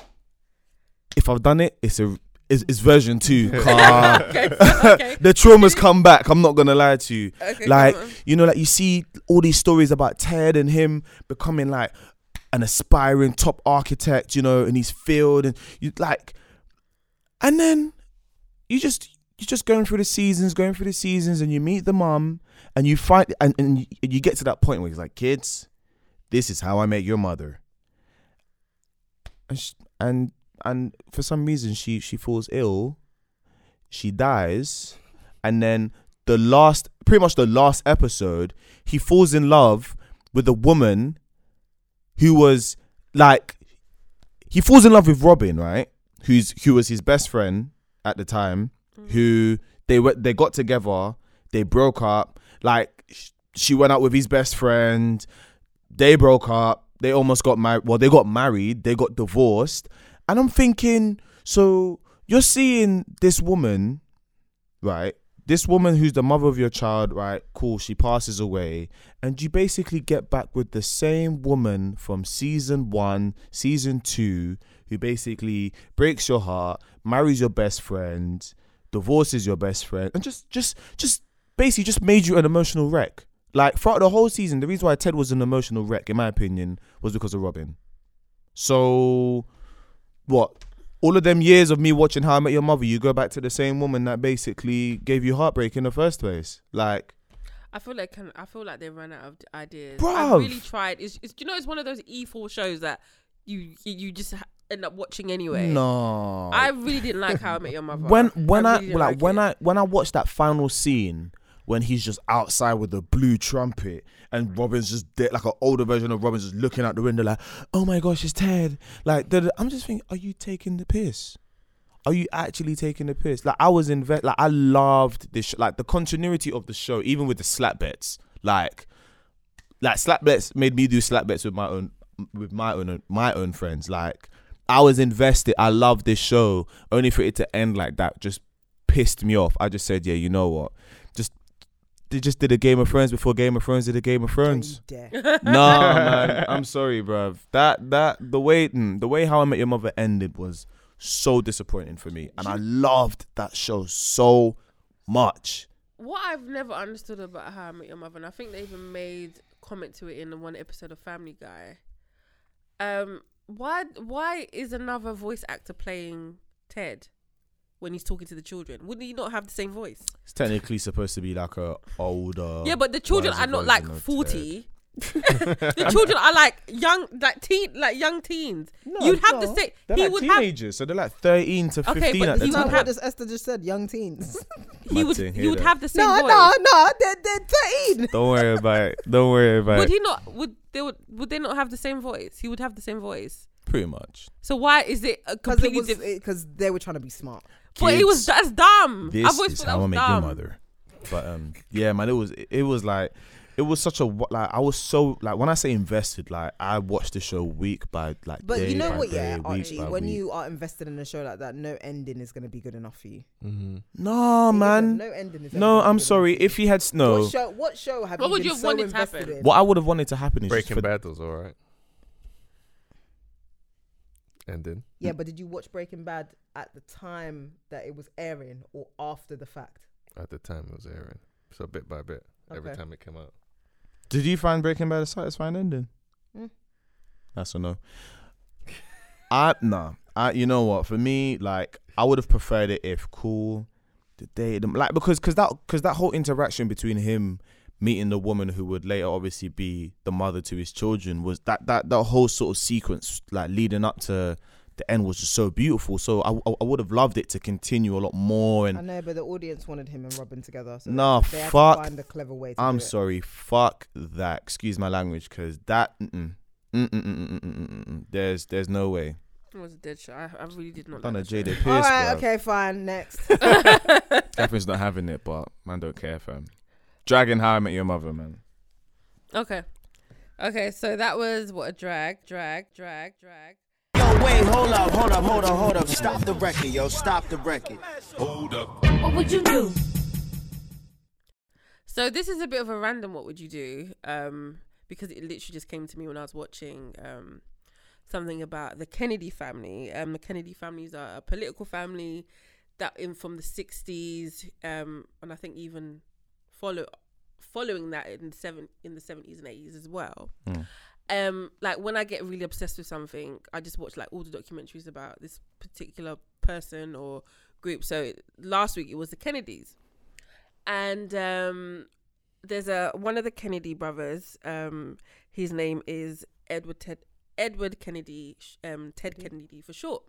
E: if I've done it, it's a it's, it's version two. Car.
H: Okay, okay.
E: the traumas come back. I'm not gonna lie to you.
H: Okay,
E: like
H: come on.
E: you know, like you see all these stories about Ted and him becoming like an aspiring top architect, you know, in his field, and you like, and then you just you're just going through the seasons, going through the seasons, and you meet the mum, and you find and and you- you get to that point where he's like, kids, this is how I met your mother, and sh and and for some reason she she falls ill, she dies, and then the last pretty much the last episode, he falls in love with a woman who was like he falls in love with Robin, right? Who's who was his best friend at the time, who they went they got together, they broke up, like sh- she went out with his best friend, they broke up, they almost got married, well they got married, they got divorced, and I'm thinking, so you're seeing this woman, right? This woman who's the mother of your child, right? Cool, she passes away, and you basically get back with the same woman from season one, season two, who basically breaks your heart, marries your best friend, divorces your best friend, and just, just, just basically just made you an emotional wreck. Like throughout the whole season, the reason why Ted was an emotional wreck, in my opinion, was because of Robin. So, what? All of them years of me watching How I Met Your Mother, you go back to the same woman that basically gave you heartbreak in the first place. Like,
H: I feel like can, I feel like they ran out of d- ideas. I
E: Bruv.
H: really tried. It's, it's you know it's one of those E4 shows that you you, you just ha- end up watching anyway.
E: no.
H: I really didn't like How I Met Your Mother.
E: when when I,
H: really didn't
E: like,
H: like
E: when
H: it.
E: I when I watched that final scene when he's just outside with the blue trumpet and Robin's just dead, like an older version of Robin's just looking out the window like, oh my gosh, it's Ted. Like, da- da- I'm just thinking, are you taking the piss? Are you actually taking the piss? Like, I was invest, like I loved this, sh- like the continuity of the show, even with the slap bets, like, like slap bets made me do slap bets with my own with my own my own friends like i was invested i love this show only for it to end like that just pissed me off i just said yeah you know what just they just did a game of thrones before game of thrones did a game of
F: Don't
E: thrones
F: you dare.
E: no man i'm sorry bruv that that the way mm, the way how i met your mother ended was so disappointing for me and i loved that show so much
H: what I've never understood about How I Met Your Mother, and I think they even made comment to it in the one episode of Family Guy. Um, why why is another voice actor playing Ted when he's talking to the children? Wouldn't he not have the same voice?
E: it's technically supposed to be like a older
H: yeah, but the children
E: wiser
H: are not
E: version
H: like
E: of Ted.
H: forty. the children are like young, like teen, like young teens. You'd have to say
E: They're
H: he
E: like
H: would have
E: teenagers, so they're like 13 to
H: Okay,
E: 15
H: but
E: at the
H: he
F: Isn't that
H: would
E: time.
H: have-
F: what this Esther just said? Young teens.
H: he would
E: to hear
H: he would
E: that.
H: have the same
F: no,
H: voice.
F: no, no. They're, they're 13.
E: Don't worry about it. Don't worry about
H: Would
E: it.
H: he not? Would they would would they not have the same voice? He would have the same voice.
E: Pretty much.
H: So why is it a
F: Because it
H: completely
F: was
H: different?
F: because they were trying to be smart.
H: But it was
E: Kids,
H: that's dumb.
E: This
H: always
E: is
H: thought that
E: how I
H: was
E: make your
H: dumb.
E: mother. But um, yeah, man, it was it was like it was such a wa- like I was so like when I say invested, like I watched the show week by like.
F: But
E: day
F: you know
E: by
F: what?
E: day,
F: Yeah,
E: week
F: Archie.
E: by
F: When
E: week.
F: you are invested in a show like that, no ending is going to be good enough for you.
B: Mm-hmm.
E: no
F: It isn't.
E: man,
F: No ending is. ever
E: no,
F: gonna be
E: I'm
F: good
E: sorry.
F: enough for you.
E: If he had s- no,
F: What show? What show have
H: What
F: you
H: would
F: been
H: you have
F: so
H: wanted to
F: invested
H: happen?
F: in?
E: what I would have wanted to happen is just
G: Breaking
E: for-
G: Bad was alright. Ending.
F: Yeah, but did you watch Breaking Bad at the time that it was airing or after the fact?
G: At the time it was airing. So bit by bit. Every
F: Okay.
G: time it came out.
E: Did you find Breaking Bad a satisfying ending?
F: Mm.
E: That's a no. I nah. I you know what? For me, like I would have preferred it if cool the day them like because cause that cause that whole interaction between him meeting the woman who would later obviously be the mother to his children was that that that whole sort of sequence like leading up to the end was just so beautiful. So I I, I would have loved it to continue a lot more and
F: I know, but the audience wanted him and Robin together. So
E: Nah,
F: they had to
E: fuck.
F: find a clever way. To
E: I'm
F: do it.
E: sorry, fuck that. Excuse my language, cause that mm-mm.
B: Mm, mm, mm, mm, mm, mm, mm, mm. There's there's no way.
H: It was a dead shot. I, I really did not.
B: Done a
H: like
B: Jada
H: that
B: Pierce.
H: show.
F: All right,
B: bruv.
F: okay, fine. Next.
E: Catherine's not having it, but man, don't care, fam. Dragon, how I met your mother, man.
H: okay. Okay, so that was what a drag, drag, drag, drag.
J: Yo, wait, hold up, hold up, hold up, hold up. Stop the record, yo. Stop the record.
H: So this is a bit of a random what would you do? Um, because it literally just came to me when I was watching um something about the Kennedy family. Um the Kennedy families are a political family that in from the sixties, um, and I think even follow following that in the seven in the seventies and eighties as well. Um, like when I get really obsessed with something, I just watch like all the documentaries about this particular person or group. So last week it was the Kennedys and um, there's a one of the Kennedy brothers. Um, his name is Edward Ted Edward Kennedy, sh- um, Ted Kennedy for short.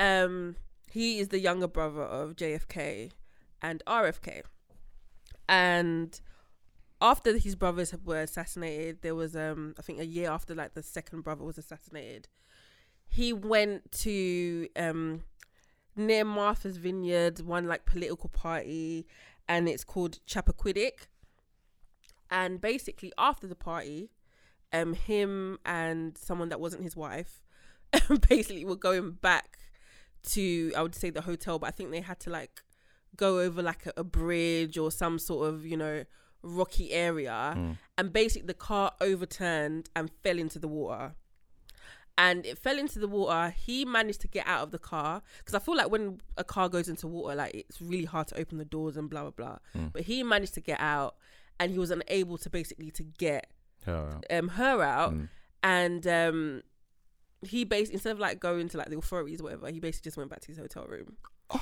H: Um, he is the younger brother of JFK and RFK, and after his brothers were assassinated, there was um, I think a year after like the second brother was assassinated, he went to um, near Martha's Vineyard, one like political party, and it's called Chappaquiddick. And basically, after the party, um, him and someone that wasn't his wife, basically were going back to I would say the hotel, but I think they had to like go over like a, a bridge or some sort of you know rocky area, and basically the car overturned and fell into the water and it fell into the water. He managed to get out of the car because I feel like when a car goes into water, like it's really hard to open the doors and blah blah blah. But he managed to get out, and he was unable to basically to get um her out, and um he basically instead of like going to like the authorities or whatever, he basically just went back to his hotel room.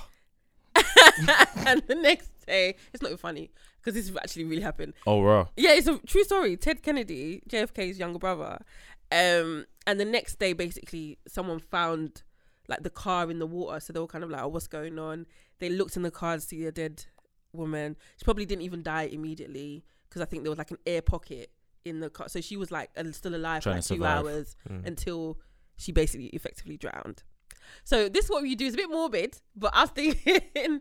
H: and the next day, it's not even funny because this actually really happened.
E: Oh, raw.
H: Yeah, it's a true story. Ted Kennedy, JFK's younger brother. Um, and the next day, basically, someone found like the car in the water. So they were kind of like, oh, what's going on? They looked in the car to see a dead woman. She probably didn't even die immediately because I think there was like an air pocket in the car. So she was like uh, still alive
E: Trying
H: for like
E: to
H: two
E: survive.
H: hours
B: Mm.
G: Mm.
H: until she basically effectively drowned. So this what you do is a bit morbid, but I was thinking,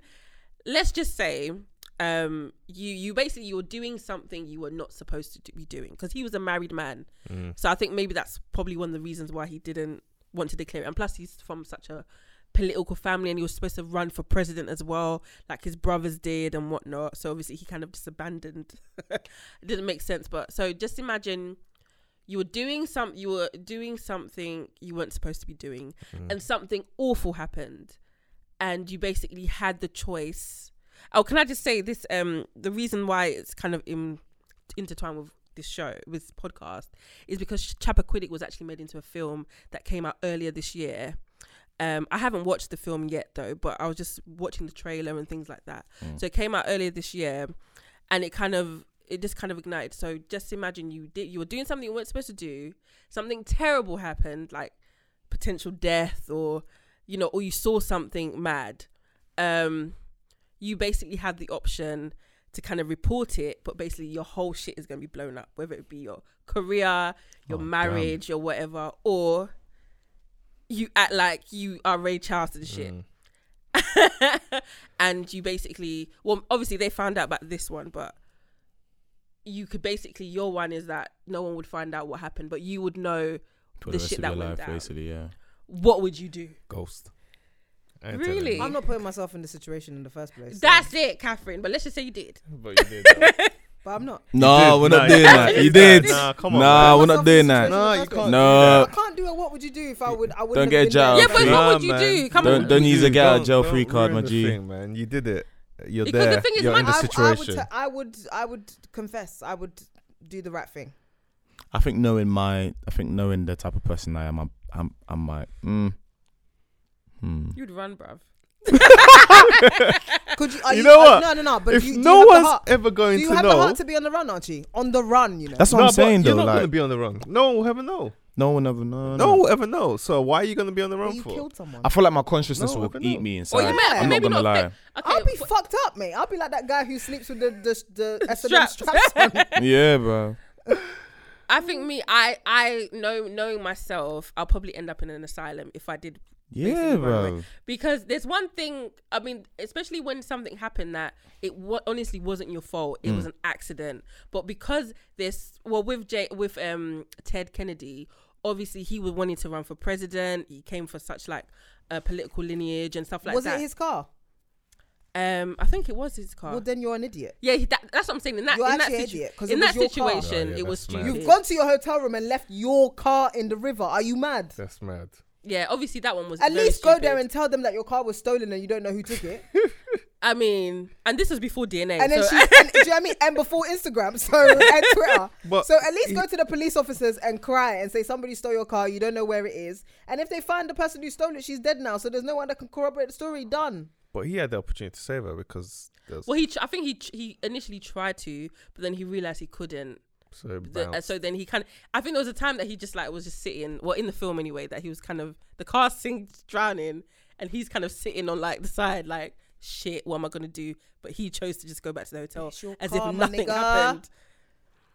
H: let's just say um you you basically you're doing something you were not supposed to do- be doing because he was a married man
G: Mm.
H: so i think maybe that's probably one of the reasons why he didn't want to declare it and plus he's from such a political family and he was supposed to run for president as well like his brothers did and whatnot so obviously he kind of just abandoned it didn't make sense but so just imagine you were doing some you were doing something you weren't supposed to be doing
G: Mm-hmm.
H: and something awful happened and you basically had the choice oh can i just say this um the reason why it's kind of in intertwined with this show with podcast is because Chappaquiddick was actually made into a film that came out earlier this year um i haven't watched the film yet though but i was just watching the trailer and things like that so it came out earlier this year and it kind of it just kind of ignited so just imagine you did you were doing something you weren't supposed to do something terrible happened like potential death or you know or you saw something mad um you basically have the option to kind of report it but basically your whole shit is going to be blown up whether it be your career your marriage your whatever or you act like you are ray charles and shit
G: Mm-hmm.
H: and you basically well obviously they found out about this one but you could basically your one is that no one would find out what happened but you would know
E: For
H: the,
E: the rest
H: shit
E: of
H: that
E: your
H: went
E: life,
H: down
E: basically, yeah.
H: what would you do
G: Ghost.
H: really
F: I'm not putting myself in the situation in the first place. so-
H: that's it catherine but let's just say you did
G: But you did.
F: But I'm not.
E: No, we're not
G: No,
E: doing
G: you
E: that.
G: did
E: You
G: that.
E: did.
G: Nah, come on,
E: Nah,
G: man.
E: we're
F: Myself
E: not
F: in the
E: doing
F: situation in
E: that.
F: the first
G: No, you
F: place.
G: can't
E: No.
F: I can't do it. What would you do if I would? I would.
E: Don't get a job.
H: yeah but
E: Nah,
H: what would you do Oh, come
E: Don't-
H: on
E: don't use a get out of jail
G: don't
E: free card,
G: ruin
E: my
G: the
E: G.
G: thing, man. You did it. You're
H: Because the
G: there.
H: thing is,
G: You're
H: my-
G: in the
F: I, I would.
G: situation.
F: ta- I would. I would confess. I would do the right thing.
E: I think knowing my, I think knowing the type of person I am, I'm, I'm, I'm like, mm, hmm.
H: you'd run bruv
F: Could you? Are
G: You
F: you,
G: know
F: are-
G: what?
F: No, no, no. But
G: if
F: you, do
G: no
F: you have the
G: one's
F: heart-
G: ever
F: do
G: going
F: you
G: to
F: have the
G: know,
F: heart to be on the run, Archie? On the run, you know.
B: That's what
G: No,
B: I'm
G: but
B: saying
G: you're
B: though.
G: not gonna
B: Like
G: be on the run. No one will ever know.
B: no one ever no,
G: No one
B: no.
G: will ever know. So why are you gonna be on the
F: But
G: run
F: you
G: for?
F: killed someone.
E: I feel like my consciousness
G: No,
E: will
G: but
E: eat
G: no.
E: me
H: Or
E: inside.
H: you may-
E: I'm not
H: maybe
E: gonna
H: not
E: lie.
H: think- Okay,
F: I'll be
H: but-
F: fucked up, mate. I'll be like that guy who sleeps with the the, the S&M
H: Straps.
F: straps on.
E: yeah, bro.
H: I think me, I, I know, knowing myself, I'll probably end up in an asylum if I did.
B: Yeah,
H: basically run away.
B: bro.
H: Because there's one thing. I mean, especially when something happened that it wa- honestly wasn't your fault.
G: Mm.
H: It was an accident. But because this, well, with Jay, with um Ted Kennedy, obviously he was wanting to run for president. He came for such like a political lineage and stuff like
F: was
H: that.
F: it his car?
H: Um, I think it was his car.
F: Well, then you're an idiot.
H: yeah, he, that, that's what I'm saying. In that,
F: You're
H: in that,
F: actually an
H: situ-
F: idiot, 'cause it
H: in
F: was
H: that
F: your car.
H: situation,
G: Yeah, yeah,
H: it was
G: that's mad.
H: stupid.
F: You've gone to your hotel room and left your car in the river. Are you mad?
G: That's mad.
H: Yeah, obviously that one was.
F: At
H: very
F: least go there
H: stupid.
F: and tell them that your car was stolen and you don't know who took it.
H: I mean, and this was before DNA.
F: And then
H: so
F: she, and, do you know what I mean? And before Instagram, so and Twitter.
G: But-
F: so at least go to the police officers and cry and say somebody stole your car. You don't know where it is. And if they find the person who stole it, she's dead now. So there's no one that can corroborate the story. Done.
G: But he had the opportunity to save her because there's
H: well, he. tr- I think he tr- he initially tried to, but then he realized he couldn't.
G: so it
H: The- uh,
G: bounced.
H: so then he kind of. I think there was a time that he just like was just sitting. Well, in the film anyway, that he was kind of the car sinks drowning, and he's kind of sitting on like the side, like shit. What am I gonna do? But he chose to just go back to the hotel
F: It's your
H: as
F: car,
H: if
F: my
H: nothing
F: nigga.
H: happened.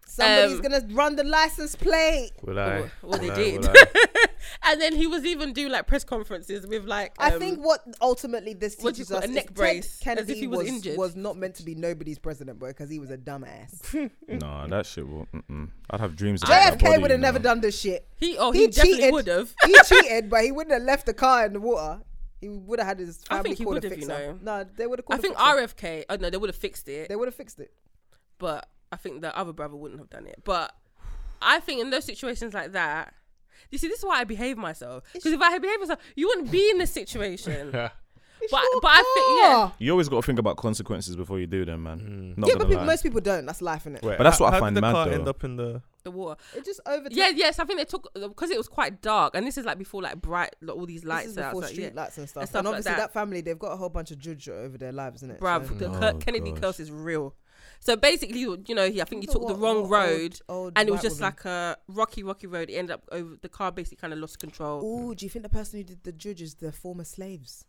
F: Somebody's
H: Um,
F: gonna run the license plate.
G: Will I?
H: Well, they
G: Will I?
H: did.
G: Will I?
H: And then he was even doing like press conferences with like.
F: I
H: um,
F: think what ultimately this
H: what do you
F: teaches
H: call
F: us
H: it, a
F: is
H: neck
F: Ted
H: brace, as if
F: Kennedy
H: he was
F: was,
H: injured.
F: was not meant to be nobody's president, bro, because he was a dumbass.
E: Nah, that shit will. Mm-mm. I'd have dreams. About that
F: JFK
E: body,
F: would have
E: you
F: never
E: know.
F: done this shit.
H: He oh he,
F: He
H: definitely
F: cheated.
H: would have.
F: he cheated, but he wouldn't have left the car in the water. He would have had his
H: I
F: family
H: think he
F: call a
H: would've, you
F: fixer. No, they would have
H: I
F: called. a
H: think
F: fixer.
H: RFK. Oh no, they would have fixed it,
F: They would have fixed it.
H: but I think the other brother wouldn't have done it. But I think in those situations like that, you see, this is why I behave myself. Because if I behave myself, you wouldn't be in this situation. but
F: Your
H: but I think yeah.
F: car.
E: You always got to think about consequences before you do them,
H: Mm.
E: man. Not
F: Yeah,
E: gonna
F: but people,
E: lie.
F: most people don't. That's life, innit?
G: Wait,
E: But that's
G: how-
E: what I
G: how
E: find
G: did the
E: mad,
G: car
E: though.
G: end up in the
H: The war.
F: It just over.
H: Yeah, yes. I think they took because it was quite dark, and this is like before like bright, like, all these
F: This
H: lights
F: is
H: are out,
F: before
H: like,
F: street
H: yeah.
F: lights and stuff.
H: And
F: And,
H: stuff like
F: obviously,
H: that.
F: that. family they've got a whole bunch of juju over their lives, innit?
H: Bruv,
F: So-
H: the
B: Oh,
H: Kirk- Kennedy
B: gosh.
H: curse is real. So basically, you know, he, I think he
F: Look at
H: took the
F: what-
H: wrong
F: what
H: road,
F: old- old
H: and it was
F: white
H: just
F: woman.
H: like a rocky, rocky road. It ended up over the car, basically, kind of lost control.
F: Ooh, do you think the person who did the judge is their former slaves?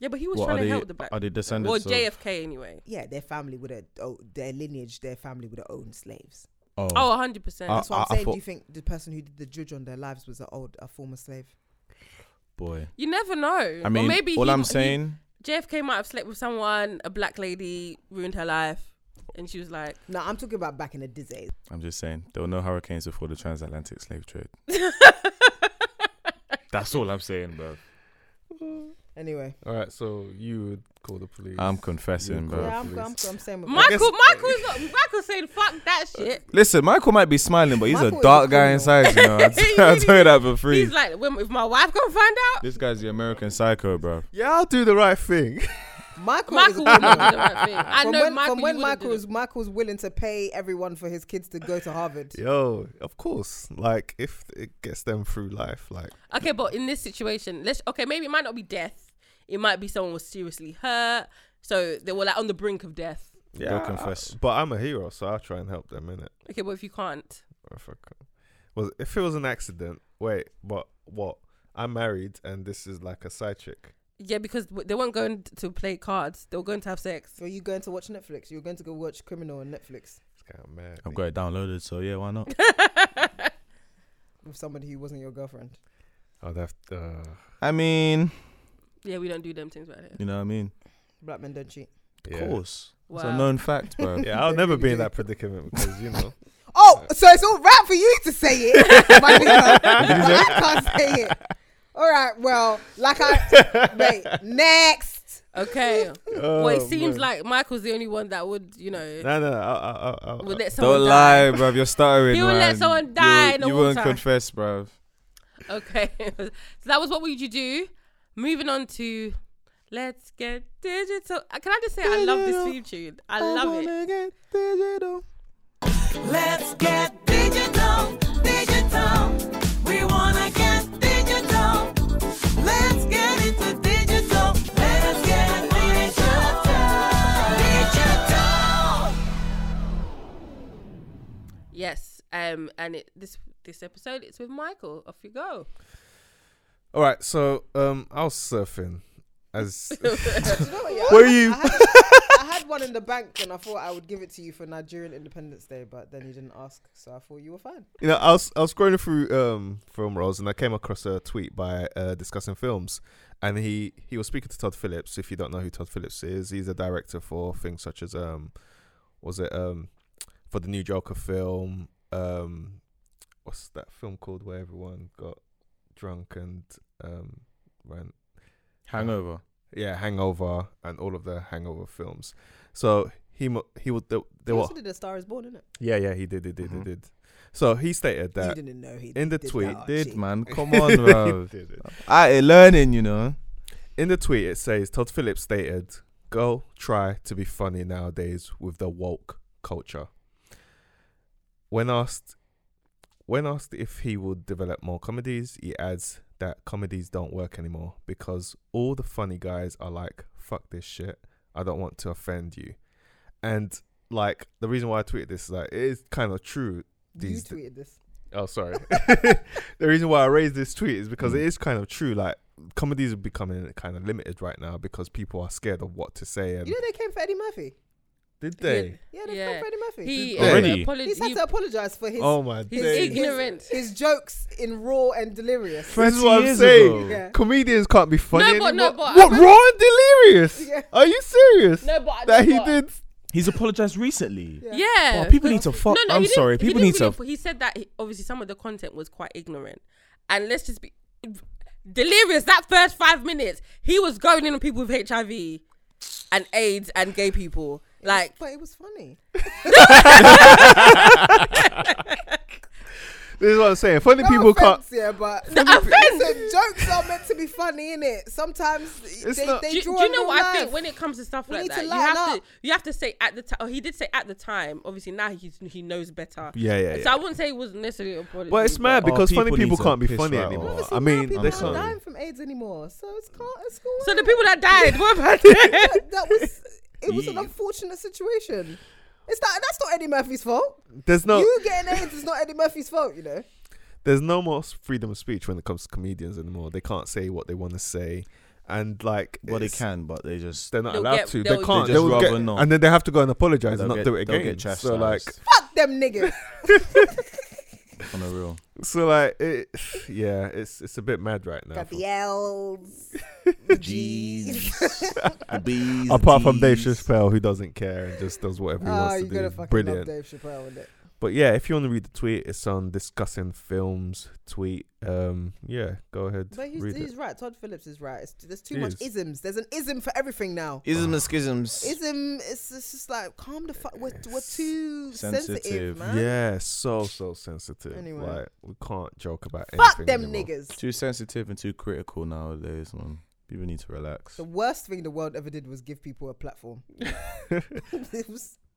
H: Yeah, but he was
E: What,
H: trying
E: are
H: to
E: they,
H: help the black.
E: Are Oh, they descendants?
H: Well,
E: of-
H: JFK anyway.
F: Yeah, their family would have, oh, their lineage, their family would have owned slaves.
B: Oh,
H: Oh, 100 percent.
B: Uh,
F: That's why I'm
B: I- I
F: saying.
B: thought-
F: do you think the person who did the judge on their lives was an old, a former slave?
B: boy.
H: You never know.
E: I mean,
H: or maybe
E: all
H: he-
E: I'm
H: he-
E: saying.
H: JFK might have slept with someone. A black lady ruined her life, and she was like,
F: No, I'm talking about back in the days.
E: I'm just saying there were no hurricanes before the transatlantic slave trade. That's all I'm saying, bro.
F: Anyway,
G: All right, so you would call the police.
E: I'm confessing,
G: Yeah,
E: bro.
F: yeah, I'm,
G: please.
F: I'm, I'm saying. with-
H: Michael, Michael, is not, Michael saying, "Fuck that
E: Uh,
H: shit."
E: Listen, Michael might be smiling, but he's
F: Michael is
E: a
F: a
E: dark
F: criminal.
E: guy inside. You know, I
H: He
E: tell, I
H: really
E: tell you that for free.
H: He's like, when, if my wife gonna find out,
E: this guy's the American psycho, bro.
G: yeah, I'll do the right thing.
F: Michael, is a
H: Michael wouldn't
F: criminal.
H: have done that thing. I
F: from
H: know
F: when,
H: Michael.
F: from
H: you
F: when
H: wouldn't have
F: Michael
H: done
F: was Michael was willing to pay everyone for his kids to go to Harvard.
G: Yo, of course. Like if it gets them through life, like
H: Okay, but in this situation, let's okay, maybe it might not be death. It might be someone was seriously hurt, so they were like on the brink of death.
G: yeah, I-
E: confess.
G: but I'm a hero, so I'll try and help them in it.
H: Okay, but if you can't,
G: If I can. Was if it was an accident? Wait, but what? I'm married, and this is like a side chick.
H: yeah, because w- they weren't going to play cards; they were going to have sex.
F: So you going to watch Netflix? You're going to go watch Criminal on Netflix
G: It's kind of mad.
E: I've got it downloaded, so yeah, why not?
F: with somebody who wasn't your girlfriend.
G: I'd have to. Uh,
E: I mean,
H: yeah, we don't do them things right here.
E: you know what I mean?
F: Black men don't cheat.
E: Of
G: yeah.
E: course. It's
H: Wow.
E: a known fact, bro.
G: Yeah, I'll
F: They
G: never
F: really
G: be in
F: do.
G: that predicament because you know.
F: Oh, so it's all right for you to say it, my nigga. But I can't say it. All right, well, like I wait next.
H: Okay, well, it
G: Oh, man.
H: seems like Michael's the only one that would, you know,
G: No, no, no. I, I, I, I,
H: would let someone
E: Don't
H: die.
E: lie, bro. You're stuttering.
H: He would let
E: man.
H: someone die
E: You-
H: in the
E: You won't
H: water.
E: confess, bro.
H: Okay, so that was what would you do? Moving on to let's get digital. Uh, Can I just say I love this theme tune? I love it.
C: Let's get digital, digital. We wanna get digital. Let's get into digital. Let's get digital. Digital.
H: Yes. Um. And it this this episode it's with Michael. Off you go.
G: All right, so um, I was surfing as
F: Where
G: were you?
F: I had, I had one in the bank, and I thought I would give it to you for Nigerian Independence Day, but then you didn't ask, so I thought you were fine.
G: You know, I was I was scrolling through um, film rolls and I came across a tweet by uh, discussing films, and he he was speaking to Todd Phillips. If you don't know who Todd Phillips is, he's a director for things such as um, was it um, for the new Joker film, um, what's that film called where everyone got drunk and um, ran
E: Hangover.
G: yeah Hangover and all of the Hangover films. So he mo- he was there,
F: They
G: there
F: you
G: were
F: also did a Star Is Born, innit?
G: yeah yeah he did he did
E: Mhm.
G: he did. So he stated that
F: You didn't know he
G: in the
F: did
G: tweet,
F: that, oh,
B: Did
F: shit.
B: man? Come
G: He
B: on, bro.
G: did it.
B: I learning, you know.
G: In the tweet, it says Todd Phillips stated, "Go try to be funny nowadays with the woke culture." When asked, when asked if he would develop more comedies, he adds that comedies don't work anymore because all the funny guys are like, "Fuck this shit, I don't want to offend you," and like the reason why I tweeted this is like it is kind of true.
F: You
G: These
F: tweeted this.
G: Oh, sorry. the reason why I raised this tweet is because it is kind of true. Like comedies are becoming kind of limited right now because people are scared of what to say. And
F: You know they came for Eddie Murphy.
G: did they?
F: Yeah, they
H: Yeah.
F: came for Eddie Murphy.
H: He
G: Did
H: already.
E: they?
F: He's had to apologize for his
G: oh my
H: He's
G: days!
F: his-
H: ignorant.
F: His, jokes in raw and delirious.
G: This is
B: 20
G: what I'm
B: years
G: saying.
B: ago.
F: Yeah.
G: Comedians can't be funny.
H: No, but- no,
G: anymore.
H: but I
G: what?
H: remember-
G: Raw and delirious.
F: Yeah.
G: Are you serious?
H: No, but I-
G: that
H: no,
G: he
H: but-
G: did.
I: He's apologized recently.
F: Yeah.
H: Yeah.
I: Oh, people need to fuck. I'm
H: he didn't-
I: sorry.
H: he
I: People
H: didn't
I: need to.
H: really- He said that he- obviously some of the content was quite ignorant, and let's just be delirious. That first five minutes, he was going in on people with HIV and AIDS and gay people. Like
F: But it was funny.
G: This is what I'm saying. Funny
F: No
G: people
F: offense, yeah, but
H: offense.
F: Listen, jokes are meant to be funny, innit? Sometimes they,
G: not-
F: they
H: do,
F: draw
H: do you know
F: real
H: what I
F: life.
H: think when it comes to stuff
F: We
H: like
F: need to
H: that? You
F: lighten
H: have
F: up.
H: to you have to say at the time. Oh, he did say at the time. Obviously now he's he knows better.
G: Yeah, yeah,
H: So
G: yeah.
H: I wouldn't say it was necessarily a policy.
G: But it's mad
B: Oh,
G: because funny
B: people need
G: people
B: to
G: can't be
B: piss
G: funny
B: right
G: anymore.
B: off.
G: I
F: now
G: mean,
F: people
G: they
F: aren't
G: can't.
F: dying from AIDS anymore, so it's can't. It's cool.
H: So the people that died, what about them?
F: that, that was it was an unfortunate situation. It's not that's not Eddie Murphy's fault.
G: There's no.
F: You getting AIDS is not Eddie Murphy's fault, you know.
G: there's no more s- freedom of speech when it comes to comedians anymore. They can't say what they want to say, and like,
B: Well, they
G: it's-
B: can, but they just
G: They're not
H: They'll
G: allowed
H: get-
G: to.
H: they'll-
G: They
H: They
G: can't.
B: just
G: They'll
B: rather
G: get,
B: not.
G: and then they have to go and apologize and
B: they'll
G: not
B: get-
G: do it
B: they'll get
G: again. So
B: chastised
G: like,
F: Fuck them niggas.
B: on the real.
G: so like, it, yeah, it's it's a bit mad right now.
F: Got the L's.
B: G's, the B's,
G: Apart from Dave
B: D's.
G: Chappelle, who doesn't care and just does whatever he
F: Oh,
G: wants
F: you're
G: to
F: gonna
G: do.
F: fucking love
G: Brilliant.
F: Dave Chappelle with it.
G: But yeah, if you want to read the tweet, it's on discussing films tweet. Um, yeah, go ahead.
F: But he's,
G: read
F: he's
G: it.
F: right. Todd Phillips is right. It's, there's too
G: He
F: much
G: is.
F: isms. There's an ism for everything now.
B: Isms and schisms.
F: Ism. It's, it's just like calm the fuck. We're, we're too sensitive,
B: Sensitive.
F: man.
G: Yeah, so so sensitive.
F: Anyway.
G: Like we can't joke about
F: Fuck
G: anything
F: them
G: anymore.
F: niggas.
B: too sensitive and too critical nowadays, man. People need to relax.
F: The worst thing the world ever did was give people a platform. It was-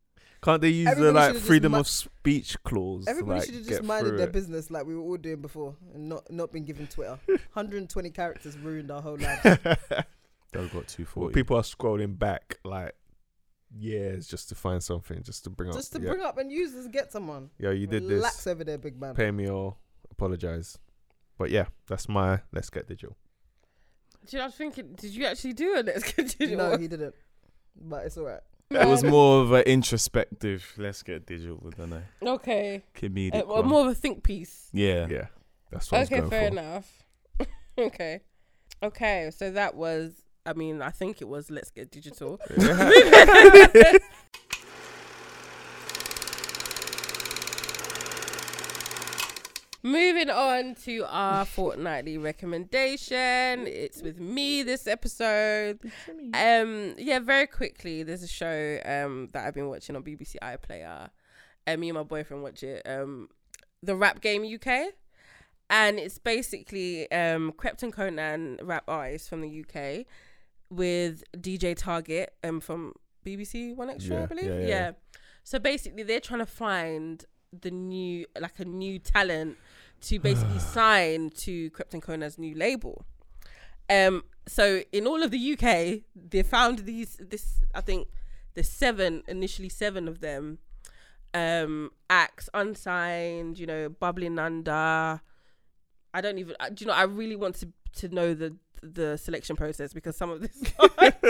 G: Can't they use
F: Everybody
G: the like
F: should've just
G: freedom
F: mi-
G: of speech clause?
F: everybody
G: like,
F: should have
G: get
F: just minded
G: through
F: their
G: it?
F: business like we were all doing before and not not been given Twitter. 120 characters ruined our whole life.
B: They've got two
G: Well,
B: forty.
G: people are scrolling back like years just to find something, just to bring
F: Just to
G: up. yeah.
F: bring up and use this, get someone.
G: Yo, you did
F: Relax
G: this.
F: over there, big man.
G: Pay me or apologize. But yeah, that's my let's get digital.
H: Do you know, I was thinking, did you actually do it? Let's continue.
F: No, he didn't. But it's all right.
B: It was more of an introspective. Let's get digital than a
H: Okay.
B: comedic.
H: Uh, well,
B: one.
H: more of a think piece.
B: yeah.
G: Yeah, that's what I
H: Okay,
G: was going
H: fair
G: for.
H: enough. okay. Okay, so that was, I mean, I think it was Let's Get Digital. Moving on to our fortnightly recommendation. It's with me this episode. Um, yeah, very quickly, there's a show um that I've been watching on BBC iPlayer. And me and my boyfriend watch it. Um, the Rap Game UK and it's basically um Krypton Conan rap artist from the UK with DJ Target um from BBC One Extra I
G: Yeah,
H: believe
G: yeah, yeah.
H: so basically they're trying to find the new like a new talent to basically sign to Krypton Conan's new label um so in all of the UK they found these this I think the seven initially seven of them um acts unsigned you know bubbling under I don't even. I- Do you know? I really want to to know the the selection process because some of this.
K: oh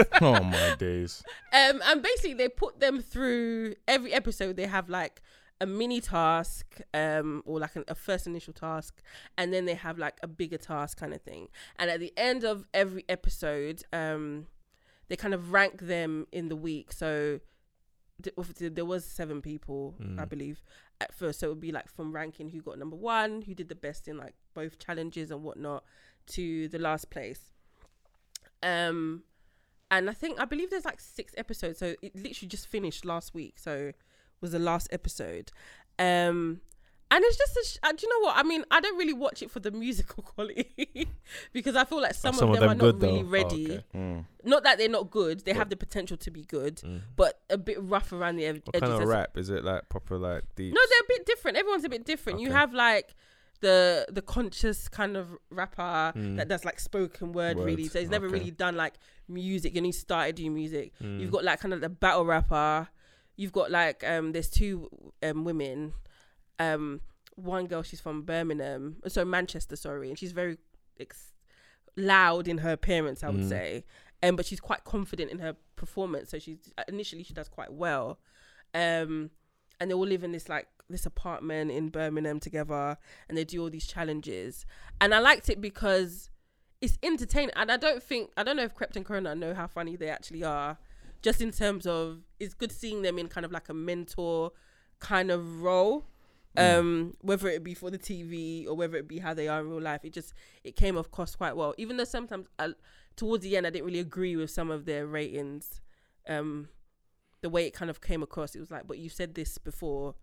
K: my days.
H: Um, and basically they put them through every episode. They have like a mini task, um, or like an, a first initial task, and then they have like a bigger task kind of thing. And at the end of every episode, um, they kind of rank them in the week. So th- of the- there was seven people, I
G: Mm.
H: believe, at first. So it would be like from ranking who got number one, who did the best in like both challenges and whatnot, to the last place. Um, and I think I believe there's like six episodes, so it literally just finished last week. So was the last episode, um, and it's just a sh- uh, do you know what I mean? I don't really watch it for the musical quality because I feel like
G: Oh,
H: some, of, them, are not really ready.
E: Mm.
H: Not that they're not good; they have the potential to be good, but a bit rough around the ed-
G: Mm. What
H: edges.
G: kind of
H: as-
G: rap is it? Like proper like deep?
H: no, they're a bit different. Everyone's a bit different. You
G: Okay.
H: have like the the conscious kind of rapper
G: Mm.
H: that does like spoken word,
G: Word.
H: really. So he's never
G: Okay.
H: really done like music and he started doing music.
G: Mm.
H: You've got like kind of the battle rapper. You've got like um there's two um women. Um one girl she's from Birmingham, so Manchester, sorry, and she's very ex- loud in her appearance, I would
G: Mm.
H: say. Um but she's quite confident in her performance, so she's uh, initially she does quite well. Um and they all live in this like this apartment in Birmingham together and they do all these challenges. And I liked it because it's entertaining. And I don't think I don't know if Crept and Corona know how funny they actually are. Just in terms of it's good seeing them in kind of like a mentor kind of role.
E: Mm.
H: Um, whether it be for the TV or whether it be how they are in real life, it just it came across quite well. Even though sometimes I, towards the end I didn't really agree with some of their ratings, um, the way it kind of came across, it was like, but you said this before,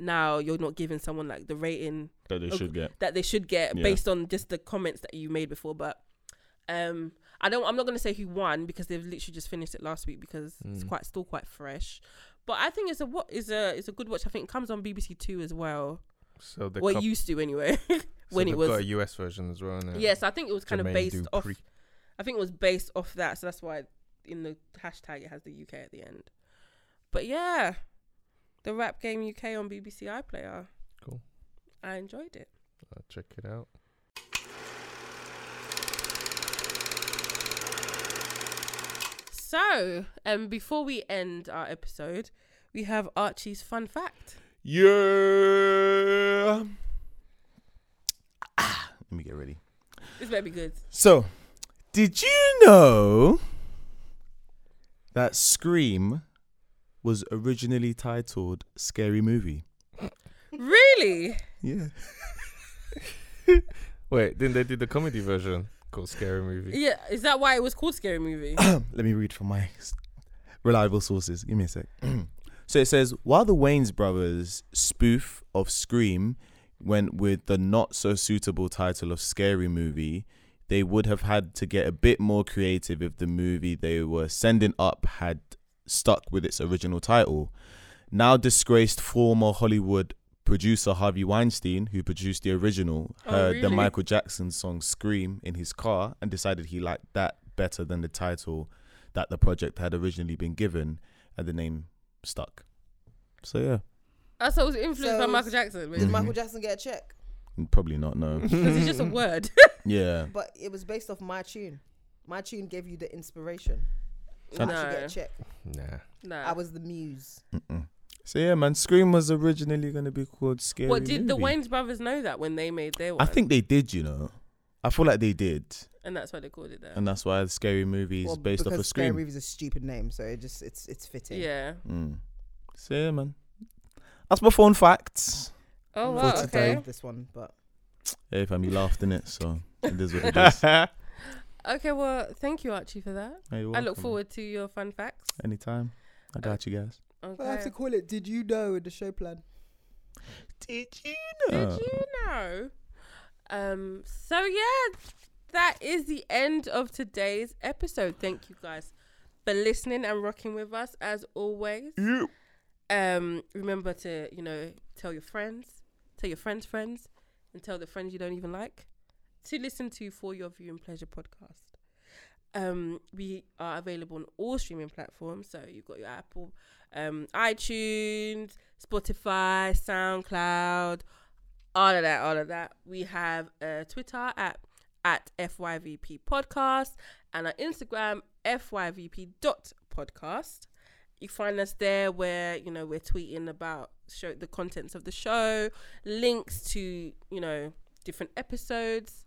H: now you're not giving someone like the rating
E: That they
H: Okay.
E: should get.
H: that they should get
E: Yeah.
H: based on just the comments that you made before. But um, I don't. I'm not gonna say who won because they've literally just finished it last week because it's
G: Mm.
H: quite still quite fresh. But I think it's a what is a it's a good watch. I think it comes on BBC Two as well.
G: So the
H: Well, it
G: cup-
H: used to anyway.
G: so
H: when it
G: they've
H: was-
G: got a US version as well. innit?
H: yes, I think it was kind
G: Jermaine
H: of based off.
G: Dupri.
H: I think it was based off that, so that's why in the hashtag it has the UK at the end. But yeah, the rap game UK on BBC iPlayer.
G: Cool.
H: I enjoyed it.
G: I'll check it out.
H: So, um, before we end our episode, we have Archie's fun fact.
K: Yeah. Ah, let me get ready.
H: This better be good.
E: So, did you know that Scream was originally titled Scary Movie?
H: Really?
E: Yeah.
G: Wait, then they did the comedy version called Scary Movie.
H: Yeah. Is that why it was called Scary Movie?
E: Let me read from my s- reliable sources. Give me a sec. so it says while the Waynes brothers spoof of Scream went with the not so suitable title of Scary Movie, they would have had to get a bit more creative if the movie they were sending up had stuck with its original title. Now disgraced former Hollywood producer Harvey Weinstein, who produced the original,
H: Oh,
E: heard the
H: really?
E: Michael Jackson song Scream in his car and decided he liked that better than the title that the project had originally been given, and the name stuck. So yeah,
H: Oh, so it was influenced by
F: So-
H: Michael Jackson.
F: Did
G: Mm-hmm.
H: Because
E: Mhm.
F: Michael Jackson get a check?
E: probably not no.
H: it's just a word.
E: yeah,
F: But it was based off my tune. My tune gave you the inspiration. I should get
H: no,
F: a check.
G: Nah.
H: no.
F: I was the muse.
E: Mm-mm. so yeah, man, Scream was originally gonna be called Scary.
H: what did the
E: Movie.
H: Wayne's brothers know that when they made their
E: I
H: one?
E: think they did, you know. I feel like they did,
H: and that's why they called it that.
E: and that's why the Scary Movie is
F: Well,
E: based off
F: because
E: a
F: Scary
E: Scream.
F: Movie's a stupid name, so it just it's it's fitting.
H: yeah.
E: Mm. So yeah, man, that's my phone facts.
H: Oh
F: I'm
H: wow.
F: not
H: Okay.
F: with This one, but
E: Hey, fam, you laughed in it, so it is what it is.
H: Okay. Well, thank you, Archie, for that.
E: Hey, you're
H: I look
E: welcome.
H: forward to your fun facts.
E: Anytime, I got you guys.
H: Okay.
F: Well, I have to call it. Did you know with the show plan?
E: Did you
H: Did you know? Um, so yeah, that is the end of today's episode. Thank you guys for listening and rocking with us as always. Um, remember to, you know, tell your friends, tell your friends' friends, and tell the friends you don't even like to listen to For Your View and Pleasure podcast. Um, we are available on all streaming platforms. So you've got your Apple, um, iTunes, Spotify, SoundCloud, all of that, all of that. We have a uh, Twitter at at FYVP Podcast and our Instagram, FYVP.podcast. You find us there where, you know, we're tweeting about show the contents of the show, links to, you know, different episodes.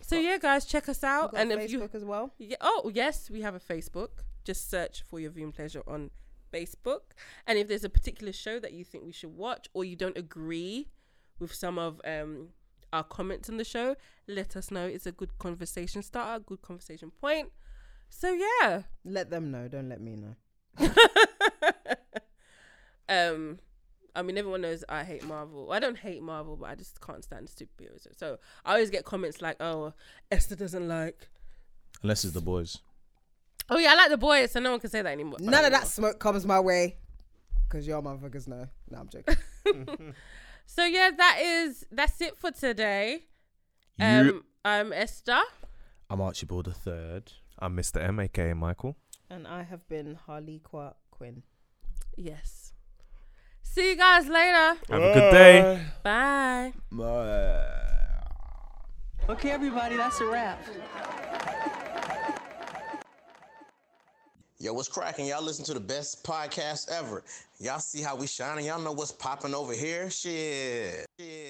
H: So yeah, guys, check us out.
F: and
H: Oh, And if you
F: Facebook as well.
H: yeah, oh yes, we have a Facebook. Just search for your viewing pleasure on Facebook. And if there's a particular show that you think we should watch, or you don't agree with some of um, our comments on the show, let us know. It's a good conversation starter, good conversation point. So yeah,
F: Let them know. Don't let me know.
H: um, I mean everyone knows I hate Marvel. I don't hate Marvel, but I just can't stand superheroes. So I always get comments like, "Oh, Esther doesn't like."
I: Unless it's the boys.
H: Oh yeah, I like the boys, so no one can say that anymore.
F: None of that smoke comes my way. Cause y'all motherfuckers know. No, I'm joking.
H: So yeah, that is that's it for today. Um, I'm Esther.
I: I'm Archibald the third.
G: I'm Mr. M, aka Michael.
F: and I have been Harley Qua Quinn.
H: Yes. See you guys later.
G: Have a good day.
H: Bye.
C: Okay, everybody, that's a wrap.
D: Yo, what's cracking? Y'all listen to the best podcast ever. Y'all see how we shining. Y'all know what's popping over here. Shit. Shit.